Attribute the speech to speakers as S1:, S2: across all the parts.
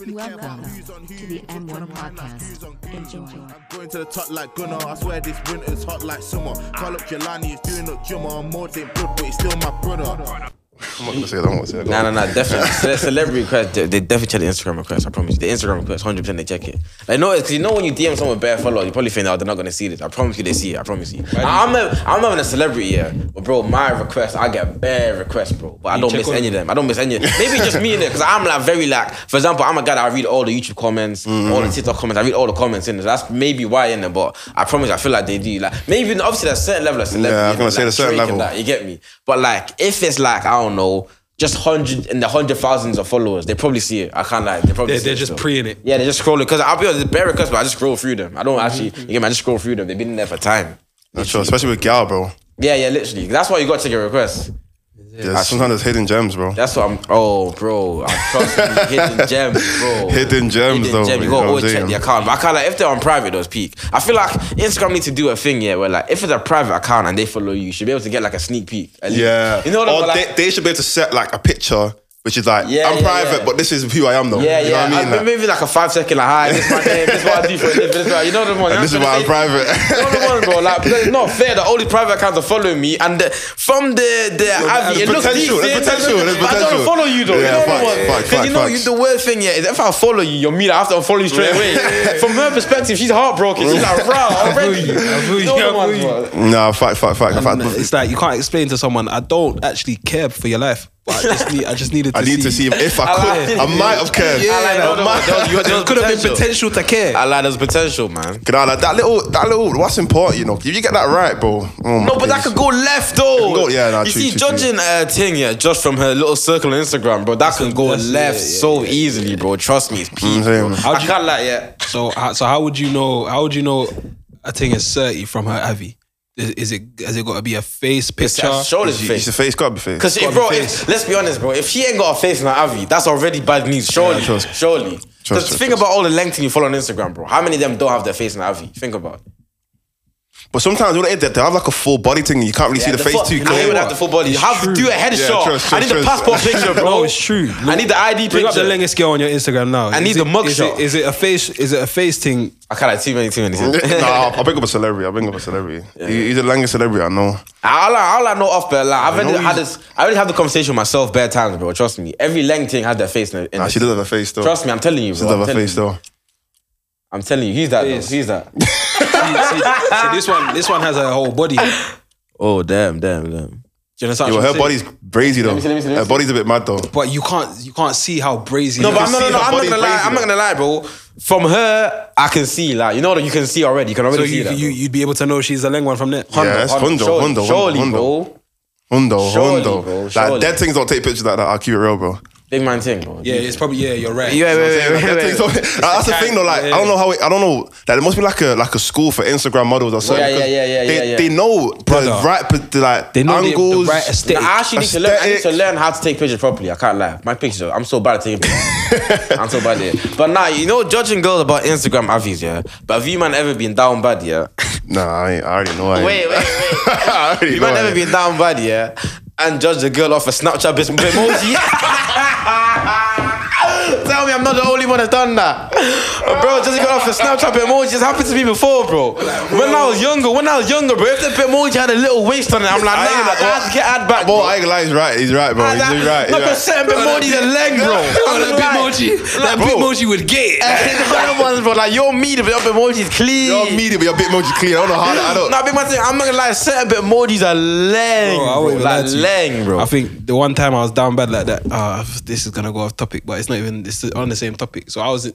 S1: Really care about
S2: Welcome
S1: who's on who,
S2: to the
S1: who's
S2: M1
S1: on mine, like
S2: podcast.
S1: who's on who.
S2: Enjoy.
S1: I'm going to the top like Gunnar. I swear this winter's hot like summer. Call up Jelani, he's doing up Jummer. I'm more than blood, but he's still my brother.
S3: I'm not gonna say that. I'm not gonna say that.
S4: No, no, no, definitely. Cele- celebrity requests, they, they definitely check the Instagram requests. I promise you. The Instagram requests, 100% they check it. Like, no, because you know when you DM someone bare follow, you probably think, oh, they're not going to see this. I promise you they see it. I promise you. I'm, a, I'm having a celebrity, yeah. But, bro, my request, I get bare requests, bro. But I don't
S5: check
S4: miss
S5: all
S4: any of them. I don't miss any. Maybe it's just me in it, because I'm like very like, for example, I'm a guy that I read all the YouTube comments,
S3: Mm-hmm.
S4: all the TikTok comments. I read all the comments in it. That's maybe why in it, but I promise I feel like they do. Like, maybe, obviously, there's a certain level of celebrity.
S3: Yeah, I was
S4: innit?
S3: gonna say
S4: Like,
S3: there's a certain
S4: Drake and
S3: level.
S4: that, you get me? But like, if it's like I don't know, just hundred in the hundred thousands of followers, they probably see it. I can't like they probably
S5: They're,
S4: see
S5: they're
S4: it
S5: just
S4: still.
S5: pre in it.
S4: Yeah, they're just scrolling. Cause I'll be honest, bare requests, but I just scroll through them. I don't actually.
S3: Mm-hmm.
S4: You get me? I just scroll through them. They've been in there for time.
S3: Not sure, especially with Gal, bro.
S4: Yeah, yeah, literally. That's why you got to get requests.
S3: Yeah, sometimes there's hidden gems, bro.
S4: That's what I'm. Oh, bro, I'm trusting you. hidden gems, bro.
S3: Hidden gems, though,
S4: gem. You
S3: you
S4: gotta
S3: know what I'm
S4: always check
S3: saying?
S4: the account. But I can't like if they're on private, those peak. I feel like Instagram need to do a thing, yeah, where like if it's a private account and they follow you, you should be able to get like a sneak peek. at least.
S3: Yeah.
S4: you know what I'm
S3: Or
S4: like,
S3: they, they should be able to set like a picture, which is like,
S4: Yeah,
S3: I'm
S4: yeah,
S3: private,
S4: yeah.
S3: but this is who I am, though.
S4: Yeah,
S3: you know
S4: yeah.
S3: what I mean?
S4: I-
S3: Like,
S4: maybe like a five second, like, hi, this is my name, this is what I do for a living, this is what, you know the one.
S3: and this is why I'm private.
S4: You know the one, bro. Like, but it's not fair that all these private accounts are following me, and the, from the the avi, it
S3: there's
S4: looks
S3: potential, there's
S4: decent,
S3: potential,
S4: but
S3: there's
S4: I don't
S3: potential.
S4: follow you though.
S3: Yeah,
S4: you know
S3: facts,
S4: the one,
S3: facts,
S4: because you know you,
S3: facts,
S4: the weird thing, yeah, is if I follow you, you're me. that I have to unfollow you straight away. From her perspective, she's heartbroken. She's like, bro, already.
S5: you, I feel you,
S4: know the
S5: I
S4: one,
S5: feel you.
S4: bro.
S3: nah, fact, fact, fact. fact.
S5: And it's like you can't explain to someone. I don't actually care for your life. But I just need. I just needed. To
S3: I need to see if I
S4: I
S3: could.
S4: like-
S3: I might have cared.
S4: I like that one. There was- you- there was
S5: Could have been
S4: potential.
S5: potential to care.
S4: I like there's potential, man.
S3: Can I, like, that little, that little, what's important, you know? If you get that right, bro. Oh my
S4: No, but that
S3: days.
S4: could go left though.
S3: It can go- yeah, nah,
S4: you
S3: true,
S4: see,
S3: true,
S4: judging uh, thing, yeah, just from her little circle on Instagram, bro, that can go
S5: that's-
S4: left
S5: yeah, yeah,
S4: so easily, bro. Trust me, it's peak.
S3: I'm saying,
S4: bro.
S3: man.
S4: I can't like yeah.
S5: So, how- so how would you know? How would you know? I think it's thirty from her Avi. Is, is it? Has it got to be a face picture?
S4: Shoulders
S3: It's
S4: face.
S3: a face, gotta be face.
S4: Cause if,
S5: gotta
S4: bro,
S5: be
S4: if,
S5: face.
S4: let's be honest, bro. If she ain't got a face in her Avi, that's already bad news. Surely,
S3: Yeah, trust-
S4: surely. Because
S3: trust-
S4: think about all the length you follow on Instagram, bro. How many of them don't have their face in Avi? Think about. it.
S3: But sometimes when they edit, they have like a full body thing and you can't really see the, face
S4: fuck-
S3: too
S4: I hate
S3: clear.
S4: when I have the full body. You have
S5: true.
S4: do a headshot.
S3: trust,
S4: I need the
S3: trust, trust.
S4: passport picture, bro.
S5: No, it's true.
S4: I need the ID
S5: Bring
S4: picture.
S5: up the longest girl on your Instagram now. I
S4: need the mug
S5: is
S4: shot.
S5: It, is it a face? Is it a face thing?
S4: I can't like too many, too many. too many.
S3: nah, I'll bring up a celebrity. I'll bring up a celebrity. He- He's the longest celebrity I know.
S4: All I, all I know off, but like, I've
S3: know
S4: already had
S3: he's-
S4: this. I already had the conversation with myself bare times, bro. Trust me. Every Leng thing has their face in it. in
S3: Nah,
S4: it.
S3: she does have a face though.
S4: Trust me, I'm telling you,
S3: she
S4: bro.
S3: does
S4: I'm
S3: have a
S4: telling
S3: face
S4: you.
S3: though.
S4: I'm telling you, he's that. Though.
S5: Face.
S4: He's that.
S5: see, see- see, this one, this one has a whole body. Do
S4: oh damn, damn, damn.
S5: you understand?
S3: Yo,
S5: what I'm
S3: her
S5: saying?
S3: body's brazy though.
S4: me see, let me see, let me
S3: Her
S4: see.
S3: body's a bit mad though.
S5: But you can't, you can't see how brazy.
S4: No,
S5: it
S4: but
S5: is.
S4: I'm not, no,
S3: see
S4: no,
S3: her
S4: I'm not
S3: body
S4: gonna lie.
S3: crazy,
S4: I'm not
S3: though.
S4: gonna lie, bro. From her, I can see, like you know, that you can see already. You can already
S5: So
S4: see
S5: you,
S4: that.
S5: you,
S4: bro.
S5: you'd be able to know she's a leng one from there.
S3: Yeah, that's Hondo,
S4: surely,
S3: Hondo,
S4: surely,
S3: Hondo,
S4: bro.
S3: Hundo,
S4: Surely, bro,
S3: Hundo.
S4: surely.
S3: Like dead things don't take pictures like that. I'll keep it real, bro.
S4: Big man thing, bro.
S5: Yeah, it's probably yeah. You're right.
S4: Yeah, wait, wait,
S3: Like,
S4: wait,
S3: dead
S4: wait,
S3: things
S4: wait.
S3: don't- That's the
S5: Yeah.
S3: thing though. Like I don't know how it, I don't know. Like there must be like a like a school for Instagram models or something.
S4: Yeah, yeah,
S3: because
S4: yeah, yeah,
S3: they,
S4: yeah, yeah.
S3: They know
S5: Brother.
S3: the right, but the, like
S5: They know the- the
S3: angles.
S5: right aesthetic.
S4: Nah, I actually need to learn. I need to
S3: Aesthetic.
S4: learn how to take pictures properly. I can't lie. My pictures, I'm so bad at taking pictures. I'm so bad at it. But nah, you know, judging girls about Instagram avies, yeah. But have you man ever been down bad, yeah?
S3: Nah, I, ain't- I already know. I ain't.
S4: Wait, wait, wait.
S3: I already
S4: You
S3: know.
S4: man
S3: I
S4: ever
S3: ain't.
S4: been down bad, yeah? And judge the girl off a Snapchat bis- emoji. Tell me I'm not the only one that's done that. Bro, just got off a Snapchat emoji. It's happened to me before, bro. When I was younger, when I was younger, bro, if the emoji had a little waist on it, I'm like, nah,
S3: I ain't like-
S4: I get add back.
S3: Well,
S4: bro.
S3: I ain't gonna lie, he's right. Oh, He's right, bro. He's
S4: Ah, Like,
S3: he's right.
S4: Look at
S3: he's right.
S4: certain Bimoji the leg, bro.
S5: Oh, that Bitmoji, that
S3: bro.
S5: Bitmoji would get it.
S4: Other ones, bro. Like your meat, but your Bimoji is clean.
S3: You're meaty, but you're a bit more clean. I don't know how. I don't.
S4: Nah, big man, thing, I'm not gonna lie. Certain Bimojis are leng,
S5: Bro, I
S4: bro.
S5: won't even
S4: Like
S5: lie to you.
S4: leng, bro.
S5: I think the one time I was down bad like that, uh, this is gonna go off topic, but it's not even it's on the same topic. So I was in,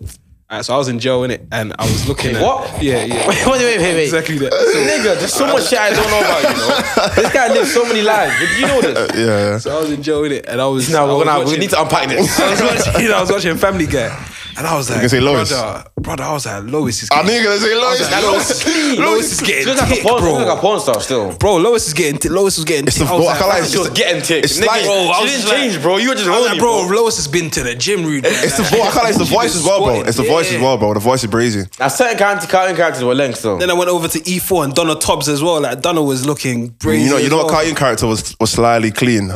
S5: uh, so I was in jail in it, and I was looking at
S4: what?
S5: Yeah, yeah.
S4: Wait, wait, wait, wait, wait.
S5: Exactly that.
S4: Nigga, there's so much shit I don't know about. You know, this guy lives so many lives. Did you know this?
S3: Yeah, yeah.
S5: So, so I was in jail in it, and I was. I
S4: No,
S5: was
S4: we're gonna, we
S5: watching-
S4: need to unpack this.
S5: I was watching. I was watching Family Guy, and I was like,
S3: can say Lois.
S5: brother, brother, I was like, Lois is.
S3: I
S5: Getting,
S3: knew you were gonna say Lois.
S4: That looks clean.
S5: Lois is
S4: She
S5: getting
S4: looks like a
S5: tick,
S4: porn, she looks like a
S5: bro.
S4: porn star still.
S5: Bro, Lois is getting. T- Lois was getting.
S3: It's
S5: tick.
S3: the-
S5: I was
S3: bro, I
S5: like,
S3: can't lie,
S5: "Fam,
S3: it's
S4: She
S5: you're
S4: was getting tick.
S3: It's
S4: Nigga,
S3: like-
S5: Bro, I
S4: she
S5: was
S4: didn't
S5: just like-
S4: change, bro. You were just
S5: I was
S4: horny,
S5: like, bro, Lois has been to the gym, Rudy.
S3: It's the voice. I can't lie, it's the voice as well, bro. It's the voice as well, bro. The voice is brazy.
S4: Now certain character, cartoon characters were length though.
S5: Then I went over to E4 and Donna Tubbs as well. Like Donna was looking brazy.
S3: You know, you
S5: as
S3: know
S5: well.
S3: what cartoon character was was slightly clean.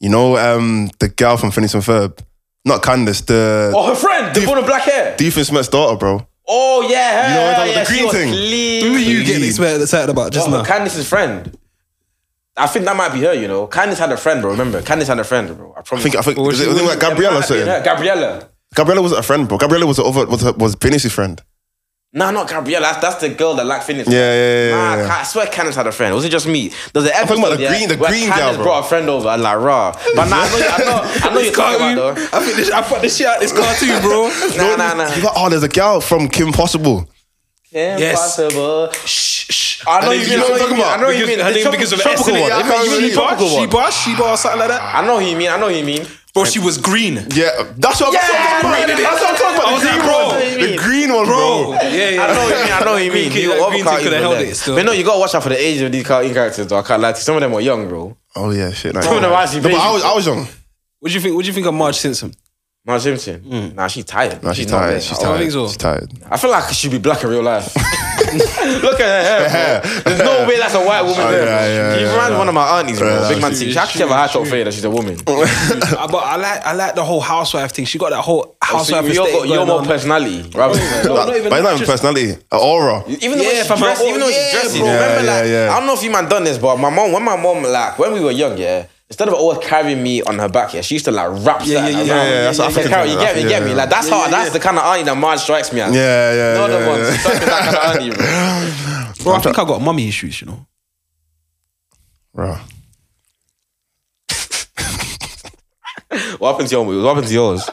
S3: You know, um, the gal from Phineas and Ferb. Not Candace, the
S4: Oh, her friend, the one with black hair.
S3: Do you think Smith's daughter, bro.
S4: Oh yeah, her,
S3: You know what I'm
S4: her,
S3: talking
S4: yeah,
S3: about, the
S4: she
S3: green
S4: was
S3: thing?
S4: clean.
S5: Who are you getting excited, excited about just
S4: Oh,
S5: now?
S4: Candice's friend. I think that might be her, you know. Candice had a friend, bro. Remember, Candice had a friend, bro. I
S3: I
S4: promise.
S3: think I think
S5: Well,
S3: was
S5: she
S3: it, was it
S5: was-
S3: like Gabriella or something?
S4: Yeah, Gabriella.
S3: Gabriella wasn't a friend, bro. Gabriella was the other was her, was Vinicius' friend.
S4: Nah, not Gabriella. That's, that's the girl that lacked fitness.
S3: Yeah, yeah, yeah, yeah,
S4: Nah,
S3: yeah.
S4: I swear Candice had a friend. Was it just me? There's an episode
S3: talking about the
S4: yeah,
S3: green- the
S4: where
S3: green
S4: Candice
S3: girl, bro.
S4: brought a friend over. I'm like, rah. But nah, I know, I know, I know you're talking about though.
S5: I think this, I put this shit out this cartoon, bro.
S4: Nah, nah, nah.
S3: He's like, oh, there's a girl from Kim Possible.
S4: Impossible. Shh, shh. I know
S3: And
S4: you
S3: then
S4: mean.
S3: you know what I'm talking
S4: I
S3: about?
S4: know what you
S5: Because-
S4: mean.
S5: her
S4: The
S5: name because of
S4: tropical-
S5: the
S4: tropical
S5: SNA.
S4: one.
S3: I
S5: I
S3: can't
S5: can't
S3: remember
S5: remember.
S3: the tropical one.
S5: Sheba, Sheba, something like that.
S4: I know who you mean. I know who you mean.
S5: Bro, she was green.
S3: Yeah, that's what I'm
S4: Yeah,
S3: talking
S4: bro,
S3: about.
S4: that's
S3: That's what I'm talking
S5: I
S3: about.
S5: was
S3: The green
S5: like, bro,
S3: one.
S4: what do you mean?
S3: The green one, bro.
S5: Yeah, yeah.
S4: I know what you mean. I know what you
S5: Green
S4: mean.
S5: kid,
S4: You
S5: like,
S4: other
S5: green
S4: cartoons
S5: could have
S4: were
S5: held
S4: there.
S5: it still.
S4: But no, you gotta watch out for the age of these cartoon characters. Though I can't lie to you. Some of them are young, bro.
S3: Oh yeah, shit. Nah,
S4: Some of them are actually
S3: no, but I was
S4: babies.
S3: I was young.
S5: What do you think? What do you think of Marge Simpson?
S4: Marge Simpson. Nah, she's tired.
S3: Nah, she's
S4: not there.
S3: tired. She's
S4: I-
S5: don't
S3: tired.
S5: think so.
S3: She's tired.
S4: I feel like she'd be black in real life. Look at her hair.
S3: hair.
S4: bro. There's no way that's a white woman.
S3: Oh,
S4: there.
S3: yeah, yeah,
S4: she
S3: yeah,
S4: reminds
S3: yeah.
S4: one of my aunties, bro.
S3: Yeah,
S4: Big man,
S5: she-
S4: she, she actually
S5: she-
S4: have a high top fade that she's a woman.
S5: Uh, but I like I like the whole housewife thing. She got that whole
S4: So
S5: housewife
S4: you- you're,
S5: aesthetic
S4: you're
S5: going
S4: more
S5: on.
S4: personality, rather than
S5: No,
S3: That-
S5: not
S3: But
S5: even
S3: it's not even
S5: just-
S3: personality. An aura.
S4: Even though
S5: Yeah,
S4: when
S5: if I'm
S4: she dressed,
S5: like, oh,
S4: even though
S5: yeah,
S4: she dressed,
S5: bro.
S4: remember,
S3: Yeah,
S4: like,
S3: yeah, yeah.
S4: I don't know if you man done this, but my mom, when my mom, like, when we were young, yeah, instead of always carrying me on her back, yeah, she used to like wrap
S5: Yeah,
S4: something
S5: yeah, yeah,
S4: around
S5: yeah,
S4: me.
S5: that's
S4: Like,
S3: African
S4: Carol, you
S3: thing,
S4: get me, you get
S3: yeah,
S4: me.
S3: yeah.
S4: Like that's how,
S5: yeah,
S4: that's
S5: yeah.
S4: the kind of auntie that Marge strikes me as.
S3: Yeah, yeah,
S4: No,
S3: yeah,
S4: the ones,
S3: yeah.
S4: she's like that kind of auntie, bro.
S5: Bro, I think I got mummy issues. You know.
S3: Bro.
S4: What happened to your What happened to yours?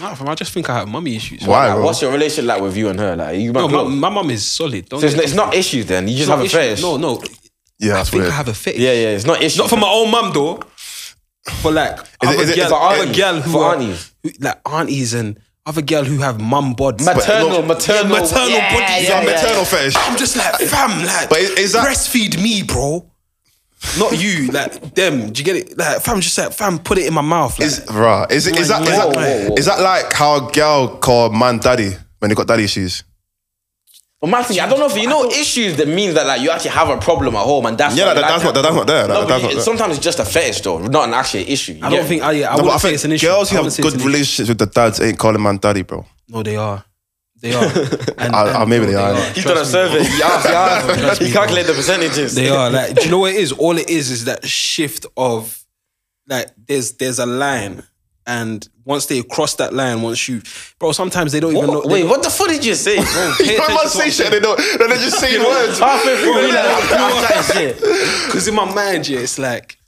S5: Nah, fam, I just think I have mummy issues.
S3: Why,
S4: Like,
S3: bro?
S4: what's your relationship like with you and her? Like, you
S5: No,
S4: man,
S5: my, my mum is solid. Don't
S4: so it's, it's not issues then. You just
S5: not
S4: have a
S5: issue-
S4: fetish.
S5: No, no.
S3: Yeah,
S5: I
S3: that's
S5: think
S3: weird.
S5: I have a fetish.
S4: Yeah, yeah, it's not issues.
S5: Not for my own mum though. For like
S3: it-
S5: other
S3: is it-
S5: girl,
S3: for
S5: other
S4: aunties?
S5: girl who
S4: For
S5: are-
S4: aunties?
S5: who- like aunties and other girl who have mum bods.
S4: maternal,
S3: But-
S4: maternal,
S5: Yeah, maternal bodies.
S3: It's a maternal fetish.
S5: I'm just like, fam, like,
S3: But is- is that-
S5: breastfeed me, bro. Not you, like them. Do you get it? Like, fam, just like, fam, put it in my mouth. Like,
S3: Is rah. Is it is that is
S5: Whoa,
S3: that,
S4: whoa, whoa.
S3: is that like how a girl called man daddy when they got daddy issues?
S4: But my thing, I don't know if you know issues that means that like you actually have a problem at home and that's
S3: Yeah,
S4: why
S3: like,
S4: you
S3: that, that's not
S4: like that.
S3: that's not there. Like,
S4: No,
S3: that's
S4: but
S3: not
S4: it-
S3: there.
S4: sometimes it's just a fetish though, not an actual issue. You
S5: I
S4: get
S5: don't
S4: me?
S5: think, I, yeah, I
S3: No, but
S5: wouldn't
S3: I
S5: say
S3: think
S5: it's an issue.
S3: girls who
S5: I
S3: have
S5: wouldn't say it's
S3: good
S5: an issue.
S3: relationships with their dads ain't calling man daddy, bro.
S5: No, they are. They are. And,
S3: I- I- maybe
S5: bro,
S3: they are.
S4: He's done a
S5: Trust me,
S4: survey. He asked, he asked.
S5: Trust me,
S4: He calculated the percentages.
S5: They are like, do you know what it is? All it is is that shift of like there's there's a line, and once they cross that line, once you, bro, sometimes they don't even know.
S4: What,
S5: they
S4: wait,
S5: don't-
S4: what the fuck did you say? Halfway
S5: pay
S3: You
S5: attention
S3: must
S5: to what
S3: say
S5: I'm
S3: shit.
S5: saying.
S3: They don't. They're just saying words.
S4: through, we like, I'm trying shit.
S5: Because in my mind, yeah, it's like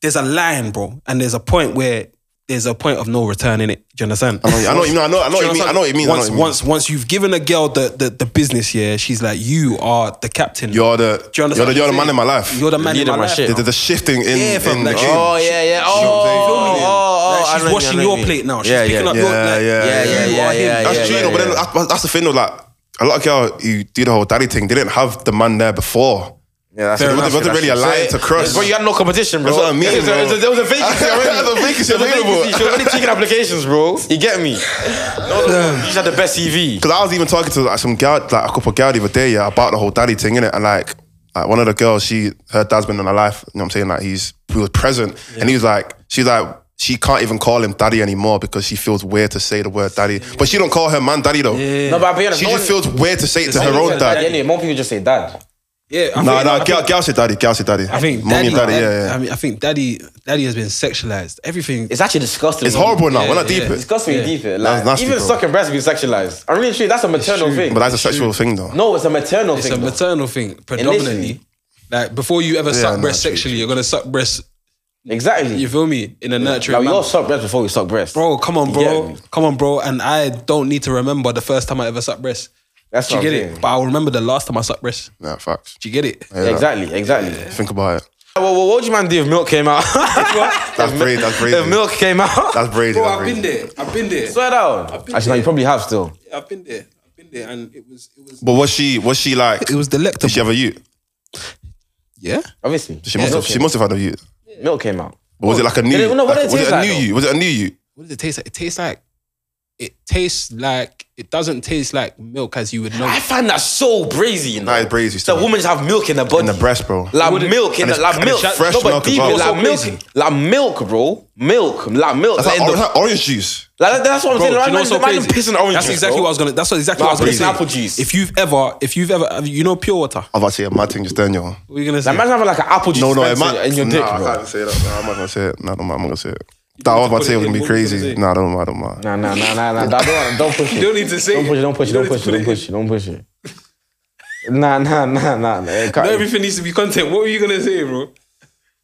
S5: there's a line, bro, and there's a point where there's a point of no return in it. Do you understand?
S3: I know. I know. You know. I know. I know. What you mean, I know what you mean. I know what
S5: Once,
S3: you mean.
S5: once, once you've given a girl the, the the business, yeah, she's like, you are the captain.
S3: you're the
S5: Do you
S3: you're
S5: understand
S3: the, you're the
S5: what
S3: man
S5: I'm
S3: in my life.
S5: saying? You're the man
S4: Leader
S5: in
S4: of
S5: my
S4: my
S5: life.
S4: shit.
S5: now.
S3: There's a shifting in
S5: Yeah, fam,
S3: in
S5: like,
S3: the
S5: she-
S4: Oh yeah, yeah. Oh, oh, oh,
S5: Like,
S4: I know
S5: she's
S4: you, I
S5: washing
S4: know
S5: your
S4: you.
S5: plate now. She's
S4: Yeah,
S5: picking
S4: yeah.
S5: up
S3: Yeah,
S5: your like,
S3: yeah,
S4: Yeah, yeah,
S5: you
S4: yeah,
S5: are him.
S4: yeah,
S3: That's
S4: yeah,
S3: true,
S4: yeah,
S3: though. But then
S4: yeah.
S3: that's, that's the thing, though. Like a lot of girls who do the whole daddy thing, they didn't have the man there before.
S4: Yeah, that's
S3: So
S4: fair
S3: it wasn't-
S4: enough,
S3: wasn't really a
S4: that's
S3: line
S4: fair.
S3: to cross.
S4: But you had no competition, bro.
S3: That's what I mean,
S4: There was a-
S3: bro.
S4: There was a vacancy already.
S3: There was a vacancy
S4: There was a
S3: available.
S4: vacancy. She was already taking applications, bro. You get me? No, no, you just had the best CV.
S3: Because I was even talking to like some girl, like a couple of girl the other day, yeah, about the whole daddy thing, innit? And like, like one of the girls, she her dad's been in her life. You know what I'm saying? Like he's he was present, and he was like, she's like, she can't even call him daddy anymore because she feels weird to say the word daddy. But she don't call her man daddy though.
S4: No, but I'll be honest.
S3: She
S4: no
S3: just
S4: one-
S3: feels weird to say it to
S4: no
S3: her
S4: one
S3: own
S4: says
S3: dad.
S4: Anyway, more people just say dad.
S5: Yeah, I
S3: Nah,
S5: think-
S3: nah,
S5: I
S3: girl,
S5: think-
S3: girl say daddy, girl say daddy.
S5: I think
S3: mommy
S5: daddy,
S3: and daddy,
S5: daddy-
S3: yeah, yeah.
S5: I mean, I think daddy, daddy has been sexualized. Everything.
S4: It's actually disgusting.
S3: It's horrible now.
S5: Yeah,
S3: We're not
S5: yeah.
S3: deep it.
S4: It's disgusting yeah. deep. Like,
S3: That's nasty,
S4: even
S3: bro.
S4: sucking breasts being sexualized. I'm really sure that's a maternal thing.
S3: But that's a sexual thing though.
S4: no, it's a maternal
S5: It's
S4: thing.
S5: a
S4: though.
S5: maternal thing predominantly.
S4: Initially.
S5: Like before you ever
S3: Yeah,
S5: suck
S3: nah,
S5: breast
S3: true,
S5: sexually, you're gonna suck breast.
S4: exactly.
S5: You feel me? In a nurturing.
S4: like, we
S5: manner.
S4: all suck breasts before we suck breasts.
S5: bro, come on,
S4: You
S5: bro,
S4: get me?
S5: come on, bro. And I don't need to remember the first time I ever sucked breast.
S4: That's
S5: Do you
S4: what
S5: get
S4: I'm
S5: it?
S4: saying.
S5: But I'll remember the last time I sucked breast.
S3: Nah, facts.
S5: Do you get it?
S3: Yeah,
S4: Exactly, exactly.
S3: Think about it.
S4: Well, well, what would you man do if milk came out?
S3: That's braid. That's braid.
S4: if milk came out?
S3: That's braid.
S5: Bro,
S3: that's
S5: I've
S3: braid.
S5: been there. I've been there.
S4: Swear down.
S5: been
S4: Actually, no, you
S5: there.
S4: probably have still.
S5: I've been there. I've been there, and it was. It was.
S3: But was she? Was she like?
S5: It was delectable.
S3: Did she have a you?
S5: yeah.
S4: Obviously.
S3: She must have. She must have had a you.
S4: Milk came out.
S3: Or was it like a new?
S4: Did it- no, what
S3: like,
S4: did it
S3: was it
S4: taste
S3: a
S4: like
S3: new
S4: though?
S3: you? Was it a new you?
S5: What does it taste like? It tastes like. It tastes like
S6: It doesn't taste like milk as you would know.
S4: I find that so brazy, you know.
S3: That is brazy
S4: That
S3: still.
S4: women just have milk in their body.
S3: the breast, bro.
S4: Like
S6: Wouldn't-
S4: milk in
S3: And
S4: the,
S3: it's-
S4: like
S3: and
S4: milk.
S3: it's fresh
S4: no,
S3: milk
S4: but
S3: as
S4: deep,
S3: well.
S4: like milk.
S6: It's so crazy.
S4: Like milk, bro. Milk. Like milk.
S3: That's like,
S4: like in
S3: or-
S4: the-
S3: that's like orange juice.
S4: like, that's what I'm
S6: Bro,
S4: saying.
S6: do
S4: Like,
S6: you know what's so
S4: imagine
S6: crazy?
S4: pissing orange
S6: That's
S4: juice,
S6: exactly
S4: bro.
S6: what I was gonna. That's what exactly
S4: Nah,
S6: what I was gonna
S4: please.
S6: say.
S4: Apple juice.
S6: If you've ever, if you've ever, you know, pure water.
S3: I'm about to say a mad thing just then, yo.
S6: What are you gonna say?
S4: Like, imagine having like an apple juice
S3: No, no, it
S4: dispenser
S3: might.
S4: in your
S3: nah,
S4: dick,
S3: I
S4: bro.
S3: can't say that. Nah, I'm not gonna say it. Nah, don't mind. I'm not gonna say it. That I was about to say it was gonna be
S6: What you gonna
S3: crazy.
S6: say?
S3: Nah, don't mind. Don't mind.
S4: Nah, nah, nah, nah, nah. Don't, don't, don't push it.
S6: don't need to say
S4: Don't push it. Don't push it.
S6: You don't
S4: Don't push it. Don't
S6: need
S4: push it. Don't push it. Nah, nah, nah, nah. nah. It can't-
S6: Not everything needs to be content. What were you gonna say, bro?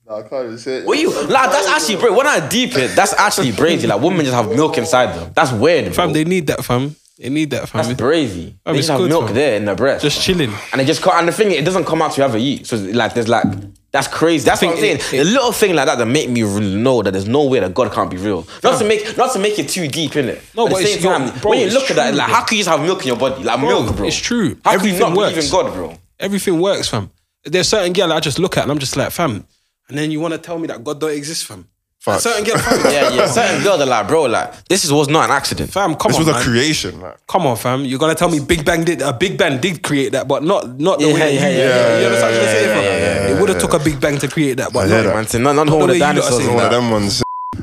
S3: Nah, I can't even say it.
S4: What you? Like, that's actually bra When I deep it, that's actually brazy. Like women just have milk inside them. That's weird, bro.
S6: Fam, they need that, fam. They need that, fam.
S4: that's brazy. They
S6: Oh, it's
S4: just have
S6: good,
S4: milk
S6: fam.
S4: there in their breast.
S6: Just chilling.
S4: And it just can't, and the thing is, it doesn't come out to have a eat. So like there's like that's crazy. That's what I'm saying.
S6: think it-
S4: a little thing like that that make me really know that there's no way that God can't be real. Not to make not to make it too deep in it.
S6: No,
S4: at
S6: but
S4: the
S6: it's-
S4: same
S6: yo,
S4: time,
S6: bro,
S4: when you
S6: it's
S4: look at that,
S6: true,
S4: like
S6: bro.
S4: how can you just have milk in your body? Like milk, bro.
S6: it's true.
S4: How
S6: Everything
S4: can you not believe
S6: works.
S4: in God, bro?
S6: Everything works, fam. There's certain girl I just look at and I'm just like, fam. And then you want to tell me that God don't exist, fam.
S3: Facts.
S6: Certain girl, fam.
S4: Yeah, yeah. Certain girls are like, bro, like this is, was not an accident.
S6: Fam, come
S3: This
S6: on,
S3: was a
S6: man.
S3: creation. Like,
S6: Come on, fam. You're gonna tell me Big Bang did a Big Bang did create that, but not not the
S4: Yeah,
S6: way that
S4: yeah,
S6: you.
S4: yeah,
S6: you
S4: yeah,
S6: understand what I'm
S4: yeah,
S6: saying,
S4: yeah,
S6: fam?
S4: yeah, yeah,
S6: It would have took a Big Bang to create that, but
S3: I hear
S6: not.
S3: that.
S4: Man, so not not all
S6: the
S4: the
S6: way you lot are
S4: dinosaurs.
S6: saying
S4: and
S3: one
S4: that.
S3: of them ones.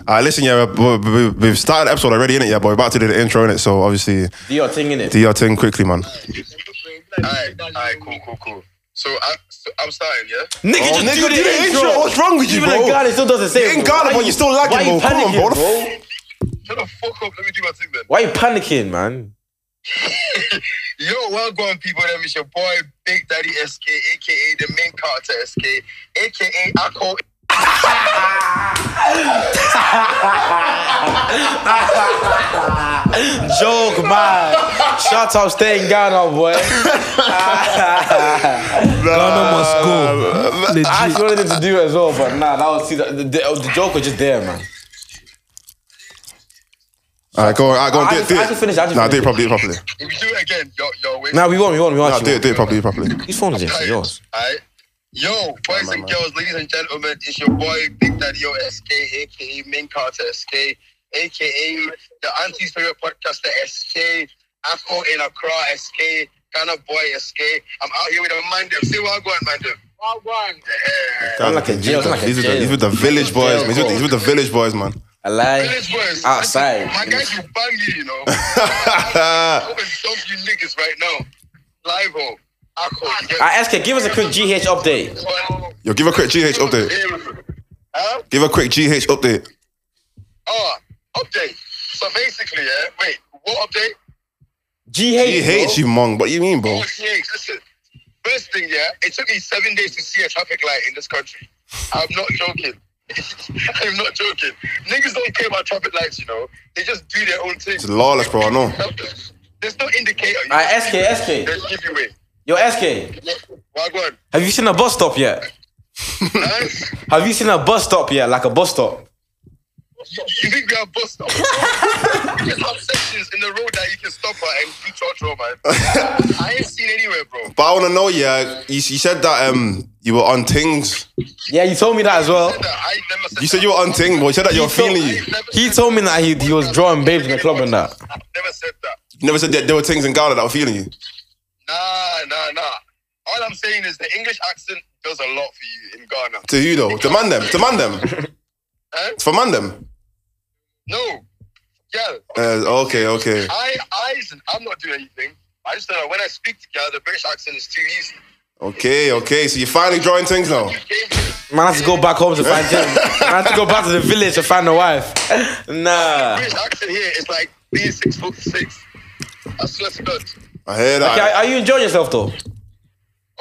S3: Alright, listen, yeah, we- we- we- we've started the episode already, innit? Yeah, but we're about to do the intro, innit? So obviously,
S4: Do your thing in it.
S3: do your thing quickly, man.
S7: Alright, alright, cool, cool, cool. So I'm, so I'm starting, yeah.
S4: Nigga,
S3: Oh,
S4: just
S3: nigga, do
S4: do the
S3: the
S4: intro.
S3: intro. What's wrong with you,
S4: Even
S3: bro?
S4: in Ghana, it still doesn't say
S3: You're
S4: it,
S3: in
S4: bro.
S3: Ghana,
S4: Why
S3: but
S4: you-
S3: you're still
S4: why
S3: lagging,
S4: you
S3: bro. Come on, bro.
S4: panicking,
S3: The f-
S4: bro.
S7: Shut the fuck up. Let me do my thing then.
S4: Why you panicking, man?
S7: Yo, welcome, people. Them is your boy, Big Daddy SK, aka the main character SK, aka I call.
S4: Joke, man. Shout out, stay in Ghana, boy.
S6: Ghana must go. Legit.
S4: I actually wanted to do it as well, but nah, that was see, the, the, the joke was just there, man.
S3: Alright, go on. Alright, go on.
S4: I
S3: Do
S4: just-
S3: it. Do
S4: I just finished, I just
S3: it. Nah, do it properly.
S4: finished.
S3: Do it properly.
S7: If you do it again, yo, yo, wait.
S4: Nah, we won, we won, we won.
S3: Nah,
S4: actually
S3: do it. Do it
S4: won.
S3: properly. Properly.
S4: These phones are just yours.
S7: Alright. Yo, boys and girls, ladies and gentlemen, it's your boy, Big Daddy Yo SK, aka main character SK, aka the Auntie's favorite podcaster SK, I call in Accra SK, Ghana boy SK. I'm out here with a man. them. Say what I going, man. them. Yeah.
S3: I'm
S4: like a jail, I'm like a
S3: he's, with
S4: jail.
S3: the, he's with the village boys. man. He's with,
S4: call.
S3: he's with the village boys, man.
S4: I lie.
S7: Village boys.
S4: Outside.
S7: My guys will bang you, you know.
S3: Alright,
S7: I'm gonna dump you niggas right now. Live home. I call you. Get-
S4: I ask her, give us a quick GH update.
S3: Yo, give a quick GH update.
S7: Huh?
S3: Give a quick GH update.
S7: Oh, update. So basically, yeah. Wait, what update?
S3: He
S4: GH.
S3: hates
S4: bro.
S3: you, mong. What you mean, bro?
S7: Oh, GH. Listen. First thing, yeah. It took me seven days to see a traffic light in this country. I'm not joking. I'm not joking. Niggas don't care about traffic lights, you know. They just do their own thing.
S3: It's lawless, bro. I know.
S7: There's no indicator. you
S4: Alright,
S7: know.
S4: SK, SK.
S7: They give you away.
S4: Yo, SK.
S7: Wagwan.
S4: Have you seen a bus stop yet?
S7: Nice.
S4: Have you seen a bus stop yet? Like a bus stop?
S7: You think we have bus stops? There's some sections in the road that you can stop at and do church road, man. I ain't seen anywhere, bro.
S3: But I want to know, yeah. You, you said that um you were on things.
S4: Yeah, you told me that as well.
S7: I said that. I never said
S3: You said
S7: that.
S3: you were on things, bro. You said that you were
S4: He told-
S3: feeling you.
S7: I never
S4: He
S7: said
S4: told me that he, he was drawing babes in the club and that.
S7: I never said that.
S3: You never said that there were things in Ghana that were feeling you.
S7: Nah, nah, nah. All I'm saying is the English accent does a lot for you in Ghana.
S3: To who though? To man them. To man them.
S7: Huh?
S3: For man them.
S7: No. Girl,
S3: Uh, okay, okay.
S7: I, I, I'm not doing anything. I just don't know. When I speak to girl, the British accent is too easy.
S3: Okay, okay. So you're finally drawing things now.
S4: Man has to go back home to find him. Man has to go back to the village to find a wife. Nah.
S7: British accent here is like being six foot six. I swear to God.
S3: I hear that.
S4: Okay, are, are you enjoying yourself though?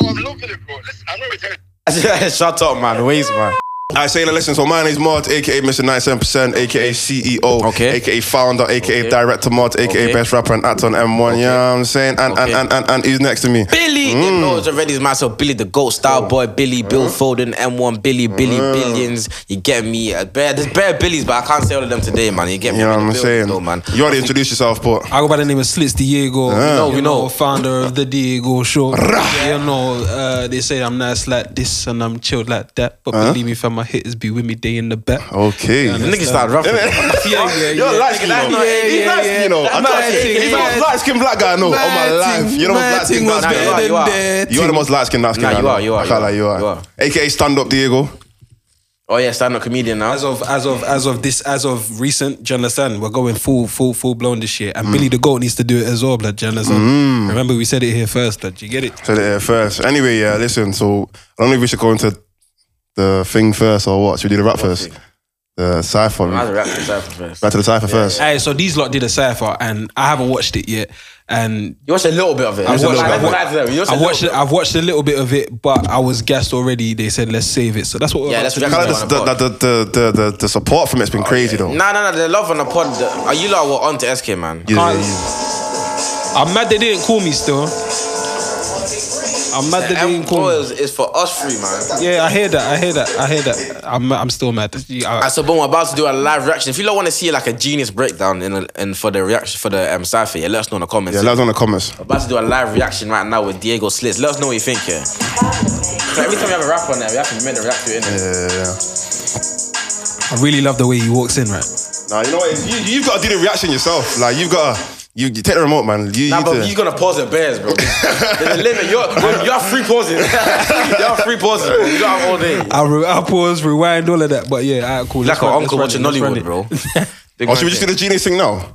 S7: Oh, I'm loving it, bro. Listen, I'm not retired.
S4: Shut up, man. Waste, man.
S3: I say in the listen, so my name's Mart, aka Mr. 97%, aka CEO,
S4: Okay.
S3: aka founder, aka
S4: Okay.
S3: director Mart, aka
S4: Okay.
S3: best rapper and actor on M1. You know what I'm saying? And,
S4: Okay.
S3: and, and, and, and who's next to me?
S4: Billy, it knows already is myself. Billy the Goat Style Boy, Billy, Bill Foden, M1, Billy, Billy, Billions. You get me? Uh, Bear, there's bare Billies, but I can't say all of them today, man. You get me?
S3: You know what
S4: in the
S3: I'm
S4: building
S3: saying?
S4: though, man.
S3: You already introduced yourself, but
S6: I go by the name of Slits Diego.
S3: know,
S6: you
S4: we know.
S6: Founder of the Diego Show. you know, uh, they say I'm nice like this and I'm chilled like that. But believe me, fam, I
S5: my hitters be with me day in the bet.
S3: Okay.
S4: The nigga started rapping.
S5: yeah, yeah,
S3: Oh. You're
S5: yeah.
S3: light skinned, you know.
S5: Yeah, yeah,
S3: He's light skinned, you know.
S5: yeah.
S3: I'm
S5: Mad
S3: not
S5: thing,
S3: he's
S5: mad-
S3: not light skinned black guy, I know. All my life. You're the most light skinned black
S4: was
S3: guy. I
S4: better
S3: know.
S4: you are.
S3: You are the most light skinned black guy.
S4: Nah,
S3: I
S4: you
S3: know.
S4: are, you are,
S3: I can't lie, you
S4: you are.
S3: are. AKA stand up, Diego.
S4: Oh yeah, stand up comedian now.
S5: As of as of as of this as of recent, do you understand? We're going full full full blown this year, and Billy the Goat needs to do it as well, blood. Do you understand? Remember we said it here first, blood. You get it?
S3: Said it here first. Anyway, yeah, listen, so I don't know if we should go into the thing first or what. Should we do the rap first? The cypher.
S4: I had
S3: Back
S4: to rap this out first.
S3: to the cypher first.
S5: Hey, so these lot did a cipher, and I haven't watched it yet, and
S4: You watched a little bit of it. I
S5: watched-
S4: I
S5: I've
S4: never
S5: watched-
S4: lied to them. You watched a
S5: I've
S4: little
S5: watched
S4: bit.
S5: it, I've watched a little bit of it, but I was gassed already. They said let's save it, so that's what we're
S4: Yeah, that's
S5: about to
S4: what
S5: do.
S4: I
S3: Kind of the, the, the, the, the, the, the support from it's been crazy though.
S4: Oh, Nah, nah, nah. The love on the pod. The, are you lot were on to SK man?
S3: Yeah,
S5: Can't-
S3: yeah, yeah.
S5: I'm mad they didn't call me still. I'm mad they
S4: The M
S5: didn't call. me.
S4: is, is for us three, man.
S5: Yeah, I hear that. I hear that. I hear that. I'm I'm still mad.
S4: And so, boom, we're about to do a live reaction. If you lot want to see like a genius breakdown in a, and for the reaction for the um, cipher, yeah, let us know in the comments.
S3: Yeah, let us know in the comments.
S4: about to do a live reaction right now with Diego Slits. Let us know what you think, yeah. So every time we have a rap on there, we have to make the react to it. innit?
S3: Yeah, yeah, yeah.
S5: I really love the way he walks in, right?
S3: Nah, you know what? You, you've got to do the reaction yourself. Like, you've got to. You, you take the remote, man. You,
S4: Nah,
S3: you
S4: but
S3: to-
S4: you're gonna pause the bears, bro. There's a limit. You're, you're, you're free pauses. you're free pauses, bro. You got all day.
S5: I, re- I pause, rewind, all of that. But yeah, alright, cool.
S4: Like
S5: Let's
S4: an
S5: run- let's
S4: uncle
S5: run
S4: watching
S5: it, let's run
S4: Nollywood,
S5: it.
S4: bro.
S3: Oh,
S4: Big man
S3: should we just do the
S4: thing.
S3: genius thing now?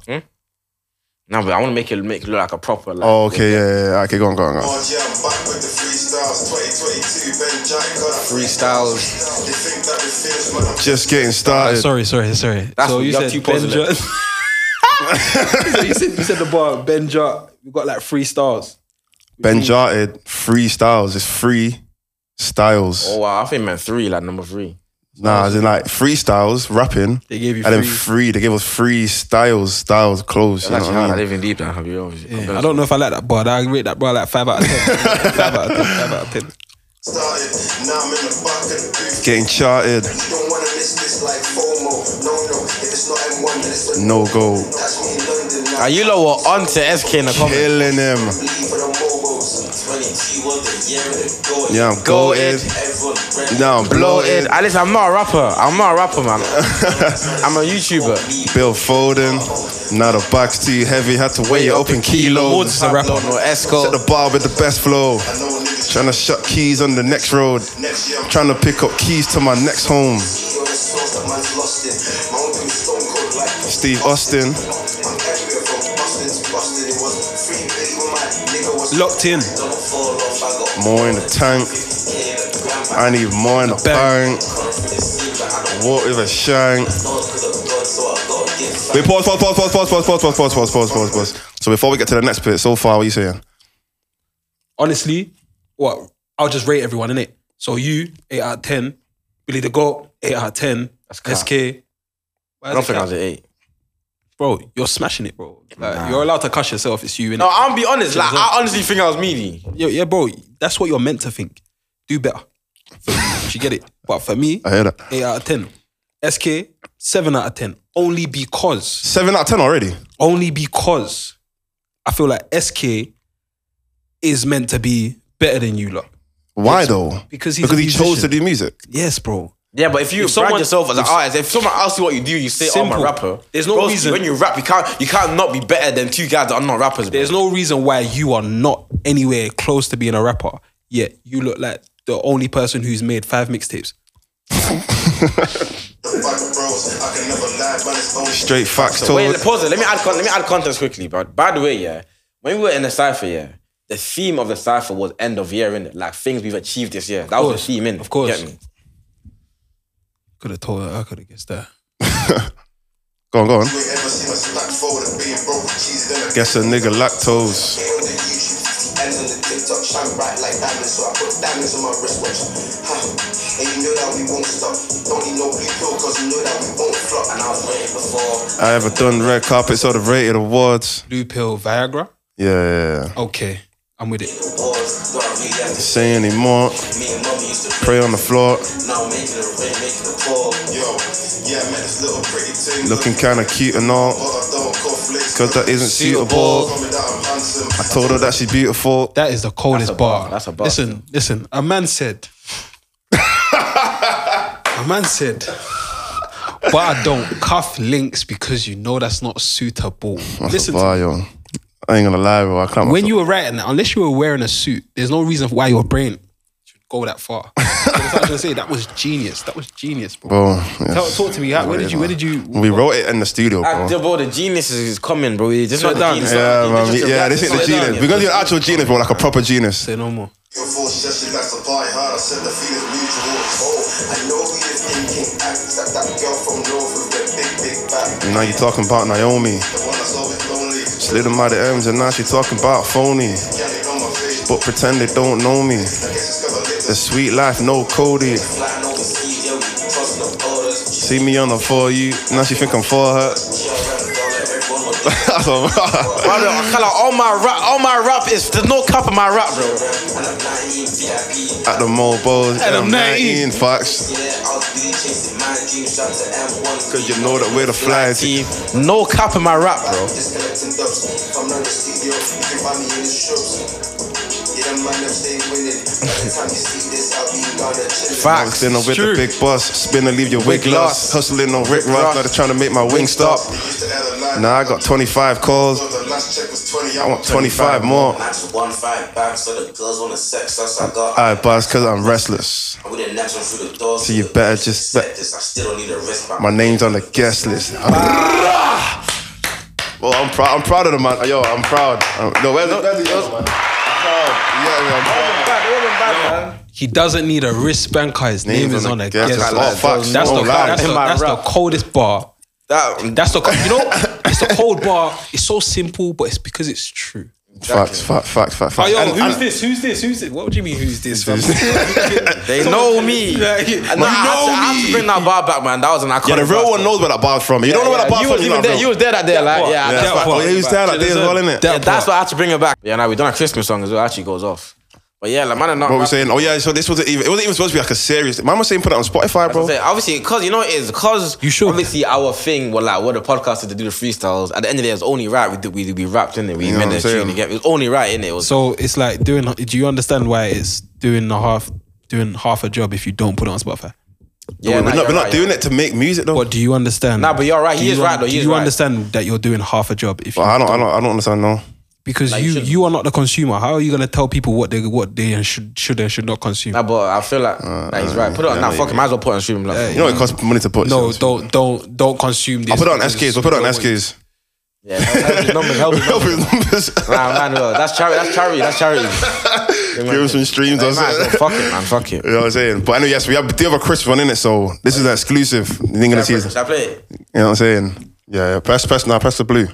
S4: Nah, but I want to make it make it look like a proper. Like,
S3: Oh, okay, yeah, yeah, yeah. Okay, go on, go on, go on.
S8: Oh, yeah, I'm back with the freestyles 2022 Ben Jacker.
S4: Freestyles.
S8: They think that it feels, man. I'm
S3: Just getting started.
S5: Uh, Sorry, sorry, sorry.
S4: That's what-
S5: so you
S4: you have
S5: said
S4: two
S5: Ben
S4: pauses
S5: Jo- so you said you said the bar Ben Jo- We got like three stars.
S3: Ben Jarted, free styles. It's free styles.
S4: Oh wow, I think man three, like number three.
S3: Nah, as in like freestyles, rapping.
S5: They gave you
S3: And then
S5: free.
S3: free, they gave us free styles, styles, clothes. You know
S4: Actually,
S3: what I
S4: I
S3: mean?
S4: live in deep. That have you always-
S5: Yeah, I don't know if I like that bar. I rate that bar like five out of ten. five out of ten. Five out of ten.
S8: started. Now I'm in the back of the booth.
S3: Getting charted,
S8: You don't wanna miss this like FOMO. No, no. If it's not M1, then it's a
S3: no go.
S8: That's me in London now.
S4: Are you lot were on to SK in the comments?
S3: Killing him.
S8: Leave for the mobos. 22 was the year of the goat.
S3: Yeah, I'm goated.
S8: Everyone ready.
S3: Now I'm
S4: Bloated.
S3: bloated.
S4: At least I'm not a rapper. I'm not a rapper, man. I'm a YouTuber.
S3: Bill Foden. Now the box too heavy, had to weigh it up in kilos.
S5: Woods is a
S4: No
S5: rapper.
S3: Set
S4: Esco.
S3: the bar with the best flow.
S8: I know niggas
S3: Trying to shut keys on the next road.
S8: next year. I'm
S3: Trying to pick up keys to my next home.
S8: You're the source that man's lost in. My own thing is stone cold like
S3: Steve Austin.
S8: I'm everywhere from Boston to Boston. It was free Billy when my nigga was
S5: Locked in.
S8: Don't fall off, I got
S3: More in the tank.
S8: Yeah, the
S3: I
S8: grandma
S3: need more in the bank.
S8: comes from the sea, but I don't
S3: Walk with a shank.
S8: know because of God, so I gotta get
S3: Wait, pause, pause, pause, pause, pause, pause, pause, pause, pause, pause, pause, pause, pause. So before we get to the next bit, so far, what are you saying?
S5: honestly, what I'll just rate everyone in it. So you eight out of ten, Billy the Goat eight out of ten,
S4: cap.
S5: SK.
S4: I don't think I was an eight.
S5: bro, you're smashing it, bro. Like, You're allowed to cuss yourself. It's you. Innit?
S4: No, I'll be honest. Like, I honestly think I was meaty.
S5: yeah, yeah, bro. That's what you're meant to think. Do better. Do you get it? But for me,
S3: I hear that.
S5: eight out of ten. SK seven out of ten. Only because,
S3: Seven out of ten already.
S5: only because, I feel like SK is meant to be better than you lot.
S3: Why though?
S5: because he's
S3: because
S5: a
S3: he chose to
S5: musician.
S3: do music.
S5: Yes, bro.
S4: Yeah, but if you
S5: If
S4: brand
S5: someone-
S4: yourself as an artist, if someone asks you what you do, you say, "Oh, I'm
S5: Simple.
S4: a rapper."
S5: There's no
S4: Bro,
S5: reason-
S4: when you rap, you can't you can't not be better than two guys that are not rappers. Bro.
S5: There's no reason why you are not anywhere close to being a rapper, yet you look like the only person who's made five mixtapes.
S8: fuck bros. I can never lie, man. It's only
S3: Straight facts
S4: Wait,
S3: told.
S4: pause. it. Let me add con- let me add context quickly, bro. By the way, yeah, when we were in the cipher, yeah, the theme of the cipher was end of year, innit? Like things we've achieved this year. That was
S5: course,
S4: the theme, innit?
S5: of course.
S4: Get me?
S5: Could have told her, I could have guessed that.
S3: Go on, go on.
S8: You ain't ever seen a stack forward and being broke with cheese then
S3: Guess a nigga lactose.
S8: Came on the YouTube, 50 M's on the TikTok, shine bright like diamonds, so I put diamonds on my wristwatch. Huh. And you know that we won't stop. Don't need no blue pill, cause you know that we won't flop. And I was ready before.
S3: I ever done red carpets or the rated awards.
S5: Blue pill Viagra?
S3: Yeah, yeah, yeah.
S5: Okay, I'm with it.
S8: Wars, don't really have to
S3: Say anymore.
S8: me and mummy used to
S3: Pray on the floor.
S8: Now I'm making a rain, making a pour. Yo, yeah, I met this little pretty thing.
S3: Looking kinda cute and all.
S8: But I don't call flicks.
S3: Cause that isn't suitable.
S8: Told me that I'm handsome.
S3: I told her that she beautiful.
S5: That is the coldest
S4: That's a bar.
S5: bar.
S4: That's a bar.
S5: Listen, listen. A man said, A man said, but I don't cuff links because you know that's not suitable. Listen, to
S3: Wow, yo. I ain't gonna lie, bro. I can't.
S5: when you were writing that, unless you were wearing a suit, there's no reason why your brain should go that far. so that's what I was gonna say. That was genius. That was genius, bro.
S3: bro, yes.
S5: Tell, talk to me. How, where did you? Where did you?
S3: We wrote it in the studio,
S4: Ah,
S3: bro.
S4: the- bro, the genius is is coming, bro. It's just
S5: Slow
S4: not the
S5: down.
S4: genius.
S3: Yeah,
S4: It's
S3: man.
S4: just a-
S3: Yeah, this ain't
S4: it's
S3: the
S4: not down
S3: genius.
S4: yet.
S3: We're gonna do an actual genius, bro, like a proper genius.
S5: Say no more.
S8: Your voice just she likes to party hard. I said the feeling's mutual. Oh, I know who you're thinking. I that that girl from North with the big, big back.
S3: Now you talking about Naomi.
S8: The one that's always lonely.
S3: Slid them out of M's and now she talking about phony.
S8: Can't look on my face.
S3: But pretend they don't know me.
S8: I guess it's 'cause I live
S3: The
S8: the
S3: sweet life, no Cody.
S8: flying overseas. Yeah, we trust no orders.
S3: See me on the for you. Now she think I'm for her.
S8: She around the dollar. Everyone will think.
S3: That's a
S4: Bro, I kinda- all my rap, all my rap is there's no cap in my rap, bro.
S8: And I'm 19 VIP.
S3: At the mobiles.
S5: At the
S3: I'm 19 facts.
S8: Yeah, I'll be chasing my dreams. Shout to M1.
S3: Cause you know that we're the fly team.
S4: No cap in my rap, bro.
S8: Disconnecting dubs from the studio, you can find me in the shows. Yeah, the man, I'm staying winning. By the time you see this, I'll be gone and chilling.
S4: Facts.
S3: Dinner with the
S5: true.
S3: big boss. Spinner, leave your wig
S4: Wig
S3: lost.
S4: lost.
S3: Hustling on Rick Ross.
S4: Ross.
S3: Now they're trying to make my wing stop.
S8: Used to have a line.
S3: Now I got 25 calls.
S8: So the last check was 20.
S3: I want 25 more.
S8: That's one five back, so the girls want to sex. That's I got.
S3: Alright, boss, cause I'm restless.
S8: I wouldn't nap them through the doors.
S3: So you better just-
S8: Set this. I still don't need a wristband.
S3: My name's on the guest list. well, I'm proud. I'm proud of the man. Yo, I'm proud. Um, no, where's the, where's the other one? I'm proud. Yeah, man, I'm proud.
S5: He doesn't need a wristband because his name is on the guest.
S3: list.
S5: list.
S3: Oh, facts.
S5: That's,
S3: Oh,
S5: the,
S3: lies.
S5: that's, the,
S4: In my
S5: that's the
S4: rap.
S5: coldest bar.
S4: That,
S5: That's the you know it's the cold bar. It's so simple, but it's because it's true.
S3: Facts, fact, fact, fact, fact.
S5: Oh, yo,
S3: And-
S5: who's
S3: and-
S5: this? Who's this? Who's this? What do you mean? Who's this? fam?
S4: they know me.
S5: Yeah, yeah.
S4: And nah, I, had to, I had to bring that bar back, man. That was an iconic.
S3: Yeah, the real one knows where that bar's from. You don't know where that bar's
S4: You
S3: from.
S4: was even
S3: don't
S4: there.
S3: know.
S4: You was there that day, like yeah.
S3: Yeah,
S4: that's
S3: fact.
S4: why-
S3: Oh, yeah, he was there that day as well, innit?
S4: Yeah, that's why I had to bring it back. Yeah, now we're doing a Christmas song as well. It actually goes off. But yeah, like man, I'm not.
S3: Bro, we
S4: rapping.
S3: were saying, oh yeah, so this wasn't even. It wasn't even supposed to be like a serious. Man was saying put it on Spotify, bro.
S4: That's what I'm saying. Obviously, because you know what it is, because
S5: You should.
S4: obviously our thing, well, like what the podcast did to do the freestyles. At the end of the day, it was only right. We did, we, we rapped in it. We
S3: know
S4: made
S3: what I'm
S4: a tune
S3: saying?
S4: again. It was only right in it. was
S5: So it's like doing. Do you understand why it's doing a half doing half a job if you don't put it on Spotify?
S4: yeah,
S3: we're
S4: nah,
S3: not,
S4: you're
S3: we're not
S4: right,
S3: doing
S4: yeah.
S3: it to make music though.
S5: But do you understand?
S4: Nah, but you're right.
S5: Do
S4: He is
S5: you
S4: right though. He
S5: do
S4: is
S5: you
S4: right.
S5: understand that you're doing half a job if you
S3: But I don't, I don't, I don't understand. No,
S5: because
S4: Like, you
S5: you
S4: shouldn't.
S5: you are not the consumer. How are you gonna tell people what they what they should should and should not consume?
S4: Nah, but I feel like nah, he's right. Put it on.
S3: Uh, yeah,
S4: Nah,
S3: no,
S4: fuck it.
S3: you-
S4: Might as well put it on streaming platform.
S3: you know it costs money to put.
S5: no,
S3: so-
S5: don't don't don't consume this.
S3: I'll put it on
S5: because
S3: SKs. I'll put it on
S5: you don't
S3: SKs.
S4: Yeah, help his numbers. Help his
S3: Help
S4: numbers.
S3: his numbers.
S4: Nah, man, well, that's charity. That's charity. That's charity.
S3: Give him some streams.
S4: Might
S3: or
S4: as well.
S3: something.
S4: Fuck it, man. Fuck it.
S3: You know what I'm saying? But anyway, yes, we have, do have a crisp one in it, so this is an exclusive. You ain't gonna see it.
S4: Should I play it?
S3: You know what I'm saying? Yeah, yeah. Press, press, now press the blue.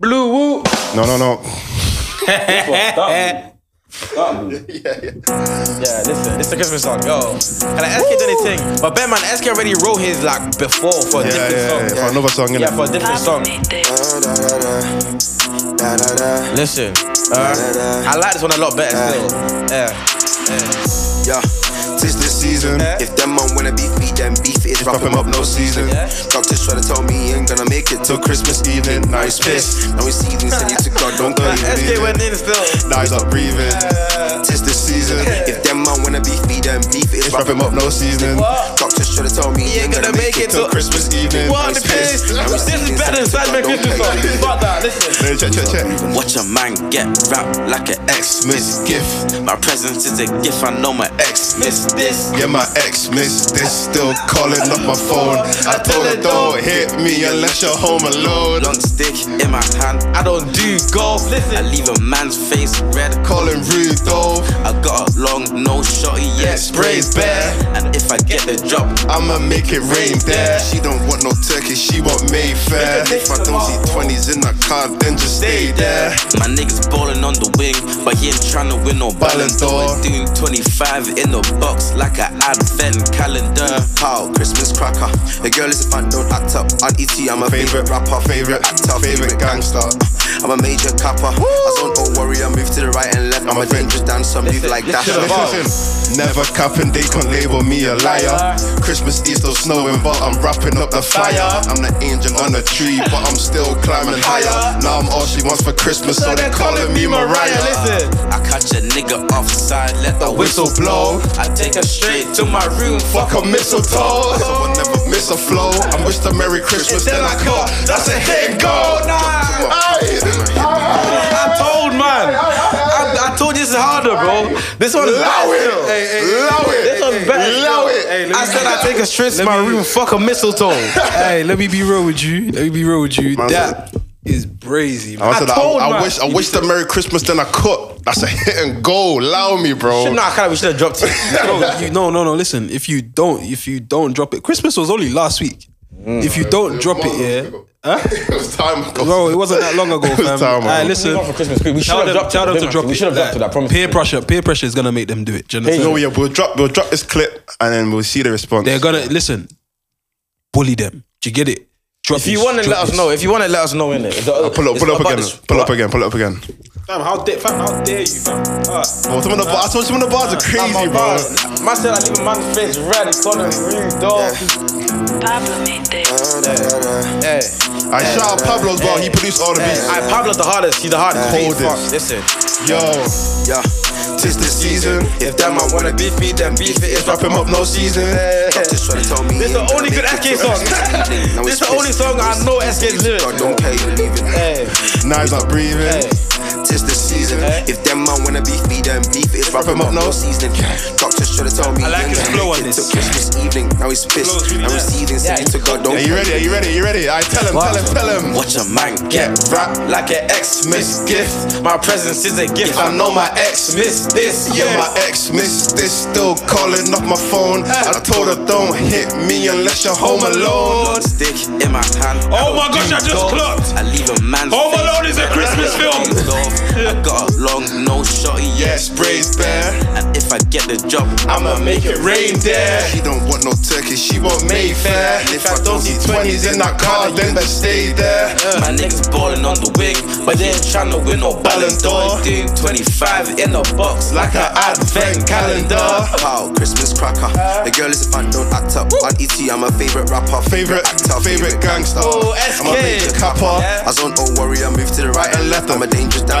S5: Blue woo.
S3: No, no, no.
S4: Yeah, listen, it's the Christmas song. Yo, and like, SK did his thing, but Ben, man, SK already wrote his like before for a
S3: Yeah, yeah,
S4: different
S3: yeah,
S4: song.
S3: yeah, For another song, innit?
S4: Yeah, for a different song. Listen, uh, I like this one a lot better still. Yeah.
S9: Yeah, tis the season. If them man wanna beef me, then beef it. Wrap 'em up, no season. Doctors try to tell me he ain't gonna make it till Christmas evening. Now he's pissed. Now he's seething, send you to God, don't go
S4: SK
S9: leave
S4: went
S9: it.
S4: in still.
S3: Now he's not breathing.
S9: Tis the season. If them man wanna beef me, then beef it.
S3: Wrap
S9: Wrap
S3: him up,
S9: 'em
S3: no
S9: up,
S3: season.
S9: Doctors try to tell me he ain't gonna make it till Christmas evening.
S4: What
S9: Now
S4: the
S9: he's
S4: piss?
S9: pissed. Now he's
S4: This is
S9: seething, send
S4: better than
S9: you to
S4: Sidemen
S9: God, don't
S4: Christmas
S9: go
S4: song.
S9: leave it.
S4: Fuck that, listen.
S3: Check, check, check.
S10: Watch a man get wrapped like an ex miss gift. My presence is a gift, I know my ex miss this.
S3: Yeah, my ex missed this, still calling up my phone. I told her don't hit me unless you're home alone.
S10: Blunt stick in my hand, I don't do golf. I leave a man's face red.
S3: Calling Rudolph,
S10: I got a long no shotty, yeah, sprays
S3: sprays bare.
S10: bare. And if I get the drop,
S3: I'ma make it rain there. She don't want no turkey, she want Mayfair. If I don't see 20s in that car, then just stay there.
S10: my niggas ballin' on the wing, but he ain't tryna win no
S3: Ballon
S10: Ballon d'Or.
S3: d'Or.
S10: Doing 25 in the box like an advent calendar.
S9: Pow, Christmas cracker. The girl is a fan, don't act up. On ET, I'm a favorite rapper, favorite actor, favorite gangster. I'm a major capper. I don't know worry, I move to the right and left. I'm a dangerous dancer, move like that.
S3: Listen, never capping, they can't label me a liar. Christmas Eve still snowing, but I'm wrapping up the fire. I'm the angel on the tree, but I'm still climbing higher.
S9: Mariah.
S3: Now I'm all she wants for Christmas, so they're calling me Mariah.
S9: Listen, I catch a nigga offside, let the whistle blow. I take her straight to my room, fuck
S3: Fuck a mistletoe, so I never miss a flow. I wish the Merry Christmas, then I call. That's a hit and go.
S9: I told man. I, I told you it's harder, bro. This one
S3: Allow it,
S9: Hey, hey,
S3: allow
S9: This
S3: it,
S9: one's better.
S3: allow it.
S5: Hey, let me-
S9: I said I take a straight to
S5: Let
S9: my
S5: me-
S9: room, fuck a mistletoe.
S5: hey, let me be real with you. Let me be real with you.
S3: Man,
S5: That is brazy, man.
S3: I, said, I,
S9: told
S3: I
S9: man.
S3: wish I wish the Merry Christmas then I cook. That's a hit and go. Allow me, bro.
S9: Nah, I can't. We should have dropped it.
S5: no, you, no, no, no. Listen, if you don't, if you don't drop it, Christmas was only last week.
S4: Mm.
S5: if you don't drop it, yeah,
S3: it was time ago.
S5: bro, it wasn't that long ago,
S3: It was
S5: fam.
S3: time ago.
S5: Alright,
S4: This is
S5: listen,
S4: not for Christmas. We should
S5: tell
S4: have
S5: them,
S4: dropped
S5: tell
S4: it.
S5: them to
S4: Remember,
S5: drop it.
S4: We should have dropped it. I
S5: Like,
S4: promise.
S5: Peer
S4: you.
S5: pressure, peer pressure is gonna make them do it. Do you understand?
S3: No, yeah, we'll drop we'll drop this clip and then we'll see the response.
S5: They're gonna listen. Bully them. Do you get it? Drop
S4: If you want to let us know, if you want to let us know, innit?
S3: Uh, pull up, pull up again, pull up again, pull up again.
S5: fam, how dare, fam, how dare you, fam?
S3: Bro, some of the bars, some of the bars are crazy, bro.
S4: Man said I leave a man's face red. It's on rude dog.
S11: Pablo made this.
S3: I shout out Pablo as well. He produced all the beats.
S4: I Pablo's the hardest. He's the hardest.
S3: Coldest.
S4: Fuck, Listen,
S3: Yo,
S8: Yeah, tis the season. If that man wanna beef me, then beef it. It's
S3: wrap him up, no season.
S8: just trying to tell me.
S9: This the only good SK song. This the only song I know SK's lyrics.
S8: God don't care, you leave it.
S3: Now he's not breathing.
S8: Tis the season. If them man wanna beef me, then beef it. It's wrap him up, no season. Doctors should have told me. I
S5: like his flow on this.
S8: Took Christmas evening, now he's pissed. Now he's seething, sending to God. Don't
S3: Are you ready? Are you ready? Are you ready? I tell him, tell him, tell him.
S9: Watch a man get wrapped like an Xmas gift. My presence is a gift.
S3: I know my ex
S9: miss this.
S3: Yeah, my ex missed this, still calling off my phone. I told her don't hit me unless you're home alone.
S9: Stick in my hand.
S5: Oh my gosh, I just clocked.
S9: I leave a man.
S5: Home Alone is a Christmas film.
S9: I got a long no shotty,
S3: Yes, braised bear,
S9: And if I get the job,
S3: I'ma make it rain there. She don't want no turkey, she want Mayfair. If I don't see 20s in that car, then just stay there.
S9: my niggas ballin' on the wing, but they ain't tryna win no Ballon d'Or. Dude, 25 in the box like an advent calendar.
S8: Wow, Christmas cracker. The girl is a fan, don't act up. On ET, I'm a favorite rapper,
S3: Favorite actor, favorite gangster.
S9: Oh,
S3: I'm a
S9: SK.
S3: major capper.
S8: I zone, don't worry, I move to the right and left. I'm a dangerous
S3: Now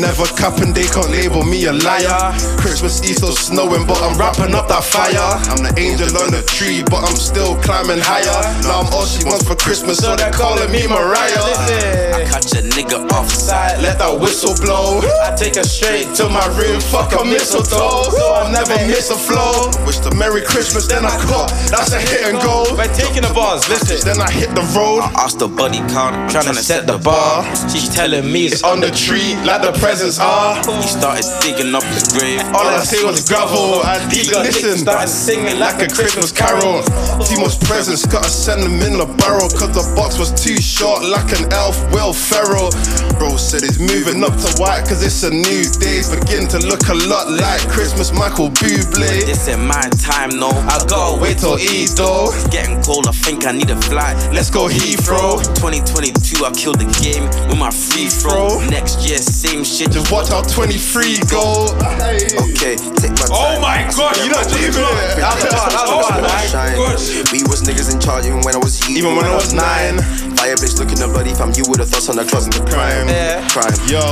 S3: Never capping, they can't label me a liar. Christmas Eve still snowing, but I'm wrapping up that fire. I'm the angel on the tree, but I'm still climbing higher. Now I'm all she wants for Christmas, so they're calling me Mariah.
S9: I catch a nigga offside.
S3: Let that whistle blow.
S9: I take her straight to
S3: To my room, fuck a mistletoe. So I'll never miss a flow. Wish the Merry Christmas, then I caught. That's a hit and go.
S9: By taking the bars, listen.
S3: Then I hit the road.
S9: I asked the buddy count, I'm tryna set the bar. She's telling me it's
S3: On the tree, like the presents are.
S9: He started digging up his grave.
S3: All I see was gravel. I listen.
S9: started singing
S3: like a Christmas carol. Timo's presents, gotta send them in the barrel. Cause the box was too short, like an elf, Will Ferrell. Bro said he's moving up to white, cause it's a new day. Begin to look a lot like Christmas, Michael Bublé.
S9: This ain't my time, no. I gotta wait
S3: Wait
S9: till
S3: till
S9: it's
S3: E though.
S9: getting cold. I think I need a flight.
S3: Let's go Heathrow.
S9: 2022, I killed the game with my free throw. Next year, same shit.
S3: Just watch our 23 go.
S8: Okay, take my
S3: Oh
S9: Oh
S8: time.
S5: my gosh,
S3: You not leaving it. That's a bar, that's a bar.
S8: Shine. We was niggas in charge even when I was you.
S3: Even when I was nine.
S8: Fire bitch looking up bloody fam. You would've thought on the closet.
S3: Crime.
S8: Crime.
S3: Yo,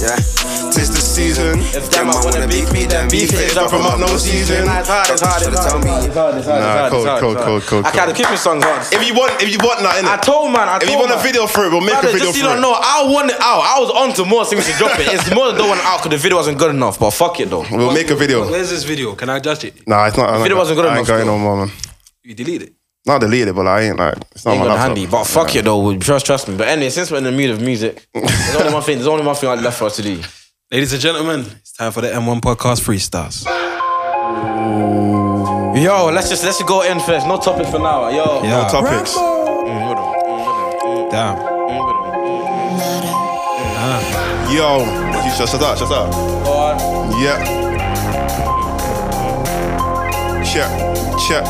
S8: Yeah.
S3: tis the season.
S9: If that man wanna beef me, then beef it.
S3: It's up from up, no season.
S9: It's hard, it's hard, it's hard, it's hard, it's hard, it's hard,
S3: Nah,
S9: it's hard,
S3: cold,
S9: it's hard,
S3: cold,
S9: it's hard.
S3: cold, cold,
S9: I
S3: cold.
S9: gotta keep my songs hard.
S3: If you want, if you want that,
S9: I
S3: innit?
S9: told man, I
S3: If
S9: told
S3: you want
S9: man.
S3: a video for it, we'll make
S9: Brother,
S3: a video
S9: just so
S3: for
S9: you
S3: it.
S9: don't know, I wanted out. I was on to more things to drop it. It's more than the one out because the video wasn't good enough. But fuck it though.
S3: We'll make a video.
S5: Where's this video? Can I judge it?
S3: Nah, it's not. I'm
S4: If it
S3: not-
S4: wasn't good
S3: I
S4: enough,
S3: ain't going
S4: though.
S3: no more, man.
S5: You delete it.
S3: Not deleted it, but I ain't like. It's not
S4: ain't
S3: my
S4: got
S3: laptop.
S4: handy. But fuck it though. we- Trust, trust me. But anyway, since we're in the mood of music, there's only one thing. There's only one thing I left for us to do.
S5: Ladies and gentlemen, it's time for the M1 podcast freestyles.
S4: Yo, let's just let's just go in first. No topic for now. Yo. Mm,
S5: Yeah.
S3: No topics.
S5: Damn.
S3: Yo, you shut, shut up, shut up. Yep. Check, check.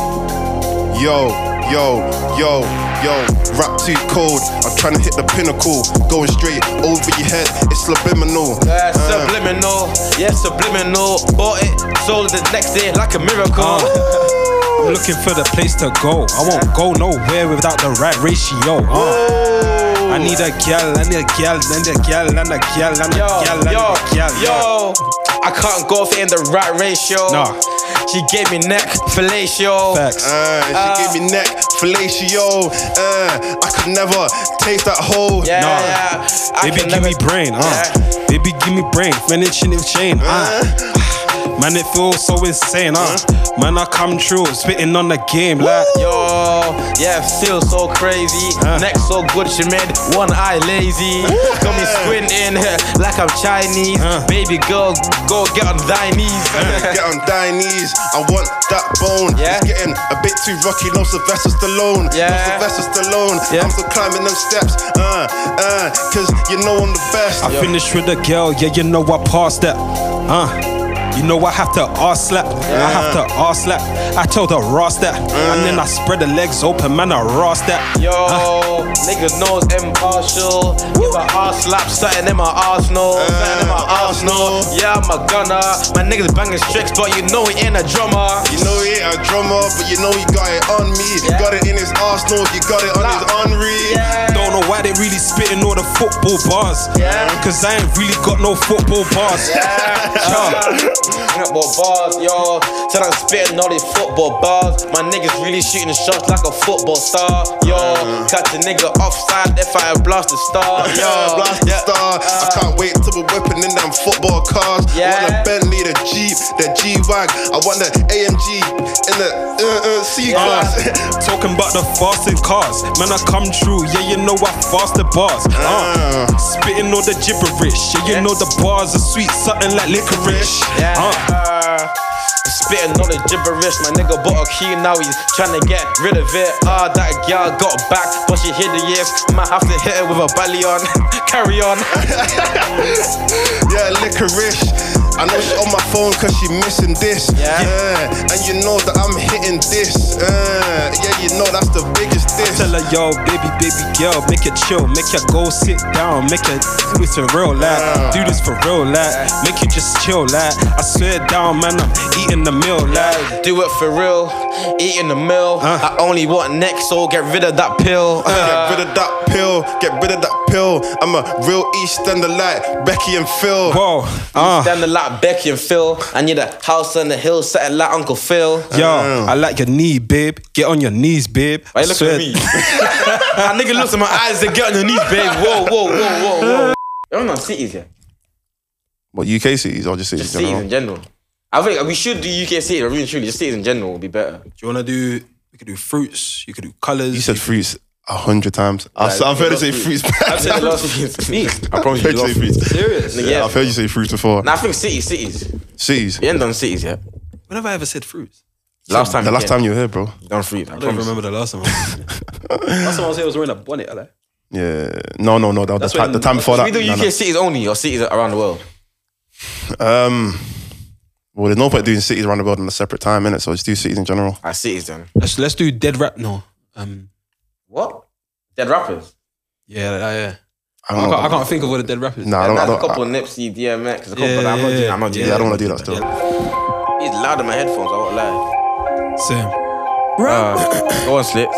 S3: Yo, yo, yo, yo. Rap too cold. I'm trying to hit the pinnacle. Going straight over your head. It's subliminal.
S9: Yeah,
S5: Uh.
S9: subliminal, yeah, subliminal. Bought it, sold it the next day like a miracle.
S5: Uh, I'm looking for the place to go. I won't go nowhere without the right ratio. Uh. need a gal, I need a gal, I need a gal, I need a gal, I need a
S4: Yo,
S5: gal, I need
S4: yo,
S5: a gal.
S4: yo. I can't go for in the right ratio.
S5: Nah.
S4: She gave me neck fellatio.
S5: Facts.
S3: Uh, she gave me neck, fellatio. Uh, I could never taste that whole.
S4: Yeah,
S5: Nah.
S4: yeah. I
S5: Baby,
S4: can
S5: give
S4: never-
S5: me brain, huh?
S4: Yeah.
S5: Baby, give me brain. Finishing it with chain, uh. Man, it feels so insane, huh?
S4: Uh-huh.
S5: Man, I come true, spitting on the game, like.
S9: Oh,
S4: Yo, yeah, feel so crazy. Neck so good, she made one eye lazy. Got me squinting like I'm Chinese. Baby girl, go get on thy knees.
S3: Get on thy knees, I want that bone.
S4: Yeah.
S3: It's getting a bit too rocky, no Sylvester Stallone. No
S4: Yeah.
S3: Sylvester Stallone.
S4: Yeah.
S3: I'm still climbing them steps. Uh, uh, cause you know I'm the best.
S5: I finished with a girl, yeah, you know I passed that. Uh, you know I have to ass slap, I have to ass slap. I told her Ross that, and then I spread the legs open, man, I Ross that.
S4: Yo,
S5: Uh,
S4: nigga knows impartial. Give my ass slap, something in my arsenal. Something in my
S3: Uh,
S4: arsenal. Yeah, I'm a gunner. My niggas banging tricks, but you know he ain't a drummer.
S3: You know he ain't a drummer, but you know he got it on me.
S4: Yeah.
S3: Got it in his arsenal, you got it on his Henri.
S5: don't know why they really spitting all the football bars.
S4: Yeah.
S5: Cause I ain't really got no football bars.
S4: Uh. Football bars, yo. Said I'm spitting all these football bars. My niggas really shooting shots like a football star, yo. Catch a nigga offside if I blast the star,
S3: Uh. Yeah,
S4: yo.
S3: blast the star. I can't wait till we're whipping in them football cars. I want
S4: Yeah.
S3: a Bentley, the Jeep, the G Wag. I want the AMG in the uh, uh, C class.
S5: Talking about the fasting cars, man, I come true. Yeah, you know I fast the bars. Uh,
S3: Uh.
S5: spitting all the gibberish. Yeah, you know the bars are sweet, something like licorice.
S4: Yeah.
S5: Uh,
S4: Uh, Spitting all the gibberish, my nigga bought a key, now he's trying to get rid of it. Ah, that girl got back, but she hid the ears. Might have to hit her with a belly on. Carry on.
S3: Yeah, licorice. I know she on my phone cause she missing this.
S4: Yeah.
S3: And you know that I'm hitting this. Uh, yeah, you know that's the biggest diss.
S5: Tell her, yo, baby, baby girl, make it chill, make her go sit down, make her do it for real, like, do this for real, like, make you just chill, like, I swear down, man, I'm eating the meal, like,
S4: Do it for real, eating the meal. I only want neck, so get rid of that pill.
S3: Get rid of that pill, get rid of that pill. I'm a real Eastender like Becky and Phil.
S5: whoa,
S3: Ah.
S5: uh,
S4: Down the like Becky and Phil. I need a house on the hill, setting like Uncle Phil.
S5: yo, I like your knee, babe, get on your knees, babe,
S4: Why
S5: I
S4: you looking
S5: swear,
S4: at me? My nigga looks at my eyes and get on your knees, babe. Whoa, whoa, whoa, whoa, whoa. You're not cities, yeah.
S3: What UK cities or just cities?
S12: Just cities in general. I think we should do UK cities, I really truly. Just cities in general would be better.
S5: Do you want to do? We could do fruits. You could do colors.
S3: You said fruits a hundred times. I've, I've heard you say fruits.
S12: I've said the last few I promise you, the
S3: Heard you
S12: last
S3: say
S12: few
S3: fruits.
S12: Serious? Yeah.
S3: I've heard you say fruits before.
S12: Nah, I think cities, cities.
S3: Cities.
S12: We ain't done cities yet.
S5: When have I ever said fruits?
S12: Last time.
S3: The last
S12: yeah,
S3: time you were here, bro.
S12: done fruit. I
S5: I don't
S12: promise.
S5: remember the last time. I was last time I was here, I was wearing a bonnet. I like.
S3: Yeah. No, no, no. That was the, ti-
S5: when-
S3: the time before that.
S12: We do
S3: No,
S12: UK
S3: no.
S12: cities only or cities around the world.
S3: Um, well, there's no point doing cities around the world on a separate time, innit? So just do cities in general.
S12: Ah, cities then.
S5: Let's let's do dead rap now. Um,
S12: What? Dead rappers.
S5: yeah, like, yeah.
S3: I
S5: I
S3: don't
S5: can't, I
S3: know.
S5: can't think of all the dead rappers.
S3: Nah, I don't.
S12: There's
S3: I
S12: a
S3: don't
S12: couple
S3: I,
S12: Nipsey, DMX. There's a couple.
S5: Yeah,
S12: but I'm not
S5: yeah,
S12: doing. I'm not doing.
S3: yeah,
S12: that.
S3: I don't want to do that still.
S12: It's loud in my headphones. I won't lie.
S5: Same.
S12: Uh, go on, slits.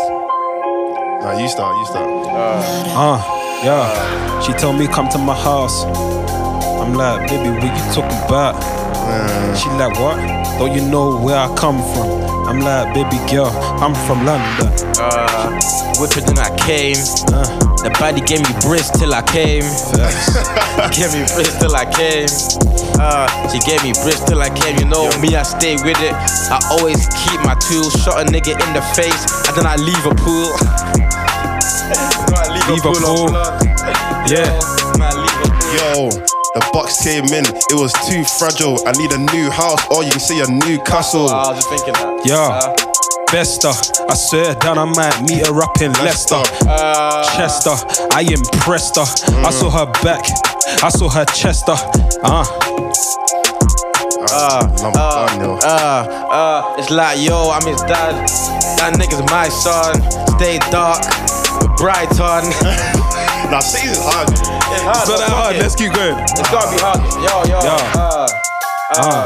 S3: Nah, you start. You start.
S5: Uh, yeah. She told me come to my house. I'm like, baby, what you talking about? She like, what? Don't you know where I come from? I'm like, baby girl, I'm from London. Uh,
S4: Uh, whipping and I came. The body gave me bricks till I came. gave me bricks till I came. Uh, she gave me bricks till I came. You know me, I stay with it. I always keep my tools. Shot a nigga in the face, and then I leave a pool. You know I
S5: Leave a
S4: of
S5: pool.
S4: blood.
S5: Yeah.
S4: Man, I leave a pool.
S3: Yo, the box came in. It was too fragile. I need a new house, or you can say a new castle.
S5: Uh,
S4: I was just thinking that.
S5: Yeah. Bester, I swear down I might meet her up in Leicester. Mm. Chester, I impressed her. I saw her back, I saw her chester. Uh,
S3: Number one, yo.
S4: Uh, uh, it's like, yo, I'm his dad. That nigga's my son. Stay dark, Brighton.
S3: Nah, cities is hard.
S4: It's hard,
S5: it's not
S4: but
S5: that
S4: fuck
S5: hard,
S4: it.
S5: let's keep going.
S4: It's gotta be hard. Yo, yo.
S5: Yo.
S4: Uh,
S5: Uh,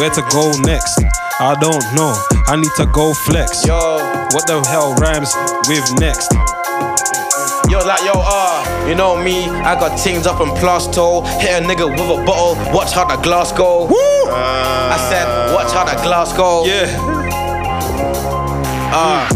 S5: where to go next? I don't know. I need to go flex.
S4: yo.
S5: What the hell rhymes with next?
S4: Yo, like, yo, uh. You know me, I got things up in plasto. Hit a nigga with a bottle, watch how the glass go. Woo! I said, watch how the glass go.
S5: Yeah.
S4: Uh,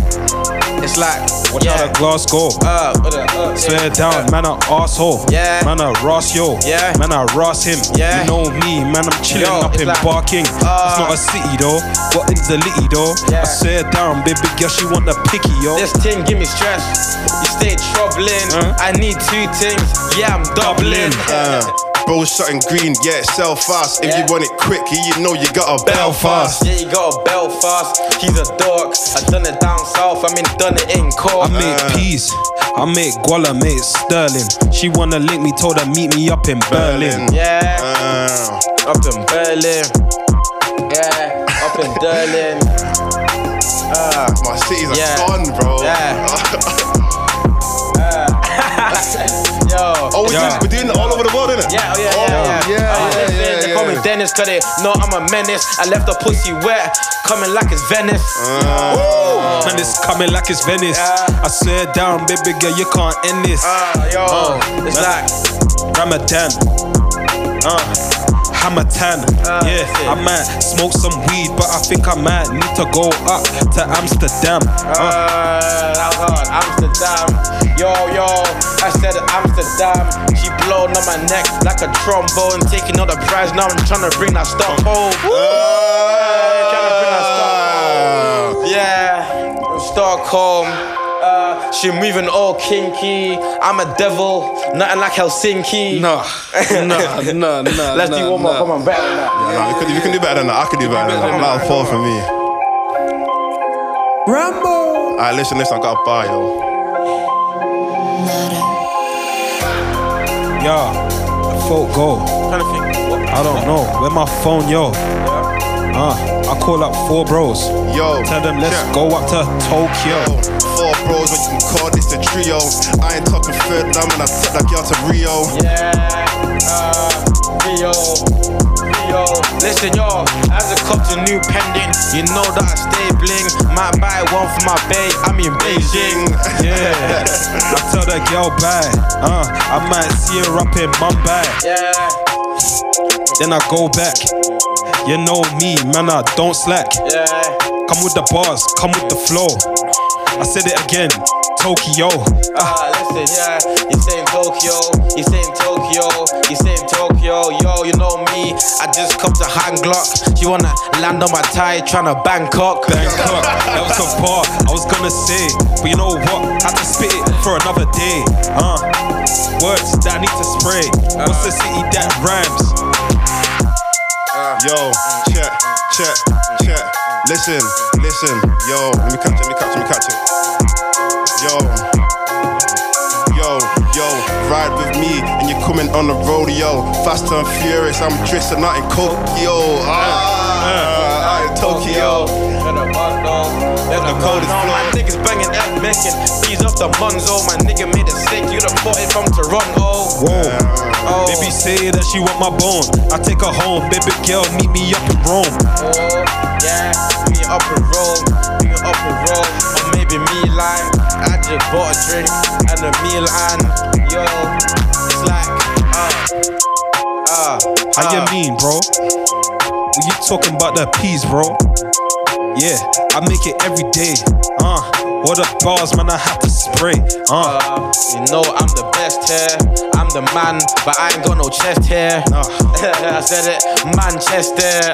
S4: it's like,
S5: Watch
S4: yeah.
S5: out of Glasgow.
S4: Uh, what the- uh,
S5: Swear
S4: yeah,
S5: down,
S4: uh,
S5: man, I'm arsehole.
S4: Yeah.
S5: Man, I Ross yo.
S4: Yeah.
S5: Man, I Ross him.
S4: Yeah.
S5: You know me, man, I'm chilling
S4: Yo,
S5: up
S4: it's
S5: in
S4: like-
S5: Barking.
S4: Ah.
S5: it's not a city though. What is the litty though?
S4: Yeah.
S5: I swear down, baby girl, she want the picky, yo.
S4: This thing give me stress. You stay troubling.
S5: Huh?
S4: I need two things. Yeah, I'm doubling.
S3: Uh, bro, shutting green, yeah, sell fast. If
S4: Yeah.
S3: you want it quick, you know you got a bell fast.
S4: Yeah, you got a Belfast. He's a dog. I done it down south. I mean, done it in
S5: I
S4: court.
S5: make peas, I make guala, make sterling. She wanna link me, told her meet me up in Berlin.
S4: yeah,
S3: Uh,
S4: up in Berlin. Yeah, up in Berlin.
S3: my city's a
S4: Yeah.
S3: gone, bro.
S4: Yeah. Yo.
S3: oh, we're,
S5: Yeah.
S3: Doing, we're doing it all over the world, innit?
S4: Yeah, oh yeah,
S3: Oh,
S4: yeah, yeah.
S3: yeah,
S4: Oh,
S3: yeah,
S4: they-
S3: yeah,
S4: they call me
S3: yeah.
S4: Dennis, cause they know I'm a menace. I left the pussy wet, coming like it's Venice.
S5: Man, it's coming like it's Venice.
S4: Yeah.
S5: I swear down, baby girl, you can't end this.
S4: Ah, yo, it's like
S5: Ramadan. Uh, Hamatan. yeah,
S4: that's it.
S5: I might smoke some weed, but I think I might need to go up to Amsterdam. Uh,
S4: Uh, that was hard. Amsterdam, yo, yo. I said Amsterdam. She blowing on my neck like a trombone, taking all the prize. Now I'm trying to bring that stuff home. Uh, Tryna bring that stuff home. Yeah, from Stockholm. Uh, she moving all kinky. I'm a devil, nothing like Helsinki.
S5: nah, nah, nah.
S4: Let's do one more. Come on, better than that.
S3: Nah, you, can, you can do better than that. I can do better than that. Not four for me. Rambo. Alright, listen, listen. I got a bar, yo.
S5: Yeah, folk go.
S4: Trying to think. What?
S5: I don't know. Where my phone, yo? Uh, I call up four bros.
S3: Yo.
S5: Tell them let's
S3: check.
S5: go up to Tokyo.
S3: Four bros, but you can call this a trio. I ain't talking third now, man. I took that girl to Rio.
S4: Yeah, uh, yo, yo. Listen, yo, as a cop to new pendant, you know that I stay bling. Might buy one for my bae, I'm in Beijing.
S5: Yeah, I tell that girl bye. Uh, I might see her up in Mumbai.
S4: Yeah,
S5: Then I go back. You know me, man, I don't slack.
S4: yeah.
S5: Come with the bars, come with the flow. I said it again, Tokyo.
S4: Ah, listen, yeah. You say in Tokyo, you say in Tokyo, you say in Tokyo. Yo, you know me, I just come to hand Glock. She wanna land on my tie, tryna Bangkok.
S5: Bangkok, that was the bar I was gonna say. But you know what? Had to spit it for another day. Uh, words that I need to spray. What's the city that rhymes?
S3: Yo, check, check, check. Listen, listen. Yo, let me catch it, let me catch it, let me catch it. Yo, yo, yo. Ride with me and you're coming on the rodeo. Fast and furious, I'm dressing out in Tokyo. Ah, out in Tokyo.
S4: The
S3: The coldest
S4: no, my
S3: floor.
S4: niggas banging at making bees off the Monzo. My nigga made it sick. You the bought it from Toronto.
S5: Whoa.
S4: Oh,
S5: Baby say that she want my bone. I take her home. Baby girl, meet me up in Rome.
S4: oh, yeah. Me up and roll, me up and roll, or maybe me line. I just bought a drink and a meal and yo, it's like uh, uh,
S5: How you
S4: uh,
S5: mean, bro? What you talking about the peas, bro? Yeah, I make it every day. Uh, what the bars, man, I have to spray. Uh,
S4: Uh, you know I'm the best here. I'm the man, but I ain't got no chest here. I said it, Manchester.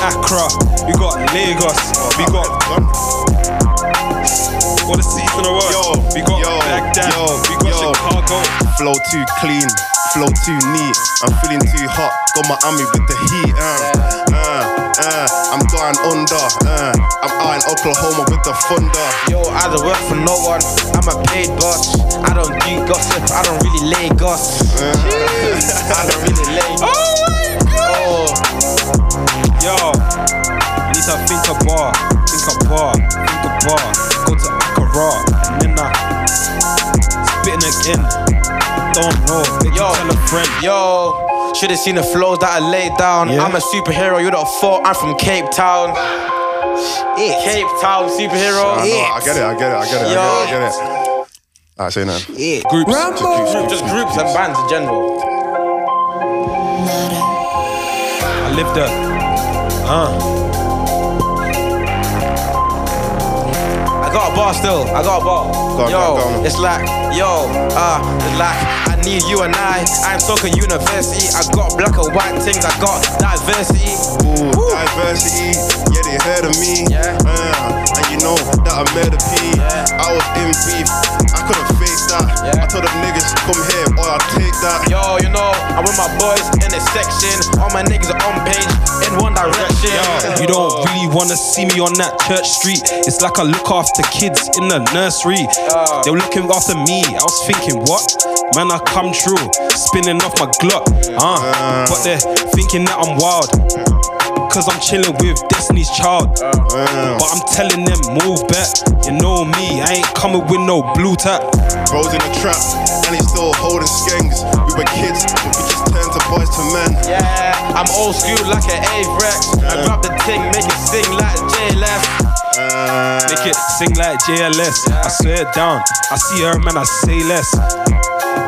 S5: Accra, we got Lagos, we got all the cities in the world.
S3: Yo,
S5: we got
S3: yo,
S5: Baghdad,
S3: yo,
S5: we got
S3: yo.
S5: Chicago.
S3: Flow too clean, flow too neat. I'm feeling too hot, got my army with the heat. Uh, uh, uh, I'm going under. Uh, I'm out in Oklahoma with the thunder.
S4: Yo, I don't work for no one. I'm a paid boss. I don't do gossip. I don't really lay gossip. I don't really lay. Oh my god!
S5: Yo, I need to think a bar, think a bar, think a bar. Go to Accra, and then I spitting again. Don't know, make
S4: Yo.
S5: you tell a friend.
S4: Yo, should have seen the flows that I laid down.
S5: Yeah.
S4: I'm a superhero. You don't thought I'm from Cape Town.
S13: Shit.
S4: Cape
S3: I,
S4: Town superhero.
S3: know, Ah, I get it, I get it, I get it, I get it, I get it. Alright, say that.
S5: Groups.
S4: Group- Just groups and bands in general.
S5: I lived up. Uh,
S4: I got a bar still. I got a bar.
S3: Go on,
S4: yo,
S3: go on, go on.
S4: it's like, yo, uh, it's like, I need you and I. I'm talking university. I got black and white things. I got diversity.
S3: Ooh, diversity, yeah, they heard of me.
S4: Yeah.
S3: Uh, and you know that I'm murder P.
S4: Yeah.
S3: I was in beef, I couldn't face that.
S4: Yeah.
S3: I told them niggas, come here, or I'll take that.
S4: Yo, you know, I'm with my boys in the section. All my niggas are on page in one direction.
S5: you don't really wanna see me on that church street. It's like I look after kids in the nursery. They were looking after me. I was thinking, what? Man, I come true, spinning off my Glock. Uh, but they're thinking that I'm wild. Cause I'm chilling with Destiny's Child. But I'm telling them, move back. You know me, I ain't coming with no blue tap.
S3: Rose in the trap, and he's still holding skanks. We were kids, but we just turned to boys to men.
S4: Yeah, I'm old school like an Avrex. I grab the thing, make it sing like J left.
S3: Uh,
S5: Make it sing like JLS. I swear down. I see her, man, I say less.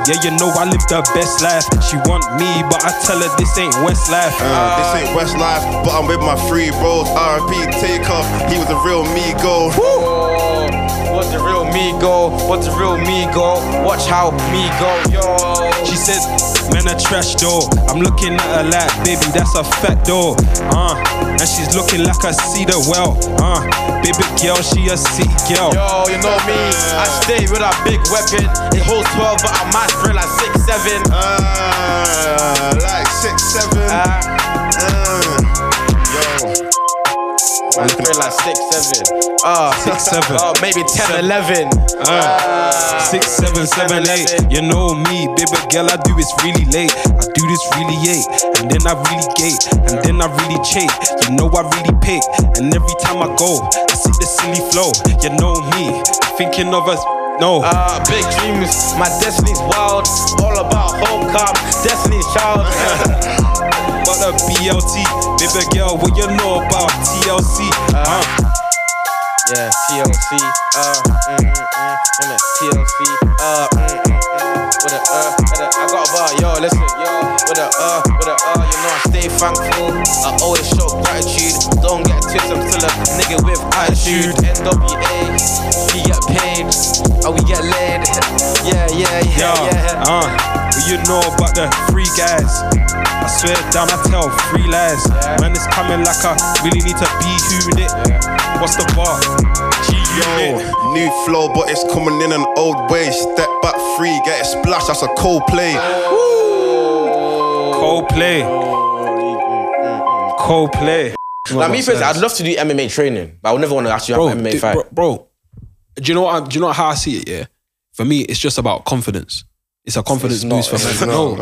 S5: Yeah, you know I live the best life. She want me, but I tell her this ain't West life.
S3: Uh, this
S14: Um,
S3: ain't West Life, but I'm with my free bros. RP takeoff, he was a real me go.
S4: Woo! What's the real me go? What's the real me go? Watch how me go, yo.
S5: She says, man, a trash door. I'm looking at her like, baby, that's a fat door. Uh, and she's looking like I see the well. Uh, baby girl, she a city girl.
S4: Yo, you know me, I stay with a big weapon. It holds 12, but I might drill like 6 7.
S3: Uh, like six, seven. Uh, yo.
S4: I drill like 6 7. Uh,
S5: Six, seven.
S4: uh, maybe 10 11.
S5: Uh, six, seven, seven, eight. You know me, baby girl. I do this really late. I do this really late, and then I really gate, and then I really chase. You know I really pick, and every time I go, I see the silly flow. You know me, thinking of us. No,
S4: Uh, big dreams, my destiny's wild. All about hope, cop, destiny's child.
S5: but a BLT, baby girl. What you know about TLC? Uh,
S4: yeah, TLC, uh, mm, mm, mm, mm, TLC, uh, mm, mm, mm, with a uh, with a, I got a bar, yo, listen, yo, with a uh, with a uh, you know I stay thankful, I always show gratitude, don't get tips, I'm still a nigga with attitude, NWA, we get paid, and we get laid, yeah, yeah,
S5: yeah,
S4: yeah, yeah,
S5: uh, what you know about the free guys? I swear down, I tell free lies. Man, it's coming like I really need to be who it. What's the bar? G
S3: Yo,
S5: unit.
S3: new flow, but it's coming in an old way. Step back free, get it splashed, that's a cold play.
S14: Uh,
S5: Cold play. Cold play.
S14: Like me personally, I'd love to do MMA training, but I would never want to actually have an MMA
S13: d-
S14: fight.
S13: bro, bro, do you know what? I, do you know how I see it? Yeah, for me, it's just about confidence. It's a confidence boost for me. No,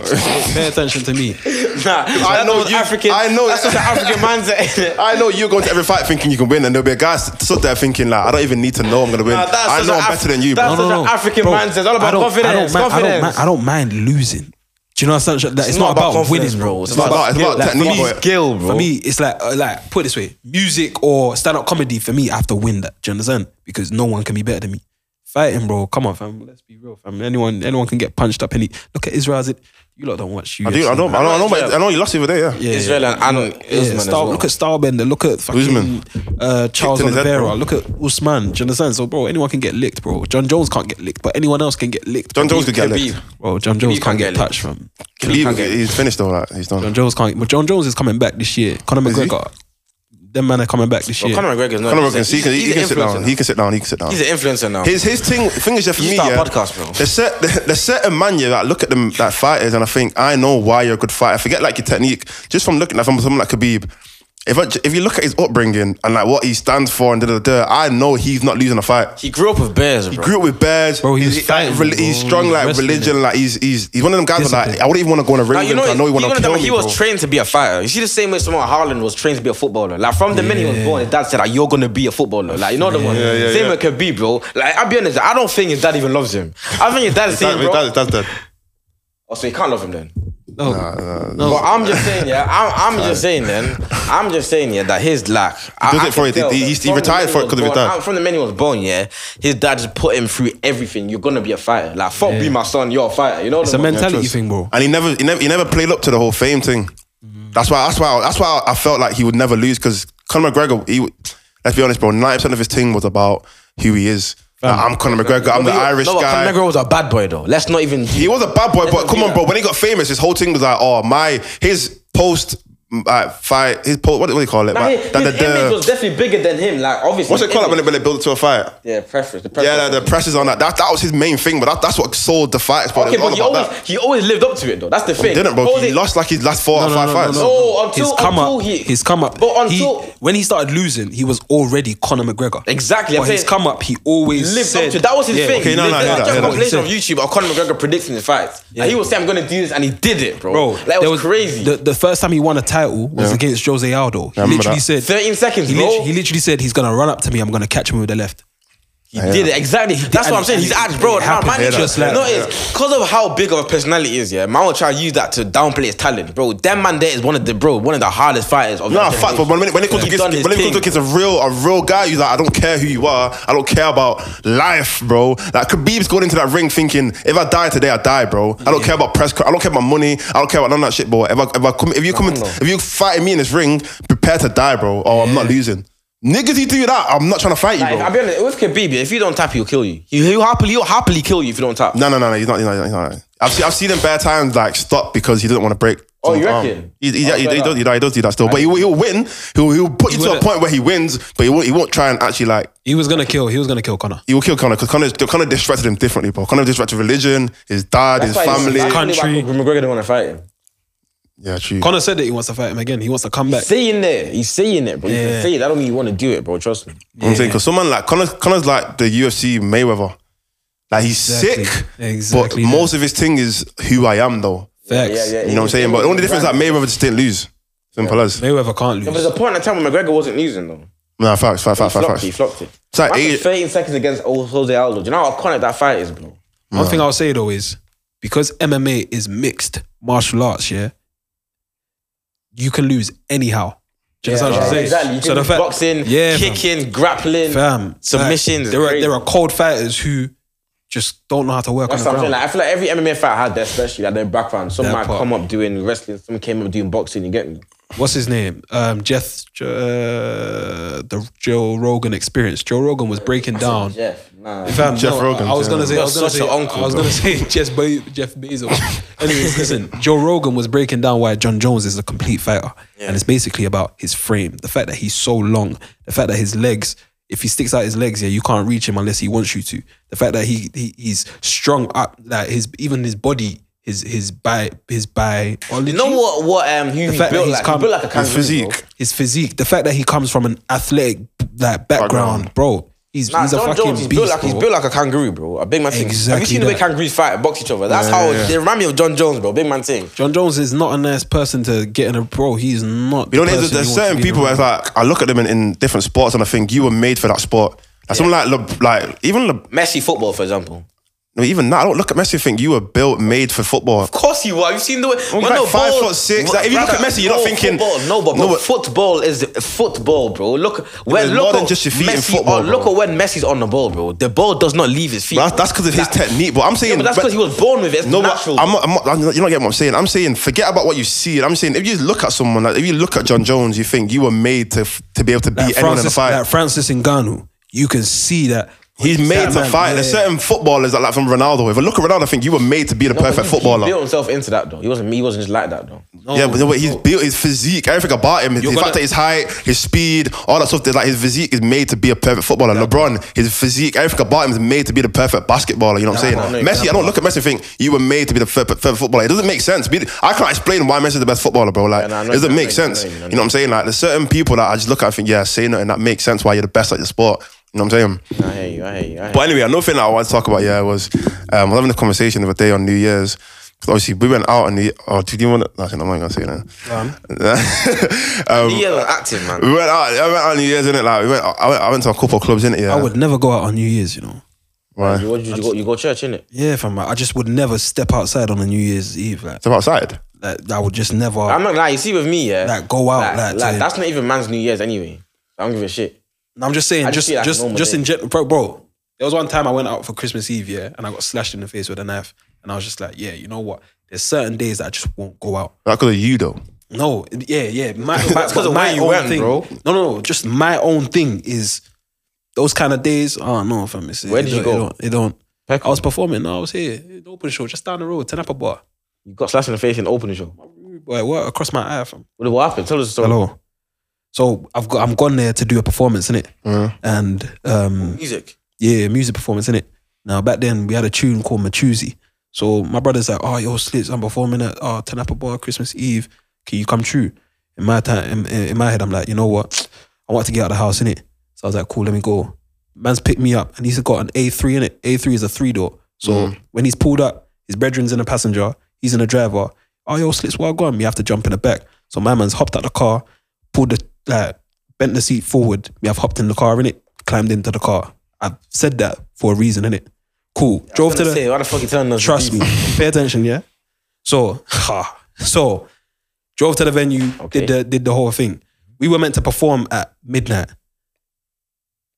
S13: pay attention to me.
S14: Nah, I
S3: know
S14: know
S3: you-
S14: African.
S3: I know-
S14: that's just an African mindset. innit?
S3: I know you going to every fight thinking you can win, and there'll be a guy stood there thinking, like, I don't even need to know I'm gonna win.
S14: Nah, that's
S3: I
S14: just
S3: know
S14: an
S3: I'm
S14: Af-
S3: better than you,
S14: that's
S3: bro.
S14: just- an African
S5: bro,
S14: mindset. It's all about
S5: I don't-
S14: confidence,
S5: I don't, mind, I, don't
S14: confidence.
S5: mind, I don't mind losing. Do you know what I'm saying? That- It's, not, about,
S14: confidence,
S5: winning,
S14: bro. It's
S3: not about- it's about
S5: for
S3: technique,
S5: me,
S3: boy.
S14: Skill, bro.
S5: For me, it's like uh, like put it this way: music or stand up comedy. For me, I have to win that. Do you understand? Because no one can be better than me. Fighting, bro. Come on, fam. Let's be real, fam. Anyone, anyone can get punched up. Any look at Israel. Is it? You lot don't watch. UFC,
S3: I do, I know, I know, I know, but- I know you lost the other day, yeah.
S5: yeah,
S14: Israel and and
S5: Yeah,
S14: Usman as
S5: Star-
S14: well.
S5: Look at Starbender. Look at fucking
S3: Usman.
S5: uh, Charles
S3: Kicked in his head,
S5: Oliveira.
S3: bro.
S5: look at Usman. Do you understand? So, bro, anyone can get licked, bro. John Jones can't get licked, but anyone else can get licked.
S3: John Jones could get
S14: Khabib.
S3: licked.
S5: Bro, John Jones can't,
S14: can't
S5: get,
S14: get
S5: touched from.
S3: Khabib, he's finished though, like, he's done.
S5: John Jones can't. But John Jones is coming back this year. Conor
S3: Is he? Oh,
S5: McGregor. Them man are coming back this year.
S14: Conor McGregor's not.
S3: Conor
S14: he's a-
S3: McGregor, he can,
S14: he's
S3: he
S14: an
S3: can sit
S14: influencer
S3: down,
S14: now.
S3: he can sit down, he can sit down.
S14: He's an influencer now.
S3: His his thing thing is yeah for
S14: You
S3: me
S14: start a
S3: yeah.
S14: podcast, bro.
S3: There's, set, there's certain man yeah that look at them like fighters and I think I know why you're a good fighter. Forget like your technique just from looking at from someone like Khabib. If I, if you look at his upbringing and like what he stands for and da da da, I know he's not losing a fight.
S14: He grew up with bears, bro.
S3: He grew up with bears.
S5: Bro, he was
S3: like,
S5: fighting,
S3: reli- he's
S5: bro.
S3: strong
S5: He was
S3: like
S5: wrestling,
S3: religion.
S5: innit?
S3: Like he's he's he's one of them guys. That, like
S5: Discipline.
S3: I wouldn't even want to go on a ring.
S14: Like,
S3: with him 'cause I know he
S14: you
S3: want to
S14: know
S3: kill
S14: that
S3: me.
S14: he was
S3: bro.
S14: trained to be a fighter. You see the same way someone Haaland was trained to be a footballer. Like from the minute he was born, his dad said, like, "You're gonna be a footballer." Like you know the one.
S3: yeah,
S14: same
S3: yeah.
S14: with Khabib, bro. Like I'll be honest, I don't think his dad even loves him. I think his dad is saying,
S3: That-
S14: bro.
S3: that- that's dead.
S14: Oh, so he can't love him then.
S5: No.
S3: Nah, nah,
S5: No.
S4: But I'm just saying, yeah. I'm, I'm just saying, then. I'm just saying, yeah, that his lack. I-
S3: does
S4: I
S3: it for
S4: can
S3: it. He-
S4: tell
S3: he-
S4: that
S3: he
S4: from
S3: retired
S4: the
S3: for it 'cause of
S4: minute he was
S3: his
S4: born-
S3: dad.
S4: I- From the minute he was born, yeah, his dad just put him through everything. You're gonna be a fighter. Like fuck, be my son. You're a fighter. You know.
S5: It's
S4: the
S5: a
S4: man-
S5: mentality
S3: trust.
S5: thing, bro.
S3: And he never, he never, he never played up to the whole fame thing. That's why, that's why, that's why I felt like he would never lose because Conor McGregor. He, let's be honest, bro. Ninety percent of his thing was about who he is. Like, I'm Conor McGregor. I'm the Irish
S4: no, but
S3: guy.
S4: Conor McGregor was a bad boy though. Let's not even.
S3: He was a bad boy, but
S4: not
S3: come
S4: do
S3: on,
S4: that.
S3: bro. When he got famous, his whole thing was like, oh my, his post uh, fight, his post, what, what do you call it?
S4: Nah,
S3: My-
S4: his,
S3: da- da-
S4: his
S3: da-
S4: image was definitely bigger than him. Like obviously.
S3: What's it called like, when they
S4: image-
S3: when they build it to a fight?
S4: Yeah, preference. The
S3: Yeah,
S4: preference.
S3: the, the pressure's on that. That that was his main thing, but that, that's what sold the fights. But
S4: Okay,
S3: it was
S4: but he
S3: all about
S4: always he always lived up to it though. That's the
S3: that. He
S4: thing.
S3: didn't, bro.
S4: Hold
S3: He
S4: it-
S3: lost like his last four or
S5: no,
S3: five
S5: no,
S3: fights.
S5: no,
S4: No, until
S5: his come
S4: until
S5: up,
S4: he
S5: his come up.
S4: But until
S5: he, when he started losing, he was already Conor McGregor.
S4: Exactly, I'm
S5: But his
S4: saying-
S5: come up, he always
S4: lived
S5: said
S4: up to that was his
S5: Yeah,
S4: thing.
S3: okay, no, no,
S4: There's
S3: I hear that, I
S4: just
S3: hear
S4: a
S3: that.
S4: compilation of YouTube of Conor McGregor predicting his fights. And he would say, "I'm going to do this," and he did it, bro.
S5: Bro,
S4: like, that
S5: there
S4: was, crazy.
S5: The, the first time he won a title was
S3: Yeah.
S5: against Jose Aldo. He
S3: remember
S5: literally
S3: that.
S5: said,
S4: Thirteen seconds,
S5: he,
S4: bro.
S5: literally, he literally said, he's gonna run up to me. I'm gonna catch him with the left.
S4: He did it exactly. That's
S5: and
S4: what I'm
S5: it-
S4: saying.
S5: and
S4: He's
S5: it-
S4: at bro.
S5: it
S4: Now,
S5: happened.
S4: man,
S5: Yeah,
S4: just
S5: that-
S4: no,
S5: yeah.
S4: it's because of how big of a personality he is. Yeah, man will try to use that to downplay his talent, bro. That man there is one of the bro, one of the hardest fighters of.
S3: Nah,
S4: that
S3: fuck. But when it, when it comes
S4: He's
S3: to
S4: done
S3: kids,
S4: his
S3: when it comes to
S4: thing.
S3: kids, a real, a real guy, you like, I don't care who you are. I don't care about life, bro. Like Khabib's going into that ring thinking, if I die today, I die, bro. I don't care about press. cr- I don't care about money. I don't care about none of that shit, bro. If I, if I come, if you come, in, if you fighting me in this ring, prepare to die, bro. Or I'm not losing. Niggas, you do that. I'm not trying to fight you,
S4: Like, I'll
S3: bro.
S4: be honest with Khabib. If you don't tap, he'll kill you. He- He'll happily, he'll happily kill you if you don't tap.
S3: No, no, no, no. He's not. He's not. He's not. I've seen. I've seen him bare times like stop because he didn't want to break.
S4: Oh, you
S3: someone's
S4: reckon?
S3: arm. He, he,
S4: Oh,
S3: he,
S4: fair
S3: he,
S4: enough.
S3: does, he, does- he does do that still, but he, will- he'll win. He'll, he'll put you to a
S5: wouldn't-
S3: point where he wins, but he won't, he won't try and actually like
S5: He was gonna kill. He was gonna kill Conor.
S3: he will kill Connor because Connor, Connor distracted him differently, bro. Connor distracted religion, his dad, his
S4: That's why he's-
S3: family.
S4: that's why
S5: country.
S4: McGregor didn't want to fight him.
S3: yeah, true.
S5: Conor said that he wants to fight him again. He wants to come back.
S4: Saying it, he's saying it, bro. You can
S5: Yeah.
S4: say it. That don't mean you want to do it, bro. Trust me.
S3: You know what I'm saying because someone like Connor, Connor's like the UFC Mayweather. Like he's
S5: Exactly.
S3: sick, but
S5: Exactly, yeah.
S3: most of his thing is who I am, though.
S5: Facts.
S3: You know what I'm saying? But the only difference is that Mayweather just didn't lose. Simple as.
S5: Mayweather can't
S4: There was
S5: lose.
S4: a point in time when McGregor wasn't losing though.
S3: Nah, facts, facts,
S4: He
S3: facts, facts,
S4: flopped, it, he
S3: facts.
S4: flopped it.
S3: Ah, It's like
S4: Imagine
S3: eight-
S4: 13 seconds against old Jose Aldo. Do you know how iconic that fight is, bro?
S5: One thing I'll say though is because MMA is mixed martial arts, yeah, you can lose anyhow. Do you understand what I'm saying?
S4: Exactly. You
S5: So
S4: can
S5: the
S4: do
S5: fact,
S4: boxing,
S5: yeah, fam.
S4: kicking, grappling,
S5: fam,
S4: submissions.
S5: Like, there are
S4: Crazy.
S5: there are cold fighters who just don't know how to work
S4: That's
S5: on
S4: what
S5: the
S4: I'm saying.
S5: ground.
S4: Like, I feel like every MMA fighter had their specialty, like their background. Some
S5: That
S4: might
S5: part.
S4: come up doing wrestling, some came up doing boxing. You get me?
S5: What's his name? Um, Jeff, uh, the Joe Rogan experience. Joe Rogan was breaking down.
S4: Jeff, nah.
S5: Fam,
S3: Jeff Rogan,
S5: I was gonna
S3: yeah.
S5: say, I was
S4: You're
S5: gonna
S4: such
S5: say,
S4: an uncle,
S5: I was
S4: bro.
S5: gonna say Jeff, Be- Jeff Bezos. Anyways, listen, Joe Rogan was breaking down why John Jones is a complete fighter, and it's basically about his frame, the fact that he's so long, the fact that his legs. If he sticks out his legs, yeah, you can't reach him unless he wants you to. The fact that he, he he's strung up, that his even his body, his his by his by.
S4: You know what? What um, he he
S5: fact that
S4: built
S5: he's
S4: like he
S5: come-
S4: built like a kangaroo,
S3: His
S4: bro.
S3: physique.
S5: His physique, the fact that he comes from an athletic like background,
S3: Background.
S5: bro. He's,
S4: Nah,
S5: he's a
S4: John
S5: fucking
S4: Jones, he's
S5: beast.
S4: built like he's
S5: bro.
S4: built like a kangaroo, bro. A big man thing. Have
S5: Exactly
S4: you seen the way
S5: that.
S4: kangaroos fight, box each other? That's how they remind me of John Jones, bro. Big man thing.
S5: John Jones is not a nice person to get in a bro. He's not.
S3: You know,
S5: the
S3: there's, there's
S5: person you want to
S3: certain
S5: be
S3: people where
S5: around.
S3: it's like I look at them in, in different sports and I think you were made for that sport. Like someone like Le, like even Le,
S4: Messi football, for example.
S3: no, even that. I don't look at Messi and think you were built made for football.
S4: Of course you are. You've seen the way.
S3: Well, like five foot six. Like, if you look
S4: Brother,
S3: at Messi, you're not
S4: no,
S3: thinking-
S4: Football. No, but,
S3: No,
S4: bro,
S3: but-
S4: football is football, bro. Look, when
S3: there's
S4: look
S3: more than
S4: at
S3: just your feet in
S4: Messi
S3: football,
S4: on- look
S3: bro.
S4: at when Messi's on the ball, bro. The ball does not leave his feet.
S3: But that's that's because of his
S4: Like,
S3: technique. But I'm saying
S4: Yeah, but that's because he was born with it. It's
S3: No, but
S4: natural.
S3: I'm not, I'm not, I'm not- you're not getting what I'm saying. I'm saying forget about what you see. I'm saying if you look at someone, like if you look at John Jones, you think you were made to f- to be able to beat
S5: like
S3: anyone in a
S5: Francis,
S3: fight.
S5: like Francis Ngannou. You can see that
S3: He's made
S5: that
S3: to
S5: man,
S3: fight.
S5: yeah.
S3: There's certain footballers that like from Ronaldo. If I look at Ronaldo, I think you were made to be the
S4: No, but
S3: perfect
S4: he-
S3: footballer.
S4: He built himself into that though. He wasn't. He wasn't just like that though.
S3: yeah, but, no, but he's built his physique, everything about him. The
S5: You're
S3: fact
S5: gonna-
S3: that his height, his speed, all that stuff. that, Like his physique is made to be a perfect footballer. LeBron, his physique, everything about him is made to be the perfect basketballer. You know what I'm
S4: Nah,
S3: saying?
S4: nah,
S3: Messi,
S4: nah,
S3: I don't look at Messi and think you were made to be the fir- perfect footballer. It doesn't make sense. Be- I can't explain why Messi's the best footballer, bro. Like
S4: Yeah, nah, I
S3: it
S4: know
S3: doesn't
S4: you, I
S3: make
S4: know you, I know
S3: sense.
S4: you, I
S3: You
S4: know
S3: know
S4: you.
S3: what I'm saying? Like there's certain people that I just look at and think, yeah, say nothing. That makes sense. Why you're the best at your sport. You know what I'm saying?
S4: I hear you. I hear you. I hear you.
S3: But anyway, another thing that I wanted to talk about, yeah, was um, I was having a conversation the other day on New Year's. 'Cause Obviously, we went out on the. Oh, did you want to? I'm not gonna say that. Um,
S4: He was active, man.
S3: we went out. I went out on New Year's, innit? Like we went. I went. I went to a couple of clubs, innit? Yeah.
S5: I would never go out on New Year's. You know.
S3: Why?
S4: You, what, you, you, go, you go church, innit?
S5: Yeah, fam. I just would never step outside on a New Year's Eve. Like,
S3: Step outside.
S5: Like, that would just never.
S4: I'm not like you see with me, yeah.
S5: Oh. Like, go out, like, to-
S4: that's not even man's New Year's anyway. I don't give a shit.
S5: I'm just saying,
S4: I
S5: just
S4: just feel like
S5: just
S4: normal
S5: just
S4: day.
S5: in general, bro, bro. There was one time I went out for Christmas Eve, yeah, and I got slashed in the face with a knife, and I was just like, yeah, you know what? There's certain days that I just won't go out.
S3: Not because of you though.
S5: No, yeah, yeah. My,
S4: That's 'cause of
S5: my
S4: where you
S5: own
S4: went,
S5: thing,
S4: bro.
S5: No, no, no, just my own thing is those kind of days. Oh no, fam, it's,
S4: Where
S5: it
S4: did you
S5: don't-
S4: go?
S5: It don't. It don't
S4: Peckham.
S5: I was performing. No, I was here, in the open show, just down the road, ten up a bar.
S4: You got slashed in the face in the opening show.
S5: Boy, what across my eye, fam.
S4: What, what happened? Tell us the story.
S5: Hello. So I've got I'm gone there to do a performance in it,
S4: Uh-huh.
S5: and um,
S4: Music.
S5: yeah, music performance in it. Now back then we had a tune called Machuzi. So my brother's like, oh yo, slits, I'm performing at oh Tanapa Bar Christmas Eve. Can you come through? In my time, in, in my head, I'm like, you know what? I want to get out of the house in it. So I was like, cool, let me go. Man's picked me up and he's got an A3 in it. A3 is a three door. So when he's pulled up, his brethren's in a passenger, he's in a driver. Oh yo, slits, well gone. We have to jump in the back. So my man's hopped out the car, pulled the like bent the seat forward. We have hopped in the car in it, climbed into the car. I've said that for a reason, innit? Cool. Drove to the
S4: Say, why the fuck you telling us?
S5: Trust me. Pay attention, yeah. So, ha. So, drove to the venue.
S4: Okay.
S5: Did the did the whole thing. We were meant to perform at midnight.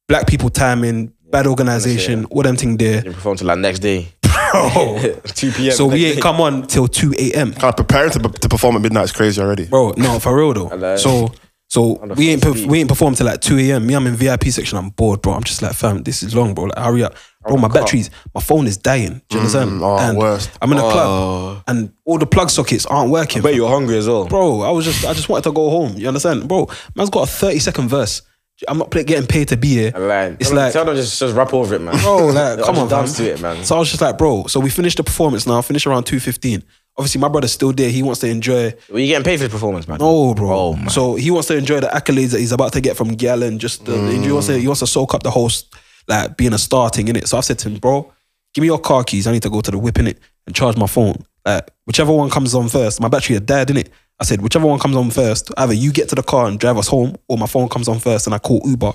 S5: Black people timing, bad organization, all them thing there.
S4: You perform till like next day.
S5: Bro.
S4: 2 p.m.
S5: so we
S4: next
S5: ain't
S4: day.
S5: come on till two a.m.
S3: Kind of preparing to, to perform at midnight is crazy already.
S5: Bro, no, for real though.
S4: Hello.
S5: So so
S4: the
S5: we ain't
S4: first
S5: perf-
S4: beat.
S5: we ain't performed till like 2 a.m. Me, I'm in VIP section, I'm bored, bro. I'm just like, fam, this is long, bro. Like, hurry up. Bro, my batteries, my phone is dying. Do you understand?
S3: oh,
S5: and
S3: worst. Oh.
S5: I'm in a club and all the plug sockets aren't working.
S4: But you're hungry as well.
S5: Bro, I was just I just wanted to go home. You understand? Bro, man's got a 30 second verse. I'm not play- getting paid to be here.
S4: Like,
S5: It's
S4: tell them-
S5: like
S4: tell them just just rap over it, man.
S5: bro, like,
S4: I'll
S5: come on,
S4: just dance
S5: fam.
S4: to it, man.
S5: So I was just like, bro. So we finished the performance now. Finish around two fifteen. Obviously, my brother's still there. He wants to enjoy.
S4: Well, you getting paid for the performance, man.
S5: No, bro.
S4: Oh, man.
S5: So he wants to enjoy the accolades that he's about to get from Gallen. Just the, he wants to he wants to soak up the whole s- like being a star thing in it. So I said to him, bro, give me your car keys. I need to go to the whip in it and charge my phone. Like whichever one comes on first, my battery had died in it. I said whichever one comes on first, either you get to the car and drive us home, or my phone comes on first and I call Uber.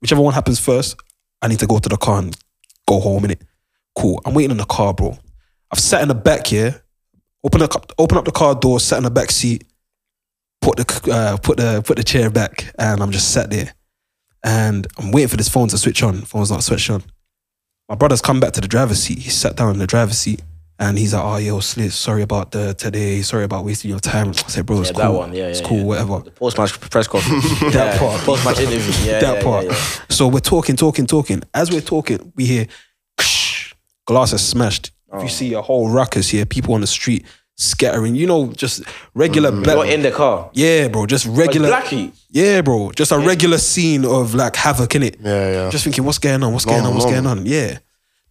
S5: Whichever one happens first, I need to go to the car and go home in it. Cool. I'm waiting in the car, bro. I've sat in the back here. Open up, open up the car door. Sat in the back seat put the uh, put the put the chair back, and I'm just sat there, and I'm waiting for this phone to switch on. Phone's not switched on. My brother's come back to the driver's seat. He sat down in the driver's seat, and he's like, "Oh, yo, Slit, sorry about the today. Sorry about wasting your time." I said, "Bro, it's
S4: Yeah,
S5: cool.
S4: that one. Yeah,
S5: it's
S4: yeah,
S5: cool.
S4: yeah.
S5: Whatever."
S4: Post match press conference.
S5: That
S4: Yeah,
S5: part.
S4: Post match interview. Yeah,
S5: that
S4: yeah,
S5: part.
S4: Yeah, yeah.
S5: So we're talking, talking, talking. As we're talking, we hear glass is smashed.
S4: Oh.
S5: You see a whole ruckus here. People on the street scattering. You know, just regular black.
S4: Mm. You're in Oh, the car.
S5: Yeah, bro. Just
S4: Like
S5: regular.
S4: Blackie.
S5: Yeah, bro. Just a regular scene of like havoc in it.
S3: Yeah, yeah.
S5: Just thinking, what's going on? What's going
S3: Long,
S5: on? What's
S3: long.
S5: going on? Yeah.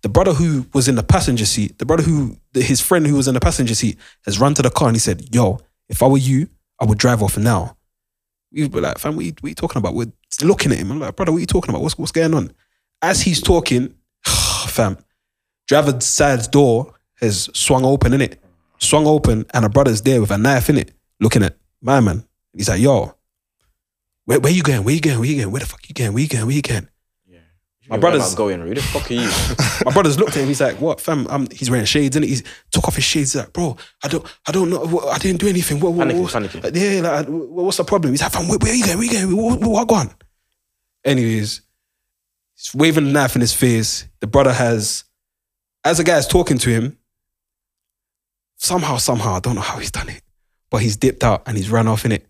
S5: The brother who was in the passenger seat, the brother who the- his friend who was in the passenger seat has run to the car and he said, "Yo, if I were you, I would drive off now." We were like, "Fam, what you, what you talking about?" We're looking at him. I'm like, "Brother, what you talking about? What's what's going on?" As he's talking, fam, driver's side door has swung open in it, swung open, and a brother's there with a knife in it, looking at my man. He's like, "Yo, where, where you going? Where you going? Where you going? Where the fuck you going? Where you going? Where you going? My
S4: You're
S5: brother's-
S4: not going. Who the fuck are you?
S5: My brother's looked at him. He's like, "What, fam? Um, he's wearing shades, and he's took off his shades. He's like, bro, I don't, I don't know. What, I didn't do anything. What, what,
S4: Panicking,
S5: what-
S4: panicking.
S5: like, Yeah, like, I- wh- what's the problem? He's like, fam, where, where you going? Where you going? What, what, what going? Anyways, he's waving the knife in his face. The brother has, as the guy's talking to him, somehow, somehow, I don't know how he's done it, but he's dipped out and he's run off in it.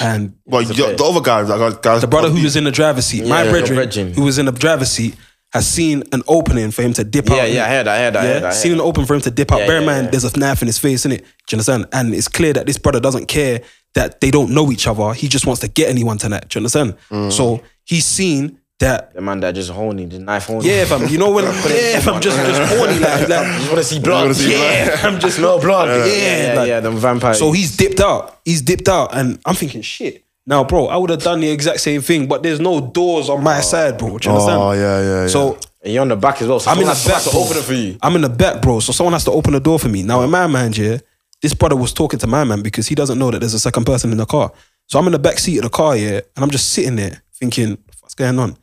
S5: And
S3: Well, you- the other guy, that guy,
S5: the brother who was in the driver's seat, my
S4: Yeah,
S5: brethren,
S4: your brethren.
S5: who was in the driver's seat, has seen an opening for him to dip
S4: Yeah,
S5: out.
S4: yeah. I heard. that, I heard. that, I heard.
S5: Yeah,
S4: that, I heard.
S5: seen an
S4: that.
S5: open for him to dip out.
S4: Yeah,
S5: Bear in
S4: yeah,
S5: mind,
S4: yeah.
S5: there's a knife in his face, innit? Do you understand? And it's clear that this brother doesn't care that they don't know each other. He just wants to get anyone tonight. Do you understand?
S4: Mm.
S5: So he's seen that.
S4: The man that just horny, the knife horny.
S5: Yeah, fam. You know when? yeah, fam. Just, just horny, like, like
S4: Just want to see blood.
S3: see
S4: Yeah, I'm just no blood. Yeah, yeah, yeah.
S5: like-
S4: them vampires.
S5: So he's dipped out. He's dipped out, and I'm thinking, shit. Now, bro, I would have done the exact same thing, but there's no doors on
S4: Oh.
S5: my side, bro. Do you understand?
S3: Oh, yeah, yeah, yeah.
S5: So
S4: and you're on the back as well. So
S5: I'm in the
S4: someone
S5: back.
S4: has to
S5: bro.
S4: open it for you.
S5: I'm in the back, bro. So someone has to open the door for me. Now, in my mind, yeah, this brother was talking to my man because he doesn't know that there's a second person in the car. So I'm in the back seat of the car, yeah, and I'm just sitting there thinking, what's going on?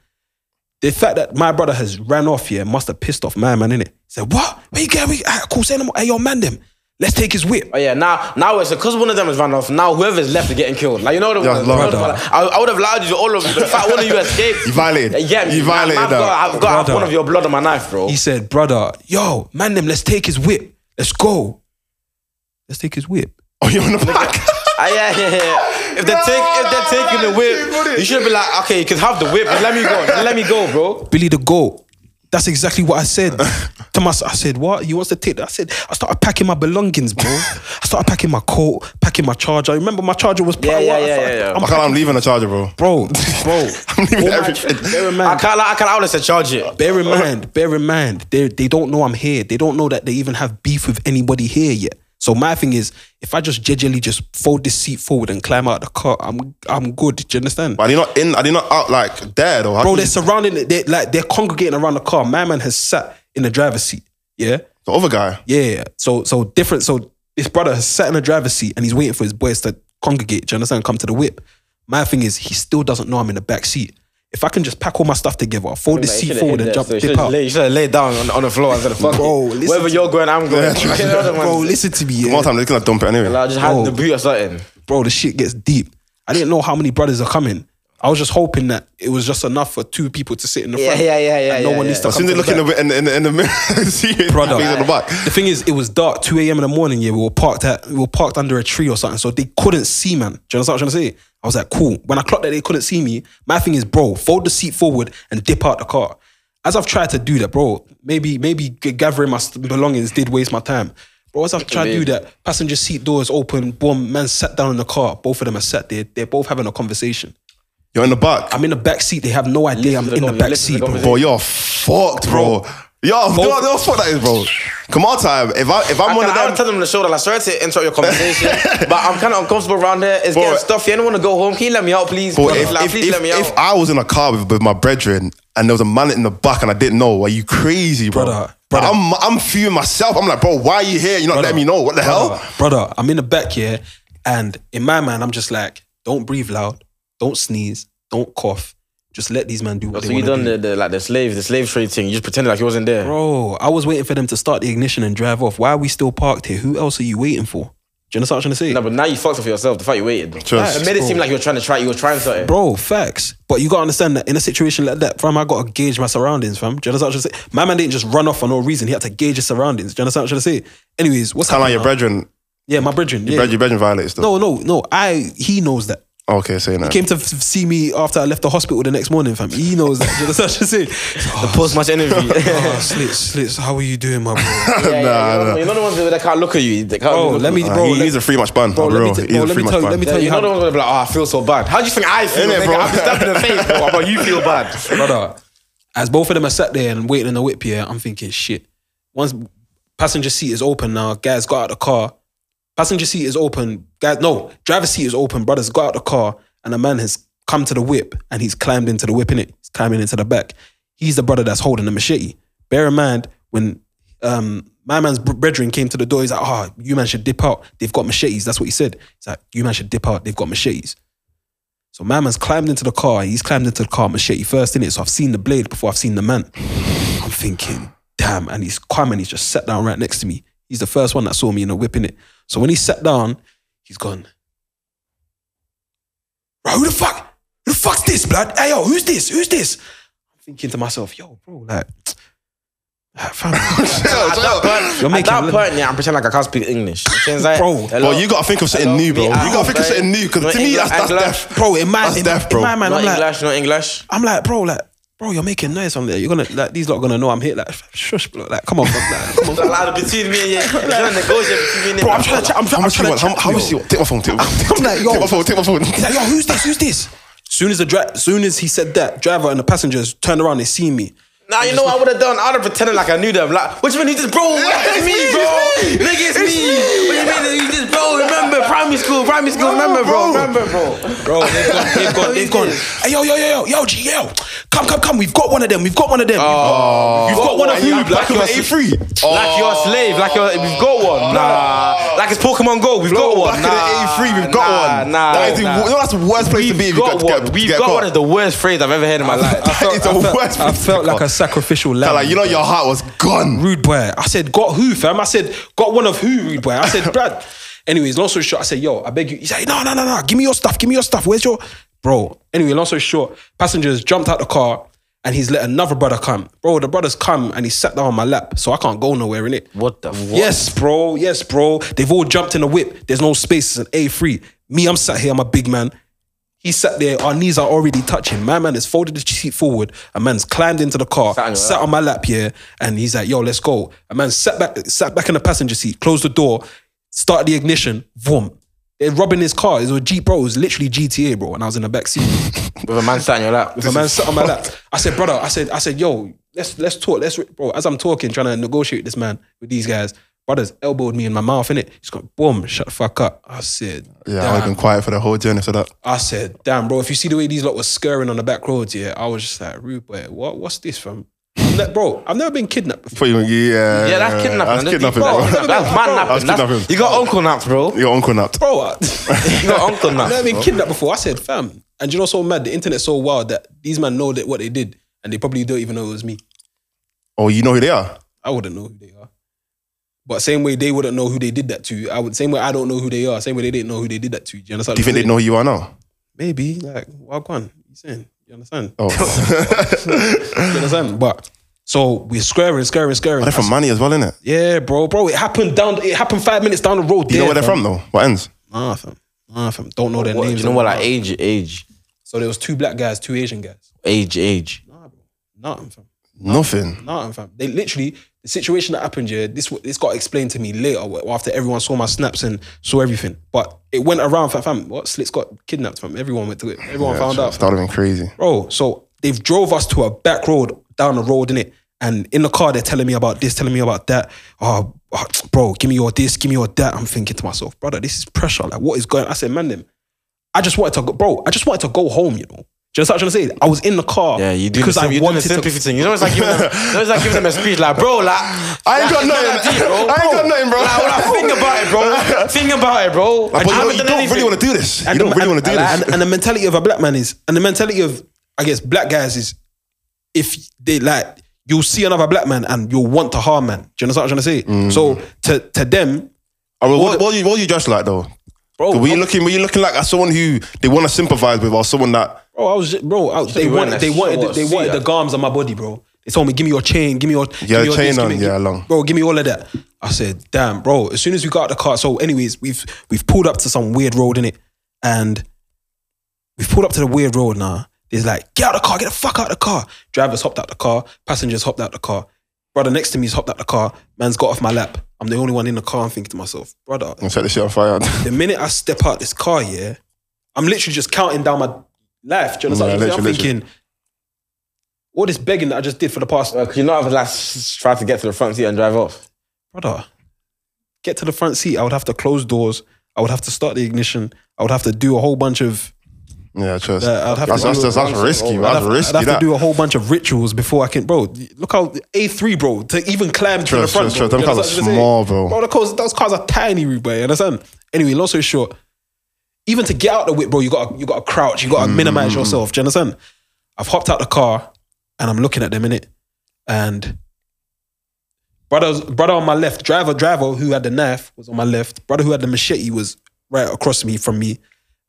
S5: The fact that my brother has ran off, yeah, must have pissed off my man, innit? He said, what? Where you going? Where you- ah, cool, say no more. Hey, yo, man, them. Let's take his whip.
S4: Oh yeah, now now it's because one of them has run off. Now whoever's left is getting killed. Like you know what
S3: Yeah,
S4: I mean?
S3: Lord.
S4: I, I would have allowed you to all of you, but the fact one of you escaped.
S3: You violated.
S4: Yeah, yeah,
S3: You
S4: man,
S3: violated
S4: I've
S3: that.
S4: got, I've got
S5: Brother.
S4: one of your blood on my knife, bro. Ah,
S5: He said, brother, yo, man, them, let's take his whip. Let's go. Let's take his whip.
S3: Oh, you're on the back.
S4: Ah, yeah, yeah, yeah. If they're, take, if they're taking the whip, you should be like, okay, you can have the whip. Just let me go. Just let me go, bro.
S5: Billy the goat. That's exactly what I said. to myself, I said, what? He wants to take that? I said, I started packing my belongings, bro. I started packing my coat, packing my charger. Remember, my charger was
S4: Yeah, yeah,
S5: I
S4: yeah,
S5: started-
S4: yeah, yeah.
S5: I'm
S3: I can't, I'm leaving the charger, bro.
S5: Bro, bro.
S3: I'm leaving
S5: All my-
S3: everything.
S5: Bear in
S4: I
S5: mind,
S4: can't. lie, I can't. I would have said charge it.
S5: bear in mind, bear in mind, they, they don't know I'm here. They don't know that they even have beef with anybody here yet. So my thing is, if I just gingerly just fold this seat forward and climb out the car, I'm I'm good. Do you understand?
S3: But are they not in? Are they not out like there though? How
S5: Bro,
S3: can
S5: they're
S3: you-
S5: surrounding it. They're like they're congregating around the car. My man has sat in the driver's seat. Yeah.
S3: the other guy.
S5: Yeah. So so different. So his brother has sat in the driver's seat and he's waiting for his boys to congregate. Do you understand? Come to the whip. My thing is, he still doesn't know I'm in the back seat. If I can just pack all my stuff together, fold this seat forward and jump, dip out.
S4: You should have laid down on, on the floor instead of fuck
S5: Bro,
S4: it.
S5: listen
S4: Wherever
S5: to
S4: you're going, I'm going.
S3: Yeah,
S4: Get the other
S5: Bro,
S4: ones.
S5: listen to me, yeah.
S3: One time they're gonna dump it anyway.
S4: Like, just hide in the
S5: Bro.
S4: boot or something.
S5: bro, the shit gets deep. I didn't know how many brothers are coming. I was just hoping that it was just enough for two people to sit in the
S4: Yeah,
S5: front.
S4: yeah, yeah, yeah,
S5: and No
S4: yeah,
S5: one
S4: yeah.
S5: needs to
S3: As
S5: come
S3: soon as
S5: to
S3: they look in
S5: the back.
S3: the in the, in the, in the mirror, and see it.
S5: Brother.
S3: he's in the back.
S5: The thing is, it was dark, 2 a.m. in the morning. Yeah, we were parked at we were parked under a tree or something, so they couldn't see, man. Do you understand what I'm trying to say? I was like, cool. When I clocked that they couldn't see me, my thing is, bro, fold the seat forward and dip out the car. As I've tried to do that, bro, maybe maybe g- gathering my st- belongings did waste my time. Bro, as I've tried to do that, passenger seat doors open, boom, man sat down in the car. Both of them are sat there. They're both having a conversation.
S3: You're in the back.
S5: I'm in the back seat. They have no idea I'm
S4: to the
S5: in the
S4: conver-
S5: back
S4: listen to
S5: seat,
S4: the
S5: bro.
S3: Bro, you're fucked, bro. Yo, do you know what- do you know what fuck that is, bro? Come on, time. If I if I'm
S4: I,
S3: one
S4: can, I
S3: of
S4: would
S3: them,
S4: tell them on the shoulder, like, sorry to interrupt your conversation, but I'm kind of uncomfortable around here. It's
S3: Bro.
S4: getting stuffy. Anyone want to go home? Can you let me out, please?
S3: bro,
S4: Bro,
S3: if,
S4: like,
S3: if,
S4: please
S3: if,
S4: let me
S3: if
S4: out.
S3: I was in a car with, with my brethren and there was a man in the back and I didn't know, are you crazy, bro?
S5: Brother,
S3: Like,
S5: brother.
S3: I'm I'm fuming myself. I'm like, bro, why are you here? You're not letting me know. What the
S5: brother,
S3: hell?
S5: brother, I'm in the back here, and in my mind, I'm just like, don't breathe loud, don't sneeze, don't cough, just let these men do what
S4: so
S5: they
S4: you
S5: want to
S4: done
S5: do.
S4: the, the like the slave, the slave trade thing. You just pretended like you wasn't there.
S5: Bro, I was waiting for them to start the ignition and drive off. Why are we still parked here? Who else are you waiting for? Do you understand what I'm trying to say?
S4: No, but now you fucked up for yourself. The fact you waited.
S3: Trust.
S4: it made it seem like you were trying to try. You were trying something.
S5: Bro, facts. But you gotta understand that in a situation like that, fam, I gotta gauge my surroundings, fam. Do you understand what I'm trying to say? My man didn't just run off for no reason. He had to gauge his surroundings. Do you understand what I'm trying to say? Anyways, what's
S3: Kind of like
S5: happening?
S3: your brethren,
S5: now? yeah, my brethren. Yeah.
S3: brethren, your brethren violates though.
S5: No, no, no. I he knows that.
S3: Okay, saying that.
S5: came to f- see me after I left the hospital the next morning, fam. He knows that. Do you understand what I'm saying?
S4: The post match interview.
S5: Oh, slits, slits. How are you doing, my bro?
S3: Nah,
S4: Yeah, yeah, you're,
S3: nah.
S4: you're not the ones that can't look at you. They can't
S5: Bro,
S4: look
S5: let
S4: at
S5: me,
S4: you.
S3: Nah,
S5: bro.
S3: he needs a free much ban,
S5: bro,
S3: bro.
S5: let me, t-
S3: He needs
S5: bro,
S3: a
S5: let
S3: free
S5: me
S3: much
S5: tell you,
S3: ban.
S5: let me
S4: Yeah,
S5: tell you
S4: you're not the
S5: how,
S4: ones that be like, oh, I feel so bad. How do you think I feel?
S3: Innit,
S4: nigga?
S3: bro?
S4: I'm stabbed in the face, bro. But you feel bad.
S5: brother. As both of them are sat there and waiting in the whip, yeah, I'm thinking, shit. Once passenger seat is open now, guys got out the car. Passenger seat is open, guys. No, driver's seat is open. Brothers got out the car, and a man has come to the whip and he's climbed into the whip in it. He's climbing into the back. He's the brother that's holding the machete. Bear in mind when um, my man's br- brethren came to the door, he's like, "Ah, you man should dip out. They've got machetes." That's what he said. He's like, "You man should dip out. They've got machetes." So my man's climbed into the car. He's climbed into the car machete first in it. So I've seen the blade before I've seen the man. I'm thinking, damn. And he's come and he's just sat down right next to me. He's the first one that saw me in a whip in it. So when he sat down, he's gone. Bro, who the fuck? Who the fuck's this, blood? Hey yo, who's this? Who's this? I'm thinking to myself, yo, bro, like, like, fam,
S4: At that point,
S5: You're
S4: at
S5: making
S4: that
S5: a-
S4: point, yeah, I'm pretending like I can't speak English.
S5: Bro.
S3: Bro, you gotta think of something
S4: Hello,
S3: new, bro.
S4: me,
S3: You
S4: I'm
S3: gotta think of
S4: fine.
S3: something new
S4: No
S3: because to me
S4: English,
S3: that's that's
S4: English.
S3: death.
S5: bro, in my
S3: That's
S5: in,
S3: death,
S5: in
S3: bro.
S5: my mind,
S4: not
S5: I'm like,
S4: English, not English.
S5: I'm like, bro, like, bro, you're making noise on there. You're gonna like these lot gonna know I'm here. Like, shush, bro. Like, come on, bro. Like, come on.
S4: Like, like, between me and you, you're trying to negotiate between me and
S5: Bro, I'm
S4: you.
S5: trying to. Ch- I'm,
S3: How
S5: trying- I'm
S3: much you
S5: trying to.
S3: want? How,
S5: Chat
S3: how
S5: to
S3: much
S5: you.
S3: you want? Take my phone. Take my phone.
S5: I'm like, yo.
S3: Take my phone. Take my phone.
S5: He's like, yo, who's this? Who's this? Soon as the dri- soon as he said that, driver and the passengers turned around. They see me.
S4: Nah, you know what I would have done? I would have pretended like I knew them. Like, what you mean you just, bro? It's, me, bro. Nigga, it's, me. What you mean that you just, bro? Remember primary school, primary school. remember, bro. Remember, bro.
S5: Bro, they've gone. They've gone. They've gone. Hey, yo, yo, yo, yo, yo, G, yo, come, come, come. We've got one of them. We've got one of them.
S4: Oh,
S5: You've got one of you,
S4: Like
S5: black
S4: you're,
S5: and
S4: a-
S3: A3.
S4: like you're a slave. Like you're, we've got one. Nah. Like it's Pokemon Go. We've got one.
S3: Back
S4: nah,
S3: in the A3, we've got
S4: nah,
S3: one.
S4: Nah,
S3: that is the,
S4: nah.
S3: you know, that's the worst place to be if
S4: We've
S3: you got
S4: got
S3: to get,
S4: one. We've
S3: get
S4: got
S3: caught.
S4: one is the worst phrase I've ever heard in my life.
S3: That is the worst
S5: I
S3: place to
S5: felt
S3: get
S5: like a
S3: caught.
S5: sacrificial lamb.
S3: Like you know, your heart was
S9: Mm.
S3: gone.
S5: rude boy. I said, got who, fam? I said, got one of who, rude boy? I said, Brad. Anyways, long story short, I said, yo, I beg you. He's like, no, no, no, no. Give me your stuff. Give me your stuff. Where's your bro? Anyway, long story short, passengers jumped out the car and he's let another brother come. Bro, the brother's come and he sat down on my lap, so I can't go nowhere in it.
S9: What the fuck?
S5: Yes, bro. Yes, bro. They've all jumped in a whip. There's no space. It's an A3. Me, I'm sat here. I'm a big man. He sat there. Our knees are already touching. My man has folded the seat forward. A man's climbed into the car, sat,
S4: on your lap.
S5: on my lap, yeah, and he's like, "Yo, let's go." A man sat back, sat back in the passenger seat, closed the door, started the ignition. Boom. They're robbing his car. It was a Jeep, bro. It was literally GTA, bro. And I was in the back seat.
S4: With a man sat on your lap.
S5: The man sat on my lap. I said, brother, I said, I said, yo, let's let's talk. Let's bro, as I'm talking, trying to negotiate this man with these guys, brothers elbowed me in my mouth, innit? He's got boom, shut the fuck up. I said,
S3: Yeah, I would have been quiet for the whole journey. So that
S5: I said, damn, bro, if you see the way these lot were scurrying on the back roads, yeah, I was just like, rude boy, what what's this from? bro, I've never been kidnapped before.
S3: for you, yeah,
S9: Yeah, that's kidnapping.
S3: That's kidnapping,
S9: Bro,
S3: bro.
S9: That's man napping.
S3: That's kidnapping.
S9: You got uncle napped, bro.
S3: Your uncle napped.
S5: Bro, I,
S9: You got uncle
S5: I've never
S9: napped.
S5: been kidnapped before. I said, fam. And you know, so mad, the internet's so wild that these men know that what they did, and they probably don't even know it was me.
S3: Oh, you know who they are.
S5: I wouldn't know who they are. But same way they wouldn't know who they did that to. I would same way I don't know who they are. Same way they didn't know who they did that to. Do you understand?
S3: Do you think they know who you are now?
S5: Maybe like what one? You saying? You understand?
S3: Oh,
S5: You understand? But so we're squaring, squaring, squaring.
S3: they're from Manny as well, innit?
S5: yeah, bro, bro. It happened down. It happened five minutes down the road.
S3: You know
S5: there,
S3: where they're from
S5: fam.
S3: though? What ends?
S5: Nah, fam. Nah, fam. Don't know their
S9: What,
S5: names.
S9: you know what? Like age, age,
S5: so there was two black guys, two Asian guys.
S9: age, age.
S5: Nah, bro. Nothing, fam.
S3: Nothing.
S5: Nothing, fam. They literally the situation that happened here. This this got explained to me later wh- after everyone saw my snaps and saw everything. But it went around, fam. fam what Slits got kidnapped from? Everyone went to it. Everyone found out,
S3: That would have been crazy.
S5: bro. So they've drove us to a back road down the road in it, and in the car they're telling me about this, telling me about that. Oh, oh, bro, give me your this, give me your that. I'm thinking to myself, brother, this is pressure. Like, what is going? I said, man, them. I just wanted to go, bro. I just wanted to go home, you know. Just what I'm trying to say. I was in the car.
S9: Yeah, you do
S5: because
S9: the sim-
S5: I
S9: you do the
S5: wanted to
S9: sympathy thing. You know, it's like giving them, you know, it's like giving them a speech, like, bro, like,
S3: I ain't got
S9: like, it's not
S3: nothing.
S9: that deep, bro.
S3: I ain't got nothing, bro.
S9: Like, when I think about it, bro. Think about it, bro.
S3: Like, but you, know,
S9: haven't
S3: you
S9: done
S3: don't
S9: anything.
S3: really want to do this. You
S5: and
S3: don't
S5: the-
S3: really
S5: and-
S3: want to do
S5: and,
S3: this.
S5: And, and the mentality of a black man is, and the mentality of, I guess, black guys is, if they like, you'll see another black man and you'll want to harm man. Do you understand what I'm trying to say?
S3: Mm.
S5: So to to them,
S3: Uh, well, what, what, you, what you dressed like though?
S5: bro,
S3: Were you
S5: I-
S3: looking? Were you looking like as someone who they want to sympathize with, or someone that?
S5: bro, Oh, I was, just, bro, I, they
S9: be wearing
S5: wanted,
S9: that
S5: they wanted,
S9: short
S5: they
S9: suit,
S5: wanted the
S9: yeah.
S5: garms on my body, bro. They told me, give me your chain, give me your, give
S3: Yeah,
S5: me your
S3: chain
S5: this, give
S3: on,
S5: me-
S3: yeah, long.
S5: bro, give me all of that. I said, damn, bro. As soon as we got out the car, so anyways, we've we've pulled up to some weird road in it, and we've pulled up to the weird road now. There's like, get out of the car, get the fuck out of the car. Drivers hopped out the car, passengers hopped out the car. Brother next to me's hopped out the car. Man's got off my lap. I'm the only one in the car. I'm thinking to myself, brother,
S3: Set the shit on fire.
S5: the minute I step out this car, yeah, I'm literally just counting down my life. Do you
S3: Yeah,
S5: understand? what I'm, saying? I'm
S3: literally,
S5: thinking, all this begging that I just did for the past, uh,
S4: Could you not have like tried to get to the front seat and drive off?
S5: brother, get to the front seat. I would have to close doors. I would have to start the ignition. I would have to do a whole bunch of.
S3: yeah, trust.
S5: Uh, I'd have
S3: that's,
S5: to
S3: that's,
S5: do-
S3: that's, that's risky.
S5: I'd
S3: That's
S5: have,
S3: risky.
S5: I'd have
S3: that.
S5: to do a whole bunch of rituals before I can, bro. Look how A3, bro, to even climb to the
S3: Trust,
S5: front.
S3: trust,
S5: bro.
S3: trust. Them
S5: You
S3: cars are
S5: understand what I'm
S3: small,
S5: saying?
S3: bro.
S5: Bro, the cars, those cars are tiny, bro. You understand? Anyway, long story short, even to get out the whip, bro, you got you got to crouch, you
S3: Mm-hmm,
S5: got to minimize yourself. Do you understand? I've hopped out the car and I'm looking at them in it, and brother's brother on my left, driver driver who had the knife was on my left, brother who had the machete was right across me from me,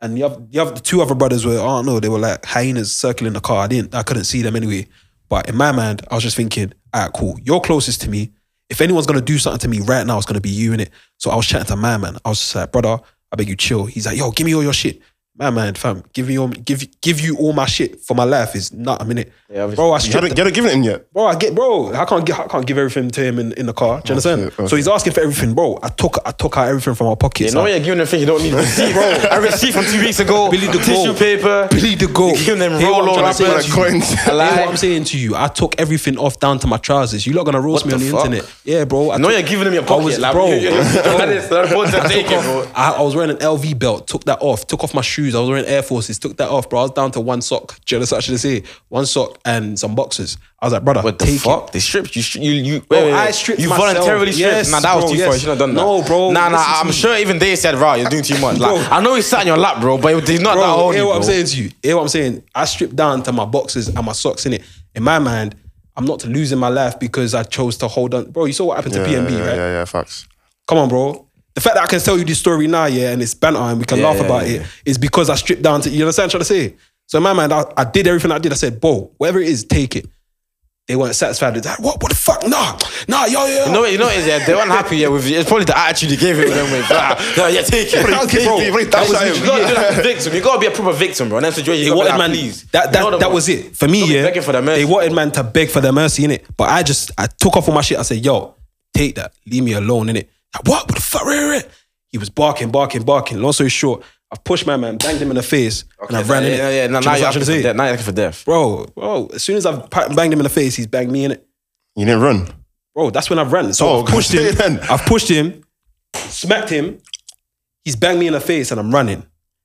S5: and the other, the, other, the two other brothers were I don't know they were like hyenas circling the car. I didn't I couldn't see them anyway, but in my mind I was just thinking, alright, cool, you're closest to me. If anyone's gonna do something to me right now, it's gonna be you in it. So I was chatting to my man. I was just like, brother, I beg you chill. He's like, yo, give me all your shit. My man, fam, give me all, give give you all my shit for my life is not a minute. Yeah, bro, I
S3: You
S5: stripped
S3: haven't, you haven't given it in yet.
S5: bro, I get, bro, I can't, get, I can't give everything to him in, in the car. Do you understand?
S3: shit, oh
S5: So he's asking for everything, bro. I took, I took out everything from my pockets.
S9: You know
S5: I-
S9: when you're giving them things you don't need to see, bro. I receipt from two weeks ago.
S5: Billy the
S9: tissue
S5: goat.
S9: paper.
S5: Billy the goat.
S9: You giving them
S5: Hear what
S9: roll
S5: I'm trying to
S9: on.
S5: say
S3: But the
S5: to you.
S3: coins.
S5: Hear what I'm saying to you, I took everything off down to my trousers. You lot gonna roast me on
S9: What the
S5: the
S9: fuck?
S5: internet, yeah, bro. I
S9: No,
S5: took-
S9: you're giving them your
S5: I
S9: pocket.
S5: was-
S9: like,
S5: bro.
S9: You, you, you, that is, that's what they're taking, bro.
S5: I, I was wearing an LV belt, took that off, took off my shoes. I was wearing Air Forces, took that off, bro. I was down to one sock. Jealous, I should say, one sock and some boxes. I was like, brother,
S4: What the
S5: take it.
S4: fuck? They stripped you. stri- You, you,
S9: Wait,
S5: Bro,
S9: wait, wait.
S5: I stripped
S9: You
S5: myself.
S9: voluntarily stripped.
S5: Yes,
S9: nah, that was
S5: bro,
S9: too
S5: yes.
S9: far. You shouldn't have done that.
S5: No, bro,
S9: Nah, nah.
S5: listen to
S9: I'm
S5: me.
S9: sure even they said, "Right, you're doing too much." Like,
S5: Bro.
S9: I know he sat on your lap, bro, but he's not that
S5: bro,
S9: old.
S5: hear what
S9: bro.
S5: I'm saying to you. Hear what I'm saying. I stripped down to my boxes and my socks in it. In my mind, I'm not losing my life because I chose to hold on. Bro, you saw what happened
S3: Yeah,
S5: to PNB,
S3: yeah,
S5: right?
S3: yeah, yeah, facts.
S5: Come on, bro. The fact that I can tell you this story now, yeah, and it's banter and we can laugh
S4: yeah,
S5: about
S4: yeah,
S5: it, is because I stripped down to, you understand what I'm trying to say? So in my mind, I, I did everything I did. I said, bro, whatever it is, take it. They weren't satisfied with that. What, what the fuck? Nah, nah, yo, yo.
S4: You know, what- you know, what it is yeah, they weren't happy yeah, with it's probably the attitude he gave him. Them with, ah, no, yeah, take it.
S3: Bro,
S4: Take it,
S3: bro, bro,
S4: That
S3: that's
S4: was-
S3: him.
S4: you gotta do like a victim. You gotta be a proper victim, bro. In that situation,
S5: They
S4: you gotta
S5: wanted
S4: be like,
S5: man.
S4: please.
S5: That
S4: You know the
S5: that, that
S4: one.
S5: was it for me.
S4: Don't be
S5: Yeah,
S4: begging for their mercy,
S5: they wanted man to beg for their mercy in it, but I just I took off on my shit. I said, "Yo, take that, leave me alone in it." Like what? What the fuck? Rah, rah, rah. He was barking, barking, barking. Long story short, I pushed my man, banged him in the face, and I ran in it.
S4: Yeah, yeah. Now, now you're asking for death. Now you're asking for death.
S5: bro, bro. As soon as I've pa- banged him in the face, he's banged me in it,
S3: You didn't run.
S5: bro. That's when I've ran. So
S3: Oh,
S5: I've pushed him.
S3: then.
S5: I've pushed him, smacked him. He's banged me in the face, and I'm running.